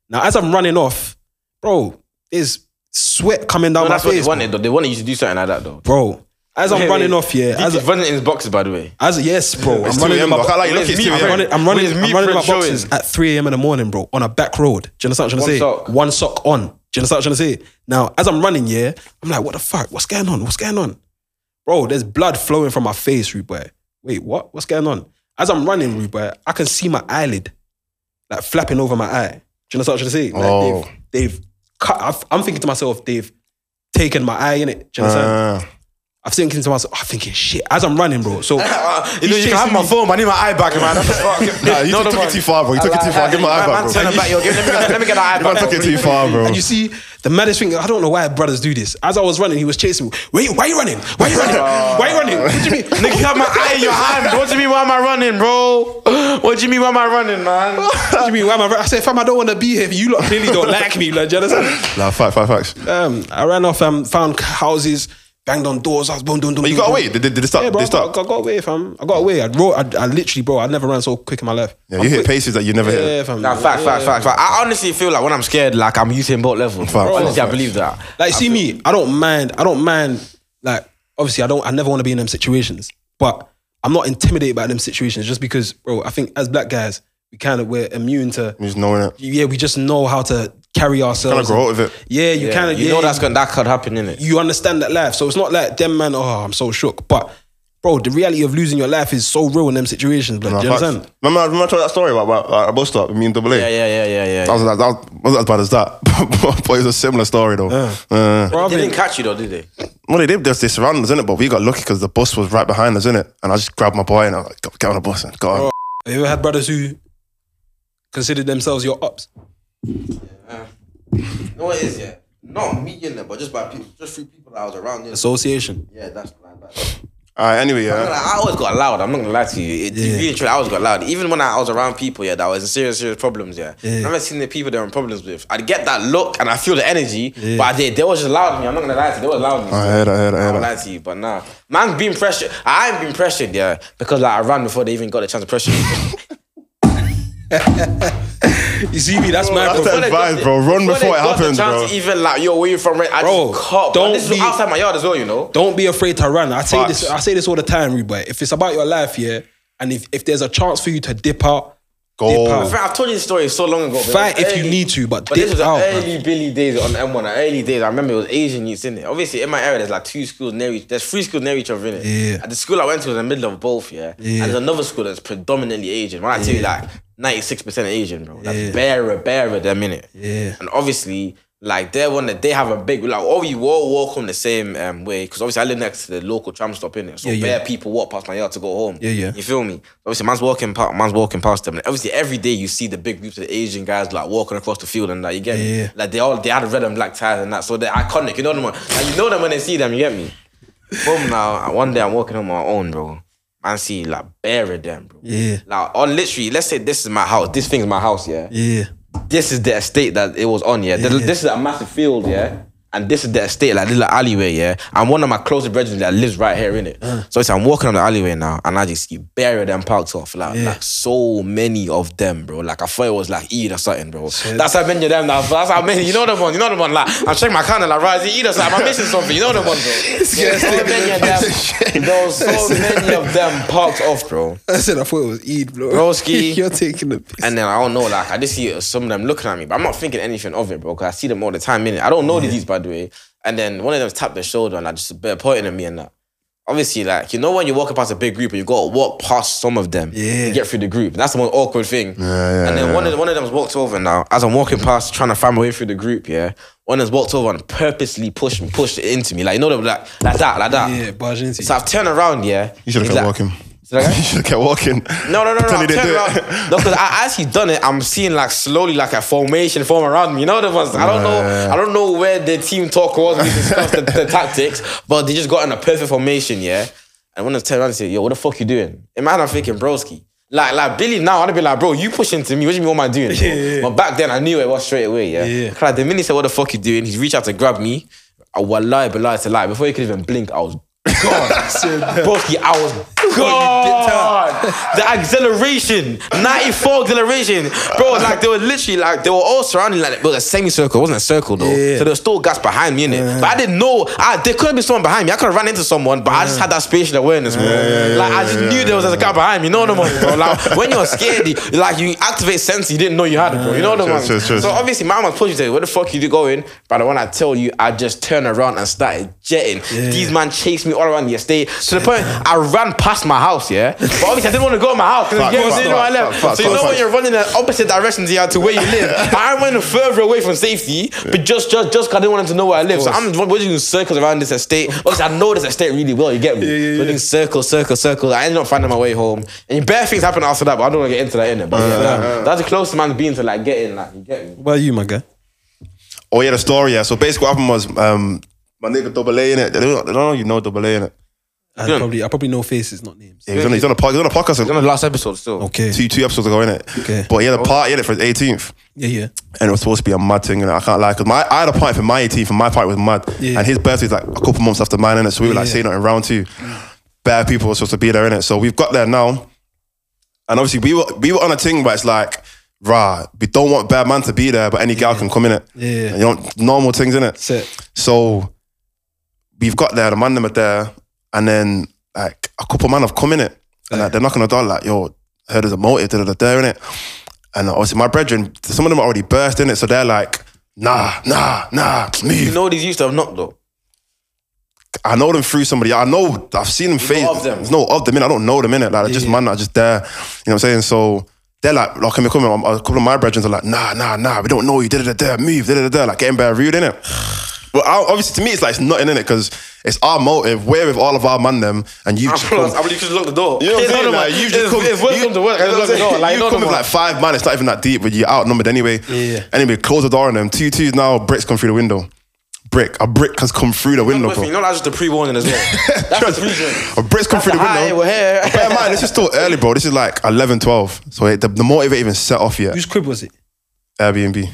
S5: Now as I'm running off, bro, there's sweat coming down
S4: No,
S5: my
S4: that's what
S5: face.
S4: they wanted, though. They wanted you to do something like that, though.
S5: bro. As I'm running off, yeah. As,
S4: He's running in his boxes, by the way.
S5: as yes, bro.
S3: It's
S5: I'm
S3: 2
S5: running,
S3: a.m.
S5: in
S3: bro.
S5: my,
S3: I can't lie, you
S4: Wait,
S3: look, it's
S4: it's me,
S3: 2
S4: I'm
S5: I'm
S3: a.m.
S5: running, I'm running,
S4: Where's me
S5: I'm running my
S4: print showing?
S5: boxes at 3 a.m. in the morning, bro, on a back road. Do you understand what I'm trying to say?
S4: sock.
S5: One sock on. Do you understand what I'm trying to say? Now, as I'm running, yeah, I'm like, what the fuck? What's going on? What's going on? Bro, there's blood flowing from my face, rude boy. Wait, what? What's going on? As I'm running, rude boy, I can see my eyelid like flapping over my eye. Do you understand what I'm trying to say? Like
S3: Oh.
S5: they've, they've cut. I've, I'm thinking to myself, they've taken my eye in it. Do you understand?
S3: Uh,
S5: I'm thinking to myself, I'm thinking shit as I'm running, bro. So uh,
S4: You know, you can have my phone, but I need my eye back, man. That's the fuck.
S3: nah, you
S4: No,
S3: took,
S4: no,
S3: took
S4: man.
S3: it too far, bro. You took it too far. Give my eye back, bro.
S4: Turn it back, yo. Give- Let me get- let me get that eye
S3: You man
S4: back.
S3: took it too far, bro.
S5: And you see, the maddest thing, I don't know why brothers do this. As I was running, he was chasing me. Wait, why you running? Why you running? Why you running? What do you mean?
S4: Nigga, you have my eye in your hand. What do you mean? Why am I running, bro? What do you mean? Why am I running, man?
S5: What do you mean? Why am I running? I said, fam, I don't want to be here. You lot clearly don't like me. Like, do you understand?
S3: Nah, fact, fact, facts.
S5: Um, I ran off, um, found houses, banged on doors. I was boom, boom, boom.
S3: But you got
S5: boom, boom.
S3: away. Did, did, did they stop?
S5: Yeah, bro,
S3: they
S5: I got,
S3: stop.
S5: I got away, fam. I got away. I, wrote, I, I literally, bro, I never ran so quick in my life.
S3: Yeah, you hit paces that you never hit.
S5: Yeah, fam.
S4: Nah, fact, fact, fact, fact. I honestly feel like when I'm scared, like I'm Usain Bolt level. honestly, I
S3: facts.
S4: believe that.
S5: Like, see me, I don't mind. I don't mind. Like, obviously, I don't. I never want to be in them situations, but I'm not intimidated by them situations just because, bro. I think as black guys, we kind of we're immune to.
S3: You just knowing it.
S5: Yeah, we just know how to carry ourselves.
S3: Kind of grow out of it.
S5: Yeah, you
S4: Yeah,
S5: kind of.
S4: you
S5: yeah,
S4: know that's gonna that could happen, innit?
S5: You understand that life, so it's not like them man. Oh, I'm so shook, but. Bro, the reality of losing your life is so real in them situations, blood.
S3: Nah,
S5: Do you
S3: facts.
S5: understand?
S3: Remember, I remember I told that story about, about like, a bus stop, me and Double A?
S4: Yeah, yeah, yeah, yeah, yeah.
S3: That was, that, was, that wasn't as bad as that, but it was a similar story though. Uh,
S5: Bro, I've
S4: They
S5: been-
S4: didn't catch you though, did they?
S3: well, they did. There's they surrounded us in it, but we got lucky because the bus was right behind us in it, and I just grabbed my boy and I was like, "Go- "Get on the bus and
S4: Oh.
S3: got on."
S5: Have you ever had brothers who considered themselves your ops?
S9: know what it is, yeah? Not me in there, but just by people, just through people that I was around. innit?
S5: Association.
S9: Yeah, that's like that.
S3: All right, anyway, yeah.
S4: Like, I always got loud. I'm not gonna lie to you. It, it really true. I always got loud. Even when I, I was around people, yeah, that was in serious, serious problems. Yeah, I've never seen the people that I'm in problems with. I'd get that look and I feel the energy, but I did. They was just loud at me. I'm not gonna lie to you. They was loud at me.
S3: I heard, I heard, I
S4: I won't
S3: heard.
S4: lie to you, but nah, man, being pressured. I ain't been pressured, yeah, because like I ran before they even got a chance to pressure me.
S5: You see me? That's my
S3: that's
S5: bro.
S3: the vibe, bro. Run
S4: Before they
S3: before it
S4: got the
S3: happens,
S4: chance
S3: bro.
S4: to Even like, yo, where you from? Right? I
S5: Bro,
S4: just caught. Bro.
S5: don't
S4: This is
S5: be-
S4: outside my yard as well, you know.
S5: Don't be afraid to run. I say
S3: Facts.
S5: this. I say this all the time, Rubai. If it's about your life, yeah, and if, if there's a chance for you to dip out,
S3: Go.
S5: dip out.
S4: Fam, I've told you this story so long ago. but it
S5: Fight
S4: was
S5: if you need to, but
S4: But this
S5: dip
S4: was the
S5: out, man.
S4: early Billy days on M1. the Early days, I remember it was Asian youths in it. Obviously, in my area, there's like two schools near each. There's three schools near each other in it.
S5: Yeah.
S4: At the school I went to was in the middle of both. Yeah. And there's another school that's predominantly Asian. When I tell you like 96 percent Asian, bro, that's bearer bearer them in it.
S5: Yeah.
S4: And obviously, like they're one that they have a big like. Oh, you all walk home the same um, way because obviously I live next to the local tram stop in it. So
S5: Yeah, yeah.
S4: bare people walk past my yard to go home.
S5: Yeah, yeah.
S4: You feel me? Obviously, man's walking past, man's walking past them. And obviously, every day you see the big groups of Asian guys like walking across the field and like you get me.
S5: Yeah.
S4: Like they all they had red and black ties and that, so they're iconic. You know them, like, you know them when they see them. You get me? Boom! Now one day I'm walking on my own, bro. Man, see like bare of them, bro.
S5: Yeah.
S4: Now on literally, let's say this is my house. This thing's my house, yeah.
S5: Yeah,
S4: This is the estate that it was on, yeah. This- This is a massive field, yeah. And this is the estate, like little alleyway, yeah. And one of my closest brethren that lives right here in it. So it's, I'm walking on the alleyway now, and I just see buried them parked off, like, like so many of them, bro. Like I thought it was like Eid or something, bro. That's how many of them. That, that's how many. You know the one. You know the one. Like I'm checking my calendar, like right, is it Eid or something? I'm missing something. You know the one, bro. There's so many of them. There was so many of them parked off, bro.
S5: I said I thought it was Eid, bro.
S4: Broski.
S5: you're taking the piss.
S4: And then I don't know, like I just see some of them looking at me, but I'm not thinking anything of it, bro. Cause I see them all the time, innit? I don't know these, by the way. And then one of them tapped their shoulder and I just bit pointing at me and that. obviously, like you know, when you're walking past a big group, and you got to walk past some of them
S5: Yeah.
S4: to get through the group. That's the most awkward thing.
S3: yeah,
S4: and then one of one of them's walked over now. As I'm walking past, trying to find my way through the group, yeah. One has walked over and purposely pushed me, pushed it into me, like you know, them, like like that, like
S3: uh,
S4: that.
S5: Yeah, but I didn't see.
S4: So I've turned around, yeah.
S3: You should have
S4: He's
S3: kept
S4: like-
S3: walking.
S4: that okay?
S3: you should have kept walking.
S4: No, no, no,
S3: Pretend
S4: no.
S3: you
S4: no I'm
S3: didn't
S4: turning
S3: do
S4: around.
S3: it.
S4: No, because I as he done it, I'm seeing like slowly like a formation form around me. You know the ones. I don't know.
S3: Yeah.
S4: I don't know where the team talk was. We discussed the, the tactics, but they just got in a perfect formation. Yeah, and when I turn around and say, "Yo, what the fuck you doing?" Imagine I'm thinking, broski. Like, like Billy now, I'd be like, bro, you pushing to me. What do you mean? What am I doing?
S5: Yeah.
S4: But back then, I knew it was straight away. Yeah.
S5: Yeah.
S4: Like the minute he said, "What the fuck you doing?" He's reached out to grab me. I was lie, but lie to lie. Before he could even blink, I was gone. broski, I was gone the acceleration, 94 acceleration, bro. Like they were literally like they were all surrounding like it was a semicircle, it wasn't a circle though.
S5: Yeah.
S4: So there was still guys behind me in it, but I didn't know. I, there could have been someone behind me. I could have ran into someone, but I just had that spatial awareness, bro. like I just knew there was a guy behind me. You know the one, bro. Like when you're scared, you, like you activate sense you didn't know you had it, bro. You know the
S3: True,
S4: one.
S3: true, true.
S4: So obviously, my man pushed me. Where the fuck you going? But when I tell you, I just turned around and started jetting. These man chased me all around the estate to the point I ran past my house. Yeah, but obviously I didn't want to go to my house because
S3: Fuck,
S4: you
S3: fuck,
S4: know where I
S3: fuck,
S4: left.
S3: fuck, fuck,
S4: so you know
S3: fuck,
S4: when
S3: fuck.
S4: you're running the opposite direction to, to where you live. I went further away from safety, but just just just 'cause I didn't want them to know where I live. So I'm just doing circles around this estate. Obviously, I know this estate really well. You get me? Yeah, Doing circles, circles, circles. I ended up finding my way home, and bad things happen after that. But I don't want to get into that in it. But yeah, that- that's the closest man being to like getting like you get me.
S5: What about you, my guy?
S3: Oh yeah, the story. Yeah. So basically, what happened was um, my nigga Double A in it. They don't, they don't know you know Double A in it.
S5: I
S3: Hmm.
S5: probably I probably know faces, not names.
S3: He's on, he's on a pod- he's on a podcast
S4: the last episode still.
S5: Okay.
S3: two two episodes ago in it.
S5: Okay.
S3: But he had a party in it for his 18th.
S5: Yeah, yeah.
S3: and it was supposed to be a mad thing, and I can't lie, because my I had a party for my 18th, and my party was mad,
S5: Yeah.
S3: and his birthday's like a couple months after mine, and so we were like
S5: Yeah.
S3: saying it in round two. Bad people were supposed to be there in it, so we've got there now, and obviously we were we were on a thing, but it's like. Rah, we don't want bad man to be there, but any gal can come in it.
S5: Yeah.
S3: you know, normal things in it.
S5: Set.
S3: So we've got there, the man them are there, and then like a couple man have come in it, and like, they're knocking on the door like, "Yo, I heard there's a motive, da da da, in it." And obviously my brethren, some of them are already burst in it, so they're like, "Nah, nah, nah, move."
S4: You know these used to have knocked though.
S3: I know them through somebody. I know I've seen them face.
S4: of them?
S3: There's no of them in. it. I don't know them in it. Like they're just man, that are just there. You know what I'm saying? So they're like, oh, can we come? in? A couple of my brethren are like, nah, nah, nah. We don't know you. Da da da. da, Move. Da da da. da. Like getting bad rude in it. But I, obviously, to me, it's like it's nothing in it because it's our motive. We're with all of our man them, and you. just come-
S4: believe you just locked the door.
S3: you know what I'm saying?
S4: It's
S3: Like, you've just
S4: it's,
S3: come.
S4: It's welcome
S3: you,
S4: to work.
S3: you know
S4: I just
S3: what I'm
S4: locked the door.
S3: saying?
S4: Like,
S3: you
S4: no,
S3: come
S4: no,
S3: with like five man. It's not even that deep, but you're outnumbered anyway.
S5: Yeah.
S3: Anyway, close the door on them. Two twos now. Bricks come through the window. Brick. A brick has come through the window,
S4: But
S3: bro.
S4: You know that's just a pre-warning as well. That's the reason.
S3: A Brits come through the
S4: the high
S3: window.
S4: we're here.
S3: But Bear in mind, this is still early, bro. This is like 11, 12. So it, the, the motive ain't even set off yet.
S5: Whose crib was it?
S3: Airbnb.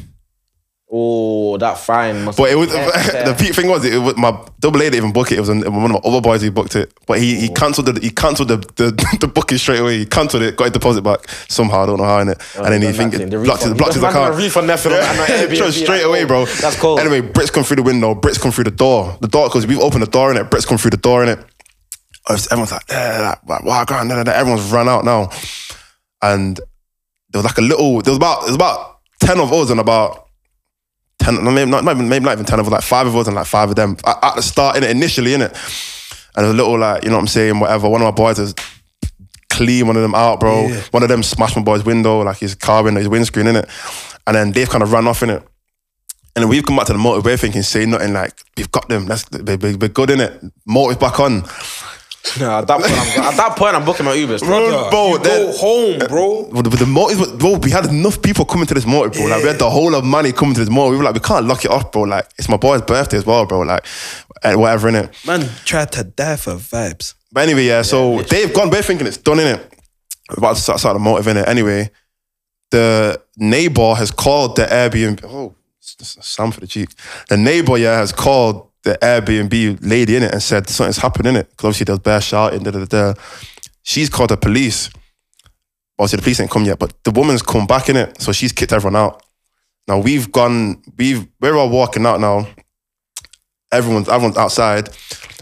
S4: Oh, that fine. Must
S3: But it was
S4: Yeah.
S3: the peak thing was it was my double A didn't even book it. It was an, one of my other boys who booked it. But he
S4: Oh.
S3: he cancelled the he cancelled the, the the booking straight away. He cancelled it, got his deposit back somehow. I don't know how in it. and then he
S4: done that
S3: think
S4: thing, the
S3: blocked his
S4: refund.
S3: blocked his
S4: Man done a
S3: account.
S4: refund method on- on Airbnb,
S3: True, straight
S4: like,
S3: away,
S4: oh,
S3: bro.
S4: that's cold.
S3: Anyway, Brits come through the window. Brits come through the door. The door because we've opened the door in it. Brits come through the door in it. Everyone's like, eh, like, wow, God, nah, nah, nah." everyone's run out now. And there was like a little. There was about there was about ten of us and about ten. no, Maybe not, not even, maybe not even ten of us. Like five of us and like five of them at, at the start in it initially in it. And a little like you know what I'm saying. Whatever. One of my boys is clean. One of them out, bro. One of them smashed my boy's window, like his car window, his windscreen in it. And then they've kind of run off in it. And then we've come back to the motive. We're thinking, say nothing like we've got them. That's they, they, we're good in it. Motive back on.
S4: Nah, at that point, I'm, at that point, I'm booking my Uber. still.
S3: Bro, bro, Uh,
S4: you
S3: then-
S4: go home, bro.
S3: But the, but the motive, was- bro, we had enough people coming to this motive, bro. Like, we had the whole of money coming to this motive. We were like, we can't lock it off, bro. Like, it's my boy's birthday as well, bro. Like, and whatever, innit?
S5: Man tried to die for vibes.
S3: But anyway, yeah, so they've gone, we're thinking it's done, innit? We're about to start, start the motive, innit? Anyway, the neighbor has called the Airbnb. Oh, s- s- sound for the cheek. The neighbor, yeah, has called the Airbnb lady, innit? And said, something's happened, innit? Because obviously there's bear shouting, da da da da. She's called the police. Obviously, the police ain't come yet, but the woman's come back, innit? So she's kicked everyone out. Now we've gone, we've we're all walking out now. Everyone's everyone's outside.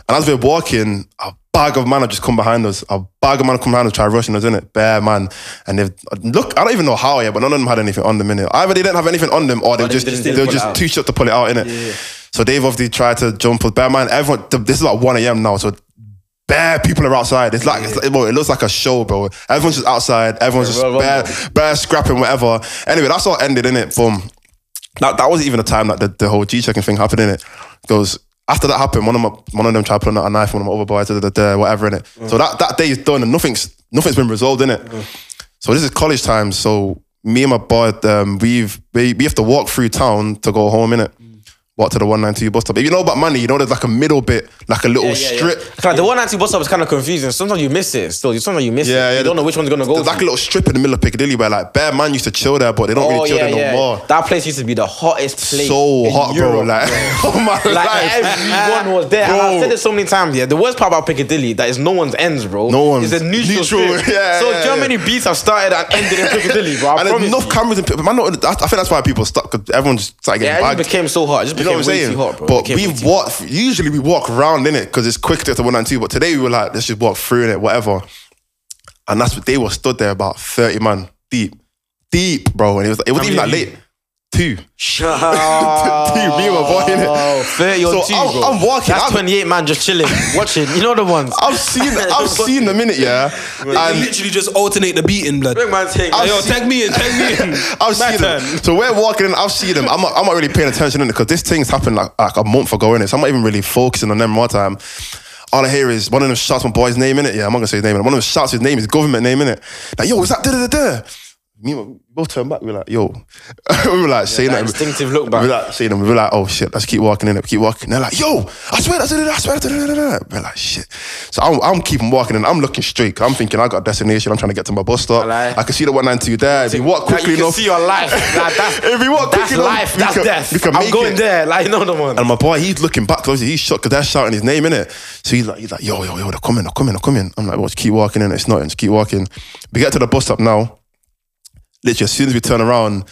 S3: And as we're walking, a bag of man have just come behind us. A bag of man have come behind us, try rushing us, innit? Bare man. And they've look, I don't even know how yet, but none of them had anything on them, innit? Either they didn't have anything on them or they were
S4: they
S3: just
S4: didn't-
S3: they were
S4: didn't pull it
S3: just
S4: out.
S3: too short to pull it out, innit? So they've obviously tried to jump us. Bear man, everyone this is like 1 a.m. now, so Bare people are outside. It's like, it's like bro, it looks like a show, bro. Everyone's just outside. Everyone's just
S4: Royal
S3: bare,
S4: Rumble.
S3: bare scrapping, whatever. Anyway, that's all ended in it. From that, that wasn't even the time that the, the whole G checking thing happened in it. Because after that happened, one of my one of them tried pulling out a knife, one of my other boys, da, da, da, whatever in it. So that that day is done and nothing's nothing's been resolved in it. So this is college time. So me and my boy, um, we've we, we have to walk through town to go home in it. Walk to the 192 bus stop. If you know about money, you know there's like a middle bit, like a little strip.
S4: Like the one anti bus stop is kind of confusing. Sometimes you miss it. Still, sometimes you miss
S3: Yeah,
S4: it.
S3: yeah,
S4: You don't
S3: the-
S4: know which one's gonna go.
S3: There's
S4: to.
S3: like a little strip in the middle of Piccadilly where like bare man used to chill there, but they don't really chill there no more.
S4: Oh, That place used to be the hottest place.
S3: so
S4: in
S3: hot, bro.
S4: Europe,
S3: Like, oh my
S4: Like
S3: life.
S4: everyone was there. And I've
S3: Bro.
S4: said it so many times. Yeah, the worst part about Piccadilly that is no one's ends, bro.
S3: No one's.
S4: It's a neutral.
S3: Neutral,
S4: strip.
S3: yeah,
S4: so
S3: yeah, yeah.
S4: Germany beats have started and ended in Piccadilly, bro. I
S3: and
S4: promise
S3: there's enough
S4: you.
S3: cameras and man, not, I I think that's why people stuck because everyone just started
S4: Yeah,
S3: getting
S4: it just
S3: bagged.
S4: became so hot. It just
S3: you know what
S4: became
S3: I'm
S4: way
S3: saying?
S4: too hot, bro.
S3: But we
S4: It became way too
S3: walk. Usually we walk round in it because it's quick to get to 192. But today we were like, let's just walk through in it, whatever. And that's what they were stood there about 30 man deep, deep, bro. And it was it wasn't even that late. Two. Two, me and my boy in
S4: Oh,
S3: it.
S4: 30 or
S3: So
S4: two,
S3: I'm-
S4: bro.
S3: I'm walking,
S4: That's
S3: I'm-
S4: 28 man just chilling, watching. You know the ones.
S3: I've seen I've seen the minute, yeah.
S5: I
S3: And
S5: literally just alternate the beating, blood.
S4: Big man take.
S5: Hey, yo, tag me in, tag me in.
S3: I've seen them. So we're walking in, I've seen them. I'm not, I'm not really paying attention in it because this thing's happened like, like a month ago, innit? So I'm not even really focusing on them more time. All I hear is one of them shouts my boy's name in it. Yeah, I'm not gonna say his name. innit? One of them shouts his name, his government name in it. Like, yo, is that da da da da? Me, and my- we both turn back. We were like, yo, we were like saying
S4: that
S3: that
S4: instinctive look back.
S3: We were like saying them. We were like, oh shit, let's keep walking in it. Keep walking. They're like, yo, I swear that's da-da-da, I swear that's da-da-da-da. We're like, shit. So I'm, I'm keeping walking and I'm looking straight. 'cause I'm thinking I got a destination. I'm trying to get to my bus stop.
S4: Aye.
S3: I can see the 192 there. If you walk
S4: Like,
S3: quickly
S4: you can
S3: enough,
S4: see your life. Like, that's,
S3: If we walk
S4: that's
S3: quick enough,
S4: life.
S3: we
S4: That's
S3: can-
S4: death.
S3: we can
S4: I'm
S3: make
S4: going
S3: it.
S4: there. Like you know the one.
S3: And my boy, he's looking back because he's shocked because they're shouting his name, innit? So he's like, he's like, yo, yo, yo, they're coming, they're coming, they're coming. I'm like, well, just keep walking, innit? It's not, just keep walking. We get to the bus stop now. Literally, as soon as we turn around,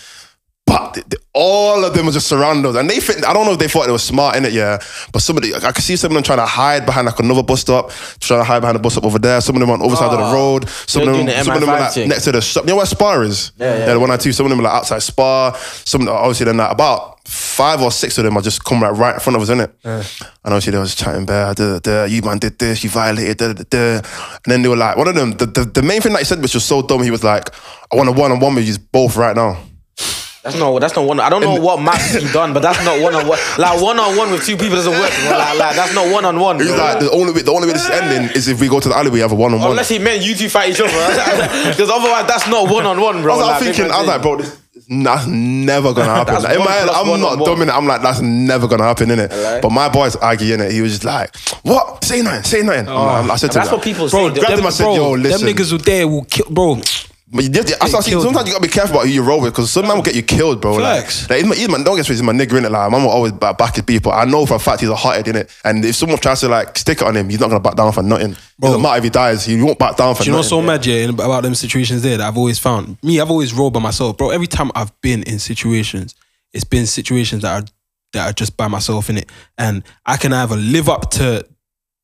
S3: but th- th- all of them were just surrounded us. And they think, I don't know if they thought they were smart in it, yeah. But somebody, I could see some of them trying to hide behind like another bus stop, trying to hide behind the bus stop over there. Some of them on the other side of the road. Some of
S4: they're
S3: them,
S4: doing the
S3: some of them were
S4: MI5
S3: like
S4: thing.
S3: next to the shop. You know where Spa is? Yeah, yeah. the one or two. Some of them were like outside Spa. Some of them- obviously they're not about five or six of them are just come right right in front of us, innit? And obviously they was chatting bad, duh, duh, you man did this, you violated, duh, duh, duh. and then they were like, one of them, the, the, the main thing that he said, which was so dumb, he was like, I want a one on one with you both right now.
S4: That's not. That's not one. I don't know what maths he done, but that's not one on one. Like one on one with two people doesn't work. bro. Like, like that's not one on one.
S3: He's like, the only way, the only way this is ending is if we go to the alleyway, have a one on one.
S4: Unless he meant you two fight each other, because otherwise that's not one on one, bro.
S3: I was like,
S4: Like,
S3: thinking, I was like, bro, this, that's never gonna happen.
S4: That's
S3: Like, in
S4: one
S3: my head,
S4: plus
S3: I'm
S4: one
S3: not
S4: on one.
S3: dumb in it. I'm like, that's never gonna happen, innit?
S4: Alright.
S3: But my boy's arguing it. He was just like, what? Say nothing, say nothing. I'm like- I said to
S4: Oh. That's
S3: him,
S4: what people
S3: bro,
S4: say.
S3: Grabbed him, I said, yo, listen.
S5: Them niggas were there will kill, bro.
S3: But you did, I saw,
S5: killed
S3: sometimes you gotta be careful about who you roll with because some man will get you killed, bro. Like,
S5: Facts.
S3: like, he's my, he's my, don't get me wrong, he's my nigga in it. Like, man will always back, back his people. I know for a fact he's a hothead in it. And if someone tries to like stick it on him, he's not gonna back down for nothing. Doesn't matter if he dies, he won't back down for
S5: Do you know
S3: nothing.
S5: what's so mad, yeah, in- about them situations there that I've always found? Me, I've always rolled by myself, bro. Every time I've been in situations, it's been situations that are that are just by myself in it, and I can either live up to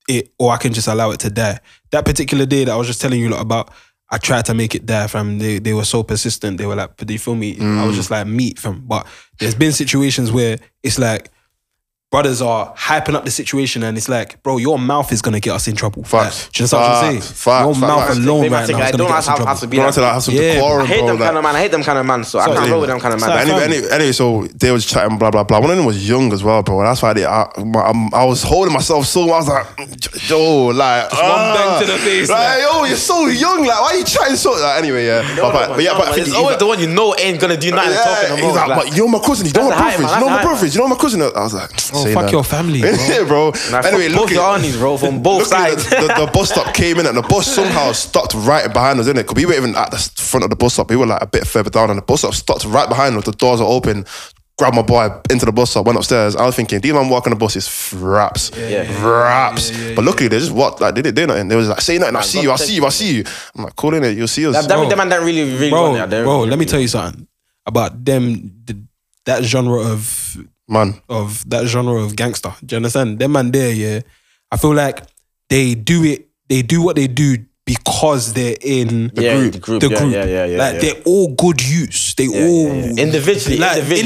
S5: it or I can just allow it to die. That particular day that I was just telling you lot about, I tried to make it die, fam. They they were so persistent. They were like, "But do you feel me?" I was just like, "Meat, fam." But there's been situations where it's like. Brothers are hyping up the situation, and it's like, bro, your mouth is gonna get us in trouble.
S3: Facts.
S5: Like, do you know what I'm saying?
S3: Facts. Facts.
S5: Your
S3: Facts.
S5: mouth
S3: Facts.
S5: alone
S4: Maybe I
S5: right
S4: think
S5: now
S4: I
S5: is gonna
S4: don't
S5: get us in
S4: have, have
S5: trouble.
S4: to be
S3: You don't
S4: like.
S3: have to like, have some
S5: Yeah,
S3: decorum,
S4: I hate
S3: bro.
S4: them
S3: like-
S4: kind of man. I hate them kind of man. So I can't roll with them kind of man.
S3: But anyway, anyway, anyway, so they was chatting, blah blah blah. One of them was young as well, bro. That's why they, I, my, I'm, I was holding myself so. I was like, yo, like ah.
S5: bang to the face,
S3: like,
S5: like.
S3: yo, you're so young, like why you chatting so? Like, anyway, yeah, but, but, but yeah, but I think
S4: it's
S3: he's
S4: always
S3: like-
S4: the one you know ain't gonna do nothing.
S3: yeah,
S4: talking
S3: he's
S4: about,
S3: like, but you're my cousin. You know
S4: That's
S3: my
S4: a hype,
S3: brothers. You know
S4: man. That's a
S3: my
S4: hype,
S3: brothers. You know my cousin. I was like,
S5: Oh,
S3: say
S5: fuck
S3: that.
S5: your family, bro.
S3: yeah, bro.
S4: Nah, fuck
S3: anyway,
S4: both
S3: look
S4: your aunties, bro, from both sides.
S3: The, the, the bus stop came in, and the bus somehow stopped right behind us, didn't it? Because we were even at the s- front of the bus stop. We were like a bit further down, and the bus stop stopped right behind us. The doors are open. Grabbed my boy into the bus stop, went upstairs. I was thinking, these man walking the bus is f- raps, raps. but luckily, they just walked like they didn't do nothing. They was like, say nothing. I see you. I see you. I see you. I'm like, calling it. You'll see us.
S4: That, that, that man don't really, really
S5: bro,
S4: want it. I don't
S5: bro,
S4: really-
S5: let me tell you something about them. The, that genre of
S3: man,
S5: of that genre of gangster. Do you understand? Them man there, yeah. I feel like they do it. They do what they do because they're in the
S4: Yeah,
S5: group.
S4: the group, yeah, yeah, yeah, yeah,
S5: Like
S4: yeah.
S5: they're all good use. They all
S4: yeah. Individually,
S5: like,
S4: individually.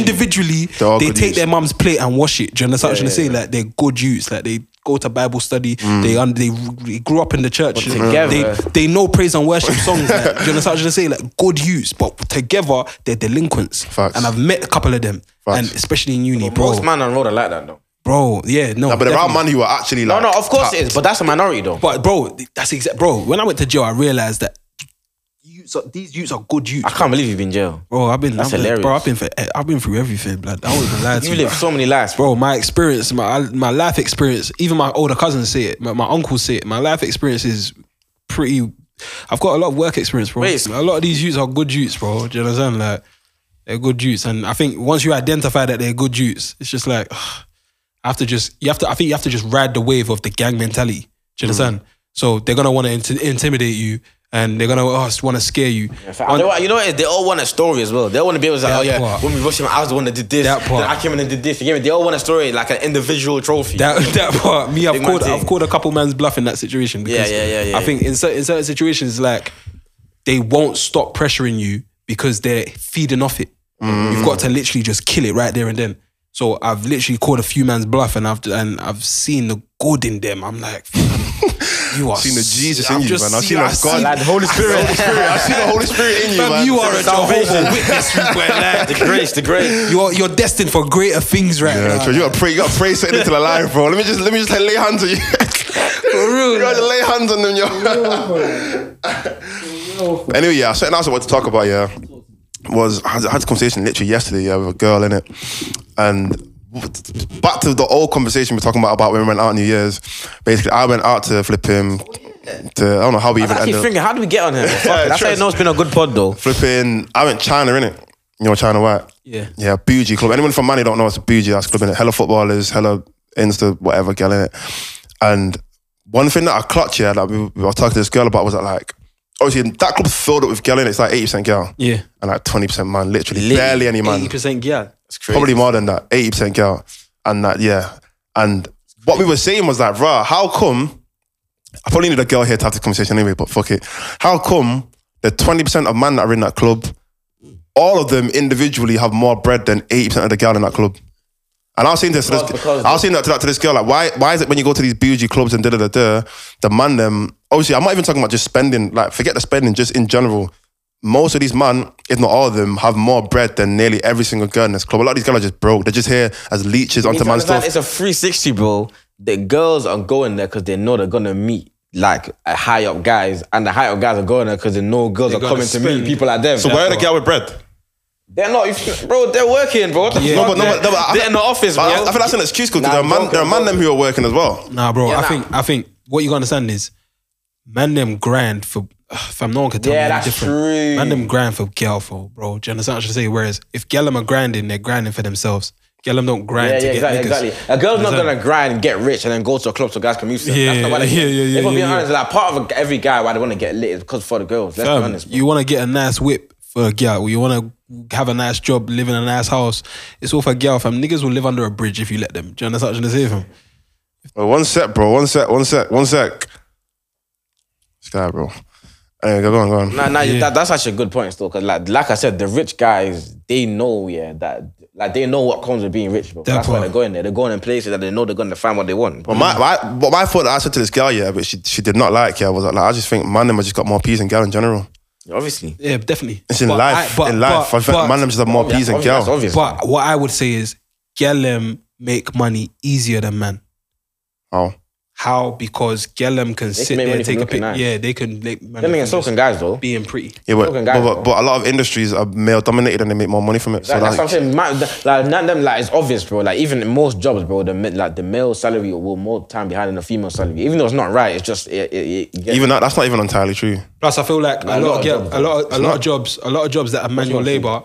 S5: individually,
S3: all
S5: they
S3: good
S5: take
S3: use.
S5: their mum's plate and wash it. Do you understand what I'm trying to say? Like they're good use. Like they go to Bible study.
S3: Mm.
S5: They un- they they grew up in the church.
S4: together-
S5: They they know praise and worship songs. Like, do you understand what I'm trying to say? Like good use, but together they're delinquents.
S3: Facts.
S5: And I've met a couple of them,
S3: Facts.
S5: and especially in uni, bro.
S4: Most man on road are like that though.
S5: Bro, yeah, no.
S3: Nah, but there are
S5: definitely.
S3: man who are actually
S4: No,
S3: like.
S4: no, of course
S3: tapped.
S4: it is, but that's a minority though.
S5: But bro, that's exact. Bro, when I went to jail, I realized that youths are, these youths are good youths.
S4: I can't believe you've been in jail.
S5: Bro, I've been,
S4: That's
S5: I've been
S4: hilarious.
S5: bro, I've been, for, I've been through everything, blood. I won't even lie to
S4: You
S5: you.
S4: live
S5: bro.
S4: so many lives, bro.
S5: Bro, my experience, my my life experience, even my older cousins say it, my, my uncles say it. My life experience is pretty. I've got a lot of work experience, bro.
S4: Wait.
S5: a lot of these youths are good youths, bro. Do you understand? Like they're good youths, and I think once you identify that they're good youths, it's just like I have to just you have to. I think you have to just ride the wave of the gang mentality. Do you understand? So they're gonna want to int- intimidate you, and they're gonna want to scare you.
S4: And they want- you know what? it is? They all want a story as well. They all want to be able to say,
S5: That
S4: oh yeah,
S5: part.
S4: when we rushed him, I was the one that did this.
S5: That part.
S4: Then I came in and did this. You get me? They all want a story like an individual trophy.
S5: That, that part, me, I've
S4: Big
S5: called,
S4: man thing.
S5: I've called a couple man's bluff in that situation. Because
S4: yeah, yeah, yeah,
S5: I think in certain, in certain situations, like they won't stop pressuring you because they're feeding off it.
S4: Mm.
S5: You've got to literally just kill it right there and then. So I've literally called a few man's bluff, and I've and I've seen the good in them. I'm like, you are
S3: Seen the Jesus
S5: I've
S3: in you,
S5: just
S3: man. I've seen
S5: I
S3: a God.
S4: Like the Holy Spirit.
S3: I see the Holy Spirit in you,
S5: Fam,
S3: man.
S5: you are a Jehovah Witness, you boy, like.
S4: the grace, the grace.
S5: You're you're destined for greater things right
S3: Yeah,
S5: now.
S3: true. you gotta pray. You gotta pray something into the life, bro. Let me just let me just like, lay hands on you. For real. You gotta lay hands on them, yo. But anyway, yeah. Something else I wanted to talk about, yeah, was I had, I had this conversation literally yesterday yeah, with a girl in it, and back to the old conversation we we're talking about about when we went out New Year's. Basically, I went out to flip him. To I don't know how we even
S4: I
S3: ended
S4: keep
S3: up.
S4: thinking, how do we get on here? Fuck,
S3: Yeah,
S4: That's how you
S3: trust.
S4: know it's been a good pod though.
S3: flipping. I went China, innit? You know China White?
S5: Yeah.
S3: Yeah, bougie club. Anyone from Manny don't know it's a bougie ass club, innit? Hella footballers, hella Insta, whatever, girl, innit? And one thing that I clutch here that we, we were talking to this girl about was that, like, obviously, that club's filled up with girl, innit? It's like 80% girl.
S5: Yeah.
S3: And like 20% man, literally. Barely any man.
S5: Eighty percent, yeah.
S3: Probably more than that. 80% girl. And that, yeah. And what we were saying was like, rah, how come I probably need a girl here to have the conversation anyway, but fuck it. How come the 20% of men that are in that club, all of them individually have more bread than 80% of the girl in that club? And I was saying this, to this
S4: Because-
S3: I was saying that to, that to this girl, like, why, why is it when you go to these bougie clubs and da da da da, the man them, obviously, I'm not even talking about just spending, like, forget the spending, just in general. Most of these men, if not all of them, have more bread than nearly every single girl in this club. A lot of these girls are just broke. They're just here as leeches onto
S4: It's
S3: man's
S4: understand-
S3: stuff.
S4: It's a 360, bro. The girls are going there because they know they're gonna meet like a high up guys, and the high up guys are going there because they know girls are
S5: gonna
S4: coming to
S5: spend.
S4: meet people like them.
S3: So where are the girl with bread?
S4: They're not, if- bro. They're working, bro. What the
S3: No,
S4: fuck?
S3: but, no, but, no, but I-
S4: they're in the office, bro.
S3: I, I feel that's an excuse because
S4: Nah,
S3: there are man,
S4: broken,
S3: there are man them
S4: broken.
S3: who are working as well.
S5: Nah, bro.
S4: Yeah,
S5: I
S4: nah.
S5: think I think what you gotta understand is, man, them grind for. ugh, Fam, no one can tell
S4: Yeah,
S5: me
S4: that's
S5: any different.
S4: true.
S5: Man, them grind for girl for bro. Do you understand what I'm saying? Whereas if girl them are grinding, they're grinding for themselves. Girl them don't grind
S4: Yeah,
S5: to
S4: yeah,
S5: get
S4: exactly,
S5: niggas.
S4: exactly. A girl's not
S5: Understand?
S4: gonna grind, and get rich, and then go to a club so guys can meet.
S5: Yeah,
S4: That's not why they-
S5: yeah, yeah,
S4: If
S5: yeah,
S4: I'm
S5: yeah,
S4: being
S5: yeah.
S4: honest, like part of every guy why they want to get lit is because for the girls. Let's be
S5: Fam,
S4: honest. bro.
S5: you want to get a nice whip for a girl. You want to have a nice job, live in a nice house. It's all for girl. Fam, niggas will live under a bridge if you let them. Do you understand what I'm saying? Fam?
S3: Well, one sec, bro. One sec. One sec. One sec. This guy, bro. Anyway, go on, go on.
S4: Nah, nah, that, that's actually a good point still, because like, like I said, the rich guys they know, yeah, that like they know what comes with being rich, bro.
S5: That
S4: that's why
S5: part.
S4: they're going there. They're going in places that they know they're going to find what they want.
S3: But my, my, but my thought that I said to this girl, yeah, but she, she did not like, yeah, was like, like, I just think man, them have just got more peas than girl in general.
S4: Obviously,
S5: Yeah, definitely.
S3: It's in
S5: But
S3: life.
S5: I- but-
S3: in life,
S5: but-
S3: I think
S5: but-
S3: man, them just have more peas than
S4: Obvi- that's
S3: girl.
S4: Oh, obvious.
S5: But what I would say is, girl them make money easier than man.
S3: Oh,
S5: How? Because Gellum can sit
S4: make
S5: there,
S4: money
S5: take
S4: from
S5: a
S4: looking
S5: pic.
S4: nice.
S5: Yeah, they can make money.
S4: Them niggas
S5: from
S4: so
S5: just
S4: can guys though.
S5: being pretty.
S3: yeah, but, but,
S4: Fucking guys,
S3: but,
S4: bro.
S3: but a lot of industries are male dominated and they make more money from it. So
S4: Like, that's what I'm
S3: that's,
S4: saying. Ma- the- like none of them, like it's obvious, bro. Like even in most jobs, bro, the mi- like the male salary will more time behind than the female salary. Even though it's not right, it's just it, it, it, yeah.
S3: even that, that's not even entirely true.
S5: Plus, I feel like a, lot, of girl,
S4: jobs,
S5: a lot, of, a lot of jobs, a lot of jobs that are manual labor.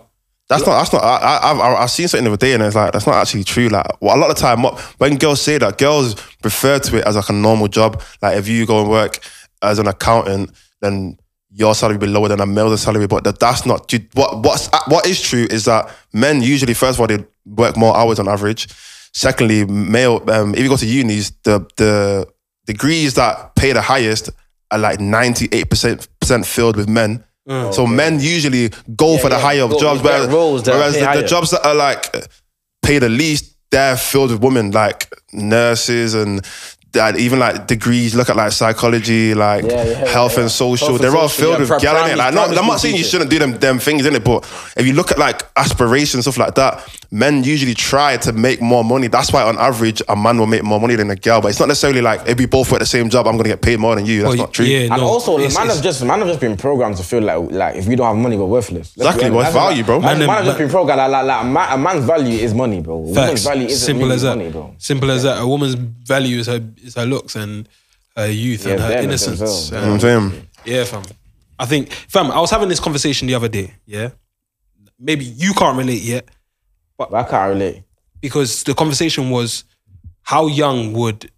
S3: That's not. That's not. I, I, I've I- I've seen something the other day, and it's like that's not actually true. Like well, a lot of the time, what- when girls say that, girls refer to it as like a normal job. Like if you go and work as an accountant, then your salary will be lower than a male's salary. But that, that's not. dude, What what's uh, what is true is that men usually first of all they work more hours on average. Secondly, male. Um, if you go to unis, the the degrees that pay the highest are like ninety eight percent percent filled with men. So men usually go for the
S4: yeah,
S3: higher
S4: go-
S3: jobs,
S4: we get
S3: whereas,
S4: roles that
S3: whereas
S4: pay
S3: the, the
S4: higher.
S3: jobs that are like uh, pay the least, they're filled with women, like nurses and that even like degrees, look at like psychology, like health and social.
S4: Health and
S3: They're all filled
S4: social, yeah,
S3: with
S4: pri-
S3: gal in it.
S4: primary-
S3: Like, no,
S4: primary
S3: I'm not saying you
S4: teachers.
S3: shouldn't do them them things in it, but if you look at like aspirations stuff like that, men usually try to make more money. That's why on average a man will make more money than a girl. But it's not necessarily like if we both work the same job, I'm gonna get paid more than you. That's
S5: Well,
S3: not true.
S5: Yeah,
S4: And
S5: no,
S4: also,
S5: it's-
S4: man
S5: it's-
S4: have just man have just been programmed to feel like like if we don't have money, we're worthless. Let's
S3: Exactly,
S4: be honest.
S3: what's
S4: That's
S3: value,
S4: what-
S3: bro?
S4: Man,
S5: Man,
S4: man have
S5: man-
S4: just been programmed like, like, like a, man, a man's value is money, bro. A woman's
S5: Facts.
S4: value isn't
S5: Simple
S4: really
S5: as that.
S4: money, bro.
S5: Simple as that. A woman's value is her is her looks and her youth and
S4: Yeah,
S5: her
S4: them and
S5: innocence.
S4: themselves,
S3: You know
S5: And-
S3: what I'm saying?
S5: yeah, fam. I think, fam. I was having this conversation the other day. Yeah, maybe you can't relate yet
S4: But I can't relate.
S5: because the conversation was how young would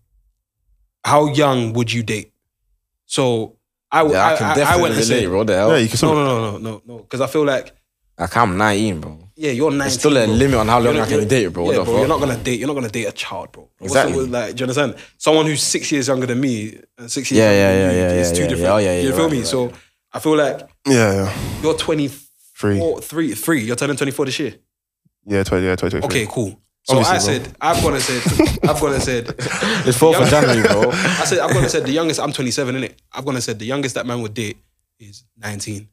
S5: how young would you date? So I
S4: Yeah, I,
S5: I,
S4: can
S5: I, I
S4: definitely
S5: went and
S4: relate,
S5: said
S4: bro. The hell?
S3: Yeah, you can
S5: no
S3: sort
S5: no
S3: of
S5: no no no no because I feel like
S4: like I'm 19, bro.
S5: yeah you're 19.
S4: There's still a
S5: bro.
S4: limit on how long
S5: You're
S4: I
S5: not-
S4: can
S5: you're-
S4: date, bro. What
S5: Yeah,
S4: the
S5: bro,
S4: fuck?
S5: you're not gonna date. You're not gonna date a child, bro. What's
S4: Exactly.
S5: the- like, do you understand? Someone who's six years younger than me, and six years
S4: Yeah,
S5: younger
S4: yeah,
S5: than
S4: yeah,
S5: me,
S4: yeah,
S5: it's
S4: yeah,
S5: two
S4: yeah.
S5: different.
S4: Oh, yeah, yeah,
S5: you
S4: you're
S5: feel
S4: right,
S5: me?
S4: you're
S5: so I feel like
S3: yeah, yeah.
S5: you're 23,
S3: Three.
S5: three, three. You're turning 24 this year.
S3: Yeah, 20, yeah, 20, 23.
S5: Okay, cool. So
S3: Obviously,
S5: I
S3: bro.
S5: said, I've gone and said, I've gone and said,
S4: It's 4th of January, bro.
S5: I said, I've gone and said, the youngest, I'm 27, innit? I've gone and said, the youngest that man would date is 19.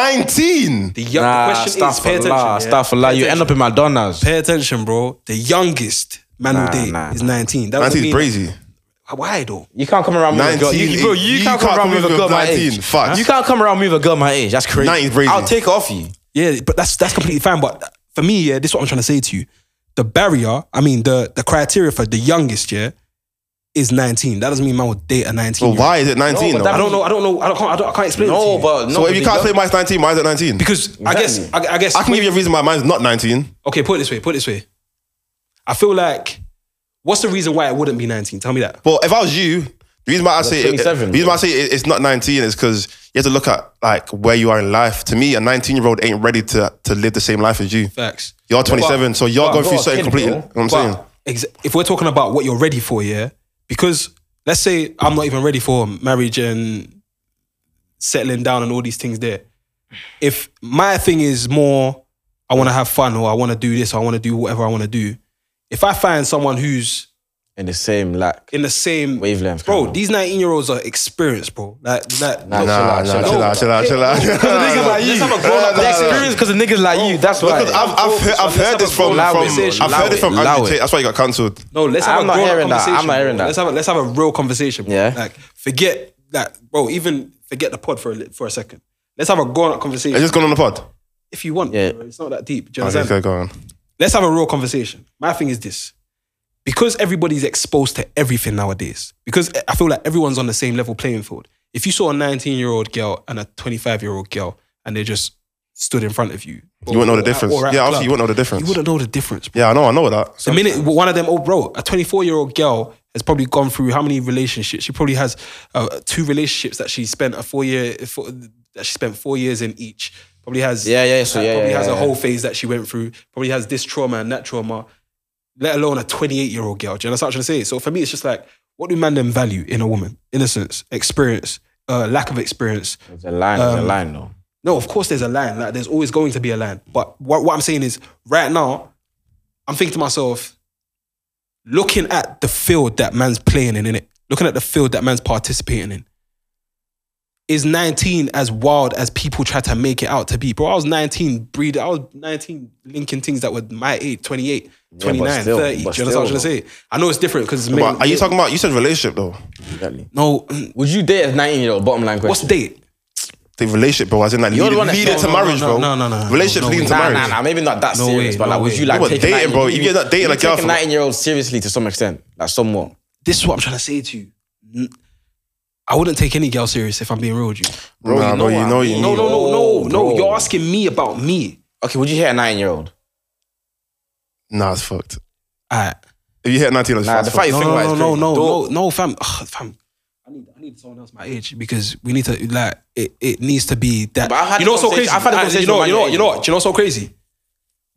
S3: 19.
S5: The, young,
S4: Nah,
S5: the question is, pay
S4: astaghfirullah,
S5: attention. yeah?
S4: astaghfirullah.
S5: Pay
S4: You end
S5: attention.
S4: up in McDonald's.
S5: Pay attention, bro. The youngest man
S4: Nah,
S5: will date
S4: nah,
S5: is
S4: nah.
S5: 19. That would
S3: 19 is
S5: mean-
S3: crazy.
S5: Why though?
S4: You can't come around with a girl.
S3: 19,
S4: You, bro, you, can't, come around with a girl my
S3: 19,
S4: age.
S3: facts.
S4: You can't come around with a girl my age. That's crazy.
S3: 19 is crazy.
S4: I'll take it off you.
S5: Yeah, but that's that's completely fine. But for me, yeah, this is what I'm trying to say to you. The barrier, I mean, the the criteria for the youngest, yeah, is 19. That doesn't mean man would date a 19.
S3: But why is it 19?
S4: No, but
S3: though?
S4: that-
S5: I don't know. I don't know. I don't. I, don't, I can't explain. it to
S4: No,
S5: you.
S4: but no.
S3: so
S4: but
S3: if you
S4: the
S3: can't
S4: young-
S3: say mine's 19, mine's at 19.
S5: because I guess I, I guess
S3: I can give you a reason why mine's not 19.
S5: Okay, put it this way. Put it this way. I feel like what's the reason why it wouldn't be 19? Tell me that.
S3: But if I was you, the reason why I say it,
S4: 27,
S3: the reason why I say it, it's not 19 is because you have to look at like where you are in life. To me, a 19 year old ain't ready to to live the same life as you.
S5: Facts.
S3: You're 27, so you're going
S4: you're
S3: through
S4: a
S3: certain
S4: kid,
S3: completely. You
S4: bro.
S3: know what I'm
S5: But
S3: saying?
S5: ex- if we're talking about what you're ready for, yeah, because let's say I'm not even ready for marriage and settling down and all these things there. If my thing is more, I want to have fun or I want to do this or I want to do whatever I want to do. If I find someone who's
S4: in the same like
S5: in the same
S4: Wavelength,
S5: bro,
S4: kinda.
S5: these 19 year olds are experienced, bro. Like, like
S4: Nah, chill
S5: look,
S3: Nah,
S4: out,
S3: nah,
S4: chill
S3: chill
S4: out.
S3: out, chill out, chill out.
S4: niggas like you.
S5: Let's have a grown-up
S3: Nah, nah, nah, nah.
S4: experience because of niggas like you. That's why.
S3: Because I've, I've, heard, I've heard this from, from
S4: Allow it,
S3: I've
S4: allow
S3: heard it
S4: it,
S3: from
S4: allow
S3: Andrew
S4: it.
S3: Tate. That's why you got cancelled.
S5: No, let's have
S4: I'm
S5: a
S4: not
S5: grown
S4: hearing that.
S5: conversation.
S4: I'm not hearing that.
S5: bro. Let's have a, let's have a real conversation. Bro.
S4: Yeah.
S5: Like forget that, bro. Even forget the pod for a, li- for a second. Let's have a grown up conversation
S3: It's just gone on the pod.
S5: if you want.
S4: Yeah.
S5: bro. It's not that deep. Do you
S3: Okay, okay,
S5: understand?
S3: go on.
S5: Let's have a real conversation. My thing is this. Because everybody's exposed to everything nowadays, because I feel like everyone's on the same level playing field. If you saw a 19 year old girl and a 25 year old girl and they just stood in front of you,
S3: You wouldn't know the difference.
S5: or at
S3: Yeah,
S5: club,
S3: obviously you wouldn't know the difference.
S5: You wouldn't know the difference,
S3: Yeah, I know, I know that.
S5: the minute one of them, oh bro, a 24 year old girl has probably gone through how many relationships? She probably has uh, two relationships that she spent a four year four, that she spent four years in each. Probably has
S4: Yeah, yeah, so
S5: uh,
S4: yeah,
S5: probably
S4: yeah,
S5: has
S4: yeah,
S5: a
S4: yeah.
S5: whole phase that she went through. Probably has this trauma and that trauma. Let alone a 28 year old girl. Do you understand what I'm trying to say? So for me, it's just like, what do man then value in a woman? Innocence, experience, uh, lack of experience,
S4: There's a line. There's a line though.
S5: no, of course there's a line. Like there's always going to be a line. But what, what I'm saying is, right now, I'm thinking to myself, looking at the field that man's playing in, innit? Looking at the field that man's participating in. Is 19 as wild as people try to make it out to be? Bro, I was 19 breed, I was 19 linking things that were my age, 28, 29,
S4: still-
S5: 30. Do you
S4: but
S5: understand what I'm trying to
S4: still,
S5: say? I know it's different because it's
S3: But are you talking about? You said relationship though.
S4: Exactly.
S5: No,
S4: Would you date a 19 year old? Bottom line question.
S5: what's date?
S3: The relationship, bro. As in like
S4: You're the
S3: leading,
S4: one that-
S3: leading
S4: no,
S3: to
S4: no,
S3: marriage,
S5: no,
S3: bro.
S5: no, no, no, no,
S3: Relationship
S5: no,
S3: leading
S5: no,
S3: to
S4: Nah,
S3: marriage.
S4: nah, nah. Maybe not that
S5: No
S4: serious,
S5: way,
S4: but like,
S5: no
S4: would
S5: way.
S4: you like
S3: You were
S4: take
S3: dating, bro.
S4: You
S3: If you're not dating a girl
S4: take
S3: for-
S4: a 19 year old seriously to some extent, like somewhat.
S5: This is what I'm trying to say to you. N- I wouldn't take any girl serious if I'm being real with you.
S3: Bro,
S4: you
S3: nah, bro,
S4: know
S3: you
S4: what I
S3: know
S4: mean.
S3: you
S5: No,
S3: need.
S5: no, no, no,
S4: Oh,
S5: no.
S4: bro.
S5: You're asking me about me.
S4: Okay, would you hit a 19 year old?
S3: Nah, it's fucked.
S5: All right.
S3: If you hit 19, it's
S4: Nah,
S3: fucked.
S4: the fight
S5: No,
S4: is
S5: no,
S4: Think about it,
S5: no,
S4: it's
S5: no,
S4: crazy.
S5: no, no,
S4: Don't-
S5: no, fam. Ugh, fam. I need, I need someone else my age because we need to like it. It needs to be that.
S4: But I've had
S5: you know what's so
S4: conversations-
S5: crazy?
S4: I've had a
S5: I- you
S4: conversation
S5: know,
S4: with
S5: you
S4: my
S5: know,
S4: age.
S5: you know, what? Do you know what's so crazy?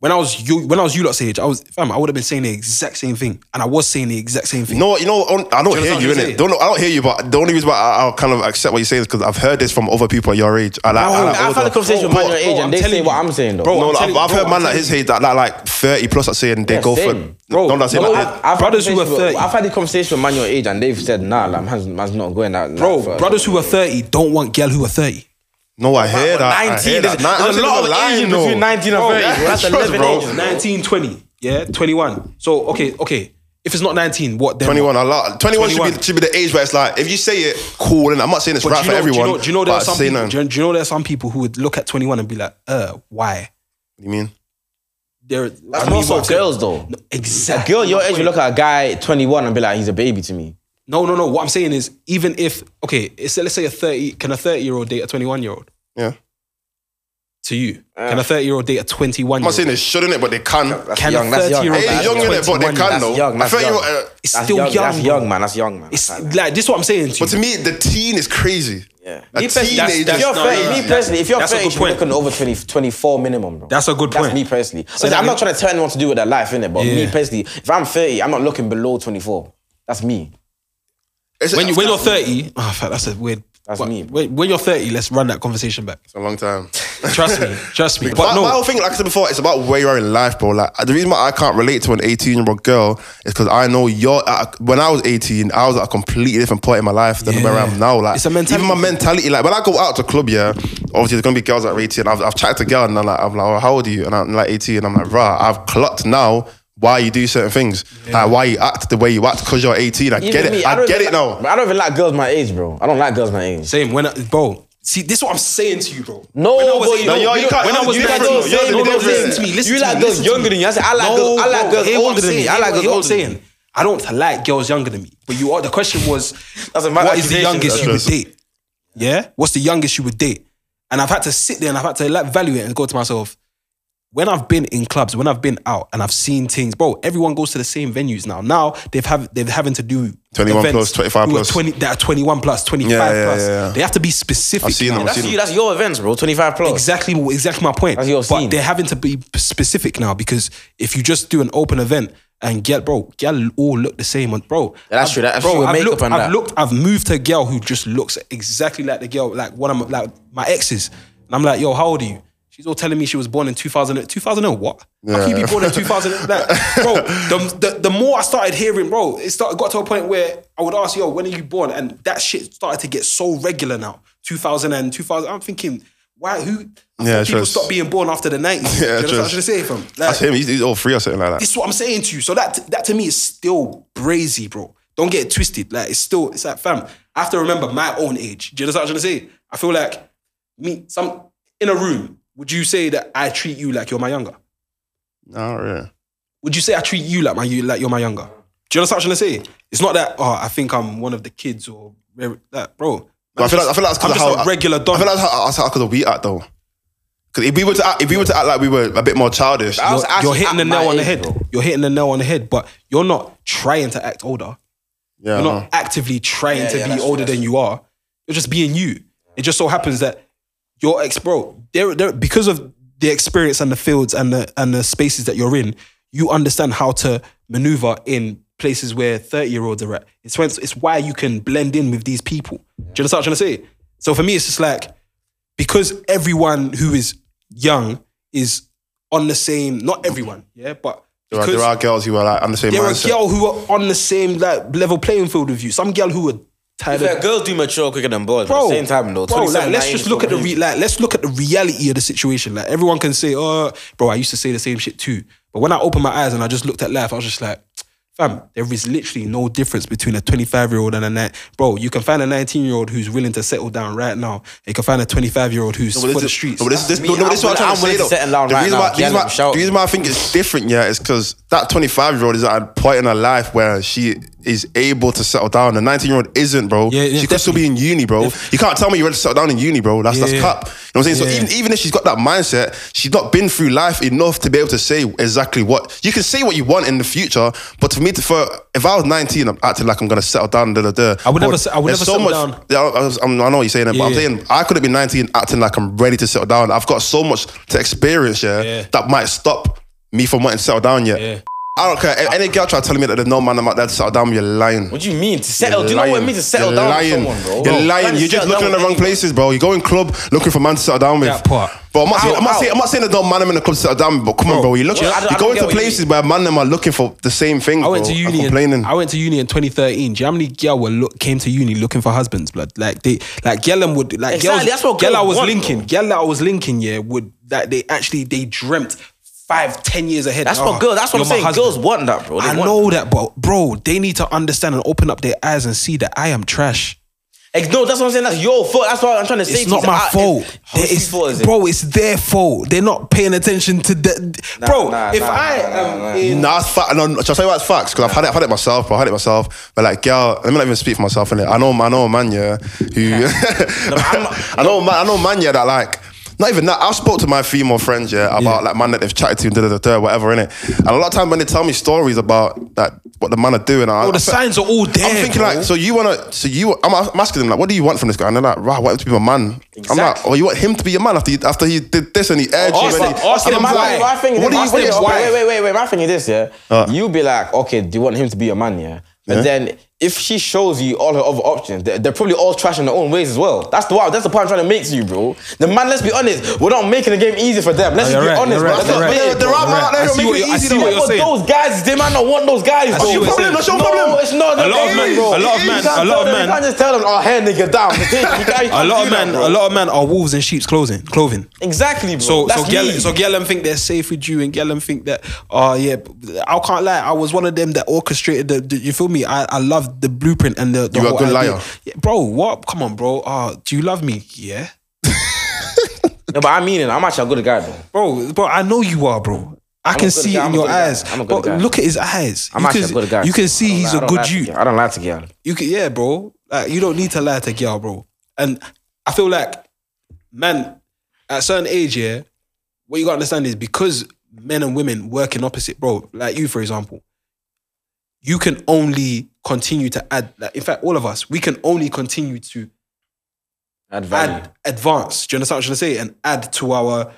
S5: When I was you, when I was you lot's age, I was fam. I would have been saying the exact same thing, and I was saying the exact same thing.
S3: You know what? You know what, I don't
S5: Do you
S3: hear
S5: understand
S3: you
S5: what
S3: in
S5: I'm
S3: it. Don't know, I don't hear you, but the only reason why I, I'll kind of accept what you're saying is because I've heard this from other people your age. I like, I like
S4: I've had
S3: older.
S4: a conversation with
S3: Bro,
S4: man your age
S5: bro, I'm
S4: and they
S5: telling
S4: say what
S5: you.
S4: I'm saying though.
S5: Bro,
S3: No,
S5: I'm
S3: like,
S5: telling-
S3: I've
S5: bro,
S3: heard
S5: I'm
S3: man like
S5: telling
S3: his age that like, like 30 plus are saying they
S4: Yeah,
S3: go
S4: same.
S3: for. Bro, don't say
S4: Bro,
S3: like,
S4: I've, I've
S5: Brothers who
S4: had a
S5: were
S4: conversation with-
S5: 30.
S4: I've had a conversation with man your age and they've said, nah, like, man's, man's not going out. like,
S5: Bro,
S4: for-
S5: brothers who are 30 don't want girl who are 30.
S3: no, I hear that. I
S4: 19,
S3: hear that.
S4: there's- there's a
S3: Nah,
S4: lot
S3: I'm
S4: of
S3: lying,
S4: ages
S3: though.
S4: between 19 and 30. bro.
S3: that's
S4: That's
S3: trust,
S4: 11
S3: bro.
S4: ages.
S5: 19, 20. Yeah, 21. So, okay, okay. If it's not 19, what then?
S3: 21, a lot. 21, Should, be,
S5: 21.
S3: should be the age where it's like, if you say it, cool. And I'm not saying it's
S5: But
S3: right
S5: do you know,
S3: for everyone.
S5: Do you know, do you know there
S3: but
S5: are some
S3: say
S5: people,
S3: no.
S5: do, you, do you know there are some people who would look at 21 and be like, uh, why?
S3: You mean?
S5: They're,
S4: That's more so girls though. A
S5: Exactly.
S4: girl your age will look at a guy 21 and be like, he's a baby to me.
S5: No, no, no. What I'm saying is, even if, okay, it's, let's say a 30, can a 30 year old date a 21 year old?
S3: Yeah.
S5: To you. can a 30 year old date a 21
S3: I'm
S5: year
S3: not
S5: old?
S3: saying they shouldn't it, but they can.
S5: Can
S4: young,
S5: a
S4: that's
S5: 30
S4: young.
S5: year old
S4: Hey,
S3: It's
S5: date
S3: young
S5: a
S3: in it, but they
S5: 21 year
S3: can
S5: old?
S3: though.
S4: young,
S3: I
S4: that's
S3: feel you.
S4: young.
S3: uh,
S5: It's
S4: That's
S5: still young.
S4: That's
S5: bro.
S4: young, man. That's young, man.
S5: It's
S4: That's-
S5: like, this is what I'm saying to
S3: But to
S5: you.
S3: me, the teen is crazy.
S4: Yeah.
S3: A
S4: Me personally,
S3: teenager.
S5: that's-
S4: If you're
S5: no,
S4: 30,
S5: no,
S4: me
S5: no.
S4: personally, if you're
S5: That's a
S4: 30,
S5: good
S4: you should be
S5: point.
S4: looking over 20, 24 minimum, bro.
S5: That's a good
S4: That's
S5: point.
S4: me personally.
S5: So
S4: Listen,
S5: that
S4: I'm not
S5: mean-
S4: trying to tell anyone to do with their life, innit? But me
S5: Yeah.
S4: personally, if I'm 30, I'm not looking below 24. That's me.
S3: It's-
S5: when you when you're 30, oh, fuck, that's a weird.
S4: That's
S5: but
S4: me, bro.
S5: When, when you're 30, let's run that conversation back.
S3: It's a long time.
S5: Trust me, trust me.
S3: my,
S5: But
S3: my whole
S5: no,
S3: thing, like I said before, it's about where you are in life, bro. Like the reason why I can't relate to an 18 year old girl is because I know you're. At a, when I was 18, I was at a completely different point in my life than where I am now. Like
S5: It's a mentality.
S3: Even my mentality, like when I go out to club, yeah, obviously there's gonna be girls that are 18. I've, I've chatted to a girl and I'm like, I'm like, oh, how old are you? And I'm like 18. And I'm like, rah, I've clocked now. Why you do certain things, like why you act the way you act, cause you're 18. I get it.
S4: Even me,
S3: I,
S4: don't
S3: get
S4: even
S3: it
S4: like-
S3: now.
S4: I don't even like girls my age, bro. I don't like girls my age.
S5: same when I, bro. See, this is what I'm saying to you, bro.
S4: No,
S5: when I
S4: boy,
S5: was,
S4: you
S3: No, you're-
S4: don't- you
S3: you
S4: don't-
S3: can't-
S4: when I
S3: you're
S4: was
S3: different,
S4: younger,
S3: though. You're
S4: you don't
S3: different.
S4: listen
S5: Listen to me, listen
S4: You
S5: to
S4: like
S5: me,
S4: girls
S5: listen to
S4: younger
S5: me.
S4: than you. I said I like girls. I like girls
S5: hear what I'm
S4: older than me.
S5: saying,
S4: I
S5: hear
S4: like
S5: what-
S4: girls
S5: hear what I'm
S4: older than me.
S5: saying. I don't like girls younger than me. But you are. The question was,
S4: That's a mad
S5: what is
S4: accusation,
S5: the youngest
S4: that's
S5: you would
S3: just-
S5: date? Yeah, what's the youngest you would date? And I've had to sit there and I've had to like evaluate and go to myself. When I've been in clubs, when I've been out and I've seen things, bro. Everyone goes to the same venues now. Now they've have they've having to do
S3: 21
S5: events
S3: plus, 25
S5: who are
S3: plus.
S5: twenty that are twenty one plus, twenty five
S3: yeah,
S5: plus.
S3: yeah, yeah.
S5: They have to be specific.
S3: I've seen
S5: now.
S3: them, I've
S4: That's
S3: seen
S4: you. That's your events, bro. 25 plus.
S5: Exactly, exactly my point.
S4: That's your
S5: but
S4: scene.
S5: they're having to be specific now because if you just do an open event and get bro, girl all look the same, and bro,
S4: Yeah, that's
S5: I've-
S4: true. That's
S5: bro,
S4: true with
S5: I've
S4: makeup
S5: looked,
S4: and
S5: I've
S4: that.
S5: looked, I've moved to a girl who just looks exactly like the girl, like one of my, like my exes, and I'm like, yo, how old are you? She's all telling me she was born in 2000, 2000 and what? How can you be born in 2000? Like, bro, the, the, the more I started hearing, bro, it started, got to a point where I would ask, yo, when are you born? And that shit started to get so regular now. 2000 and 2000. I'm thinking, why, who? I
S3: Yeah,
S5: thought people
S3: trust.
S5: stop being born after the
S3: Yeah,
S5: 90s. Do you know what I'm
S3: trust.
S5: trying to say, fam? Like,
S3: That's him. He's, he's all free or something like that.
S5: this is what I'm saying to you. So that that to me is still brazy, bro. Don't get it twisted. Like it's still, it's like fam. I have to remember my own age. Do you know what I'm trying to say? I feel like me, some in a room, would you say that I treat you like you're my younger?
S3: Nah, really.
S5: Would you say I treat you like my you like you're my younger? Do you know what I'm trying to say? It's not that oh, I think I'm one of the kids or that, bro.
S3: But I feel like I feel like that's
S5: I'm
S3: because
S5: just
S3: how
S5: a regular
S3: I
S5: don.
S3: feel like that's how, that's how could we act though. Because if we were to act, if we were to act like we were a bit more childish,
S4: I was
S5: you're, you're
S4: actually
S5: hitting the
S4: at my
S5: nail on the
S4: age,
S5: head.
S4: bro.
S5: You're hitting the nail on the head, but you're not trying to act older.
S3: yeah,
S5: You're
S3: no.
S5: not actively trying to
S4: yeah,
S5: be
S4: that's true,
S5: older
S4: that's
S5: than you are. You're just being you. It just so happens that your ex bro, they're, they're, because of the experience and the fields and the and the spaces that you're in, you understand how to maneuver in places where 30 year olds are at. It's when, it's why you can blend in with these people. Do you understand what I'm trying to say? So for me, it's just like because everyone who is young is on the same. Not everyone, yeah, but
S3: There, are, there
S5: because-
S3: are girls who are like on the same
S5: there are
S3: mindset.
S5: girls who are on the same like level playing field with you. Some girl who are tired
S4: Yeah,
S5: of
S4: girls do mature quicker than boys. Bro,
S5: bro.
S4: at the same time, though.
S5: bro, like,
S4: 27,
S5: let's
S4: 9
S5: just
S4: is
S5: look at the
S4: crazy.
S5: re- like let's look at the reality of the situation. Like everyone can say, "Oh, bro, I used to say the same shit too." But when I opened my eyes and I just looked at life, I was just like. Fam, there is literally no difference between a 25 year old and a nine. Bro, you can find a 19 year old who's willing to settle down right now. You can find a 25 year old who's
S3: No, but this
S5: for the
S3: is-
S5: streets.
S3: No, but this, this,
S4: Me,
S3: no, no,
S4: I'm
S3: this is what I'm trying
S4: willing-
S3: to
S4: I'm
S3: say
S4: willing to
S3: though.
S4: settle down
S3: the
S4: right
S3: reason
S4: now,
S3: why, the reason
S4: yell
S3: why-
S4: and shout.
S3: the reason why I think it's different, yeah, is because that 25 year old is at a point in her life where she is able to settle down. The 19 year old isn't, bro.
S5: Yeah, yeah,
S3: she could still be in uni, bro. You can't tell me you're ready to settle down in uni, bro. That's
S5: Yeah.
S3: that's cap. You know what I'm saying?
S5: Yeah.
S3: So even, even if she's got that mindset, she's not been through life enough to be able to say exactly what you can say what you want in the future. But for me to, for if I was 19, I'm acting like I'm gonna settle down. Da, da, da.
S5: I would
S3: Bro,
S5: never se- I would
S3: there's
S5: never settle down.
S3: yeah, I, I was- I'm- I know what you're saying, but I'm
S5: Yeah.
S3: saying I could have been 19 acting like I'm ready to settle down. I've got so much to experience, yeah,
S5: Yeah.
S3: that might stop me from wanting to settle down yet.
S5: Yeah.
S3: I don't care. If Any girl try telling me that there's no man about that to settle down, you're lying.
S4: What do you mean to settle? Do you know
S3: lying.
S4: what it means to settle
S3: You're
S4: down
S3: lying.
S4: with someone, bro?
S3: You're
S4: Bro,
S3: lying.
S4: can't
S3: You're just
S4: settle down
S3: looking in the
S4: with
S3: wrong
S4: anyone.
S3: places, bro. You go in club looking for man to settle down with.
S5: That part.
S3: But I'm not, saying, I'm, not
S4: Out,
S3: saying, I'm not saying that don't man them in the club to settle down, with, but come on, bro. You're looking.
S4: I don't- I
S3: You're
S4: don't
S3: going
S4: get
S3: to
S4: what you
S3: places where man them are looking for the same thing.
S5: I went
S3: bro,
S5: to
S3: and
S5: uni.
S3: Complaining.
S5: In, I went to uni in 2013. Do you know how many girl were look, came to uni looking for husbands, blood? Like they, like Gellum would, like
S4: Exactly,
S5: girls,
S4: that's what
S5: girl I
S4: girls
S5: was
S4: want,
S5: linking,
S4: bro.
S5: girl that I was linking, yeah, would that they actually they dreamt five, ten years ahead.
S4: That's
S5: Oh,
S4: what girls. That's what I'm
S5: you're my
S4: saying.
S5: husband.
S4: Girls want that, bro. They
S5: I
S4: want
S5: know that, but bro, they need to understand and open up their eyes and see that I am trash.
S4: Ex- No, that's what I'm saying. That's your fault. That's what I'm trying to say.
S5: It's
S4: to
S5: not
S4: you.
S5: my
S4: I-
S5: fault.
S4: it's-
S5: There
S4: Whose
S5: is-
S4: fault is it?
S5: bro, it's their fault. They're not paying attention to the bro.
S9: nah,
S5: if
S9: nah,
S5: I
S9: nah,
S5: am
S9: nah, nah.
S5: in
S3: Nah, that's fact. No, no, shall I tell you what's facts? Because I've had it, I've had it myself, bro. I had it myself. But like, girl, let me not even speak for myself. Innit? I know, I know a man, yeah, who,
S4: I'm not-
S3: I know, a man, I know a man, yeah, that like, not even that. I've spoke to my female friends, yeah, about like man that they've chatted to, da da da, da whatever, innit? And a lot of times when they tell me stories about that, what the man are doing, I,
S5: bro, Oh, the signs are all there.
S3: I'm thinking
S5: bro.
S3: like, so you wanna, so you, I'm, I'm asking them like, what do you want from this guy? And they're like, right, I want him to be my man. I'm like,
S4: Exactly.
S3: well, you want him to be your man after he, after he did this and he aired you.
S5: ask
S3: and
S5: them-
S3: he,
S5: ask
S3: and
S5: them
S3: I'm
S5: why.
S3: like,
S4: My thing is,
S3: what do
S4: my
S3: you,
S4: thing
S3: what do
S4: is-
S3: you,
S4: wait, wait, wait, wait. My thing is this, yeah. you be like, okay, do you want him to be your man, yeah? But then if she shows you all her other options, they're, they're probably all trash in their own ways as well. That's the wow. That's the point I'm trying to make to you, bro. The man, let's be honest, we're not making the game easy for them. Let's
S5: you're
S4: be
S5: right,
S4: honest,
S5: you're
S4: bro.
S5: right,
S4: That's
S5: you're
S4: not
S5: right.
S4: fair,
S3: They're- they're
S4: bro.
S3: out, man,
S5: Right.
S3: they
S5: I
S3: don't
S5: see
S3: make it
S5: what you- I
S3: easy,
S5: see
S3: though.
S5: what you're
S4: But
S5: saying.
S4: those guys, they might not want those guys.
S5: see
S4: bro.
S5: what you're saying.
S3: That's your
S4: no,
S3: problem.
S4: it's not.
S5: A lot of men- a lot of men- a lot of men-
S4: You can't just tell them, oh, hair nigga down. You can't- you can't
S5: a
S4: do
S5: lot
S4: that,
S5: of men,
S4: bro.
S5: a lot of men are wolves in sheep's clothing. Clothing.
S4: Exactly, bro.
S5: So
S4: That's
S5: so Gellum,
S4: me.
S5: so Gellum think they're safe with you, and Gellum think that oh yeah, I can't lie. I was one of them that orchestrated the. the- you feel me? I, I love the blueprint and the. the
S3: You a
S5: whole
S3: good
S5: idea.
S3: liar.
S5: Yeah, bro. What? Come on, bro. Uh, do you love me? Yeah,
S4: No, but I mean it. I'm actually a good guy, bro.
S5: bro. Bro, I know you are, bro. I
S4: a
S5: can
S4: good
S5: see
S4: guy,
S5: it in
S4: I'm a
S5: your
S4: good guy,
S5: eyes.
S4: I'm a good
S5: But
S4: guy.
S5: look at his eyes.
S4: I'm
S5: you
S4: actually
S5: can,
S4: a good guy.
S5: You can
S4: I
S5: see
S4: don't
S5: he's
S4: lie- I
S5: a
S4: don't lie
S5: good
S4: to
S5: you.
S4: girl. I don't like to girl.
S5: You can, yeah, bro. Like you don't need to lie to girl, bro. And I feel like, man, at a certain age, yeah, what you gotta understand is because men and women work in opposite, bro. Like you, for example, you can only continue to add. Like, in fact, all of us, we can only continue to
S4: Add value.
S5: add, advance. Do you understand what I'm trying to say? And add to our,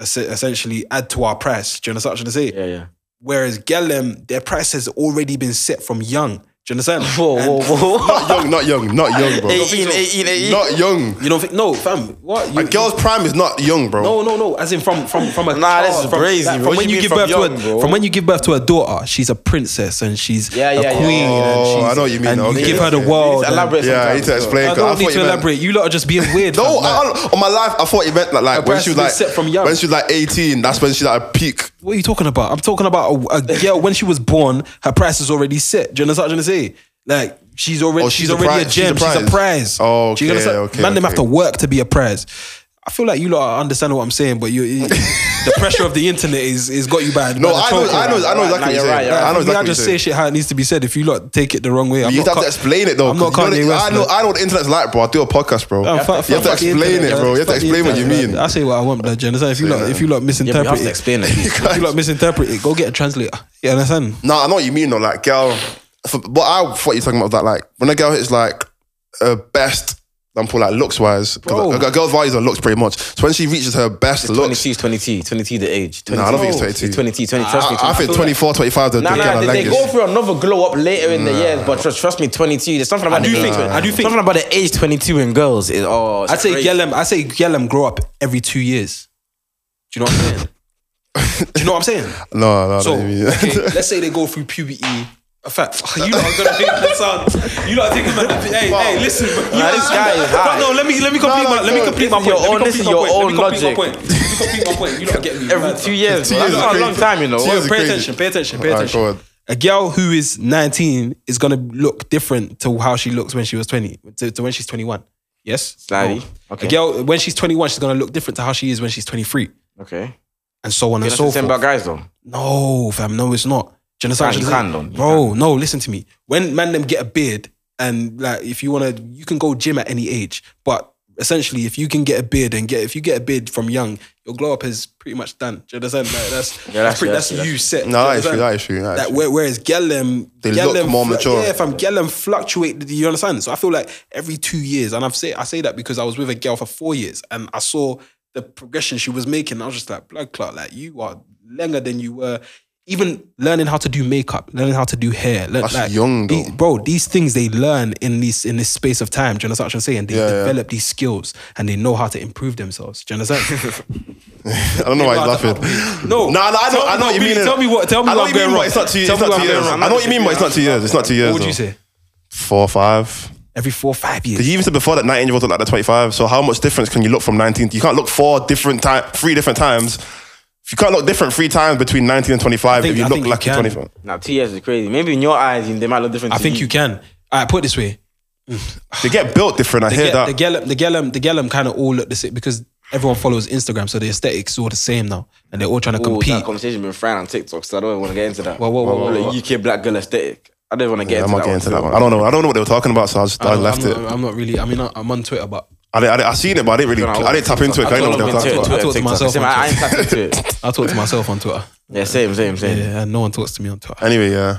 S5: es- essentially, add to our price. Do you understand what I'm trying to say?
S4: Yeah, yeah.
S5: Whereas Gellem, their price has already been set from young. Do you understand?
S4: Whoa,
S5: And-
S4: whoa, whoa.
S3: Not young, not young, not young, bro.
S4: 18, 18, 18.
S3: Not young.
S5: You don't think? No, fam. What? You,
S3: A girl's prime is not young, bro.
S5: No, no, no. As in from from from a
S4: Nah,
S5: child,
S4: this is
S5: from,
S4: crazy,
S5: like,
S4: bro.
S5: from
S4: What
S5: when
S4: do
S5: you
S4: you
S5: give
S4: mean
S5: birth
S4: from
S5: to a,
S4: young, bro?
S5: from when you give birth to a daughter, she's a princess and she's
S4: Yeah, yeah,
S5: a
S4: yeah.
S5: queen and
S3: Oh,
S5: she's
S3: I know what you mean.
S5: and
S3: Okay,
S5: you give her
S3: okay.
S5: the world. and-
S4: Elaborate.
S3: yeah, I
S4: sometimes
S3: need to
S4: as well.
S3: explain.
S5: I
S3: 'cause
S5: don't
S3: thought
S5: need
S3: you
S5: to
S3: meant-
S5: elaborate. You lot are just being weird.
S3: No,
S5: fam,
S3: I,
S5: like,
S3: I- on my life, I thought you meant like, like when
S5: breast
S3: she was
S5: been
S3: like
S5: set from young.
S3: when she was like eighteen. That's when she like peak.
S5: what are you talking about? I'm talking about a, a girl when she was born. Her price is already set. Do you understand what I'm trying to say? Like she's already
S3: Oh,
S5: she's,
S3: she's a
S5: already
S3: prize-
S5: a
S3: she's a
S5: gem. She's a prize.
S3: prize. Oh,
S5: Do you
S3: okay,
S5: understand?
S3: okay,
S5: Man, them
S3: okay.
S5: have to work to be a prize. I feel like you lot understand what I'm saying, but you, you- the pressure of the internet is is got you bad.
S3: No, I know, I know, I know exactly
S4: Right,
S3: what
S4: you're
S3: you're
S4: right,
S3: saying.
S4: you're
S3: I
S4: right.
S3: know
S5: I, mean, I
S3: exactly
S5: just
S3: what
S5: say
S3: you're saying.
S5: shit how it needs to be said. If you lot take it the wrong way, I'm
S3: You
S5: not
S3: have
S5: Ka-
S3: to explain it though.
S5: I'm not
S3: 'cause you
S5: Kanye
S3: know,
S5: West.
S3: I know,
S5: man.
S3: I know the internet's like, bro. I do a podcast, bro.
S5: Oh,
S3: you
S5: fuck-
S3: have to
S5: fuck the
S3: explain
S5: internet,
S3: it, bro. You have to
S5: Fuck the
S3: explain what you
S5: internet,
S3: mean.
S5: man. I say what I want, blood. Do you understand? If you lot, if you lot
S4: Yeah, but you have
S5: misinterpret
S4: to
S5: it,
S4: explain it.
S5: if you lot misinterpret it, go get a translator. You understand?
S4: Mm,
S3: No, I know what you mean though. Like, girl, for, what I thought you were talking about was that like when a girl hits like her best example, like looks wise,
S5: Bro.
S3: a, a girl's values are looks pretty much. So when she reaches her best looks,
S4: 22 is 22. 22 the age. 22.
S3: Nah, I don't think it's 22.
S4: 22, 20, trust me.
S3: I, I think 24, 25, the,
S4: Nah,
S3: the
S4: nah,
S3: girl are
S4: they, they go
S3: language.
S4: through another glow up later in the years, but trust, trust me, 22. There's something about
S5: I do
S4: the
S5: think-
S4: age,
S5: I do think-
S4: something about the age 22 in girls is oh. it's
S5: I say
S4: crazy.
S5: Yellem. I say Yellem grow up every two years. Do you know what I'm saying? Do you know what I'm saying?
S3: No, no,
S5: So
S3: no. you mean-
S5: okay, let's say they go through puberty. In fact, you lot are gonna make the sound. You lot are thinking about the hey, hey, listen, bro. You
S4: Nah,
S5: lot-
S4: this guy is
S5: But
S4: high.
S5: no, let me let me complete
S3: No,
S5: my let me
S3: no,
S5: complete
S4: this
S5: my
S4: is
S5: point.
S4: your
S5: Let me
S4: own-
S5: complete
S4: this is
S5: my
S4: your
S5: point.
S4: own
S5: Let me complete my
S4: logic.
S5: point. Let me complete my point. You don't get me.
S4: Every
S5: man.
S4: two years, bro.
S3: years
S4: That's
S3: is
S4: not a
S3: crazy.
S4: long time, you know.
S3: Two years
S5: Pay
S3: is crazy.
S5: attention, pay attention, pay
S3: Alright,
S5: attention.
S3: go on.
S5: a girl who is 19 is gonna look different to how she looks when she was 20 to, to when she's 21. Yes?
S4: Slightly.
S5: No.
S4: Oh, Okay.
S5: A girl when she's 21, she's gonna look different to how she is when she's 23.
S4: Okay.
S5: And so on
S4: You're
S5: and
S4: not
S5: so
S4: the
S5: forth.
S4: same about guys, though.
S5: No, fam, no, it's not. Do you understand?
S4: Can-
S5: what
S4: you can,
S5: I'm saying?
S4: though. You
S5: bro. No, listen to me. When man them get a beard, and like if you wanna, you can go gym at any age. But essentially, if you can get a beard and get if you get a beard from young, your glow up is pretty much done. Do you understand? Like that's
S4: Yeah,
S5: that's,
S4: that's
S5: pretty,
S4: true,
S5: that's,
S4: that's true,
S5: you set.
S3: No, that
S5: Do
S3: is
S5: you
S3: true.
S5: understand?
S3: That is true. That is
S5: That
S3: true.
S5: where- whereas Gellem,
S3: They look
S5: Gellem
S3: more mature.
S5: Yeah, fam, Gellem fluctuate. You understand? So I feel like every two years, and I've say I say that because I was with a girl for four years, and I saw the progression she was making. I was just like, blood clot, like you are longer than you were. Even learning how to do makeup, learning how to do hair, learn,
S3: That's
S5: like,
S3: young,
S5: the-
S3: though.
S5: bro. These things they learn in these in this space of time. Do you understand what I'm saying? They
S3: Yeah, yeah.
S5: develop these skills and they know how to improve themselves. Do you understand?
S3: I don't know why he's laughing.
S5: No,
S3: no, no, I know,
S5: Tell-
S3: I know
S5: no,
S3: what you
S5: please,
S3: mean.
S5: tell me what- tell me
S3: I know
S5: what
S3: what
S5: I'm
S3: you
S5: going
S3: mean,
S5: wrong.
S3: but it's not two years.
S5: Tell
S3: It's
S5: me what
S3: not
S5: I'm
S3: two
S5: going
S3: years.
S5: wrong.
S3: I know what you mean, but it's not two years. It's not two years.
S5: what would you
S3: though.
S5: say?
S3: Four, five.
S5: Every four five
S3: Because
S5: years.
S3: you even said before that 19 year olds look like they're 25. So how much difference can you look from 19? You can't look four different time, three different times. If you can't look different three times between 19 and 25,
S5: think-
S3: if you
S5: I
S3: look
S5: think you
S3: like you are
S5: can.
S3: 25.
S4: Now two years is crazy. Maybe in your eyes they might look different.
S5: I
S4: to
S5: think you can. I put it this way.
S3: They get built different. I hear
S5: Ge-
S3: that.
S5: The Gellum, the Gellum, the Gellum kind of all look the same because everyone follows Instagram, so the aesthetics is all the same now, and they're all trying to
S4: Ooh,
S5: compete.
S4: that conversation been frying on TikTok, so I don't want to get into that.
S5: Whoa, whoa, whoa, whoa,
S4: Like,
S5: whoa.
S4: UK black girl aesthetic. I don't want to get
S3: I'm
S4: into
S3: not
S4: that.
S3: getting
S4: one
S3: into
S4: too.
S3: that one. I don't know. I don't know what they were talking about, so I just I,
S5: I'm-
S3: left
S5: I'm
S3: it.
S5: Not, I'm not really. I mean, I- I'm on Twitter, but
S3: I, didn't, I, didn't, I seen it, but I didn't really. I didn't tap into it. 'cause I didn't know what they were talking about.
S5: I talk to myself
S4: Same,
S5: on
S4: I, I ain't
S5: Twitter.
S4: tapped into it.
S5: I talk to myself on Twitter.
S4: Yeah, same, same, same.
S5: Yeah, and no one talks to me on Twitter.
S3: Anyway, yeah.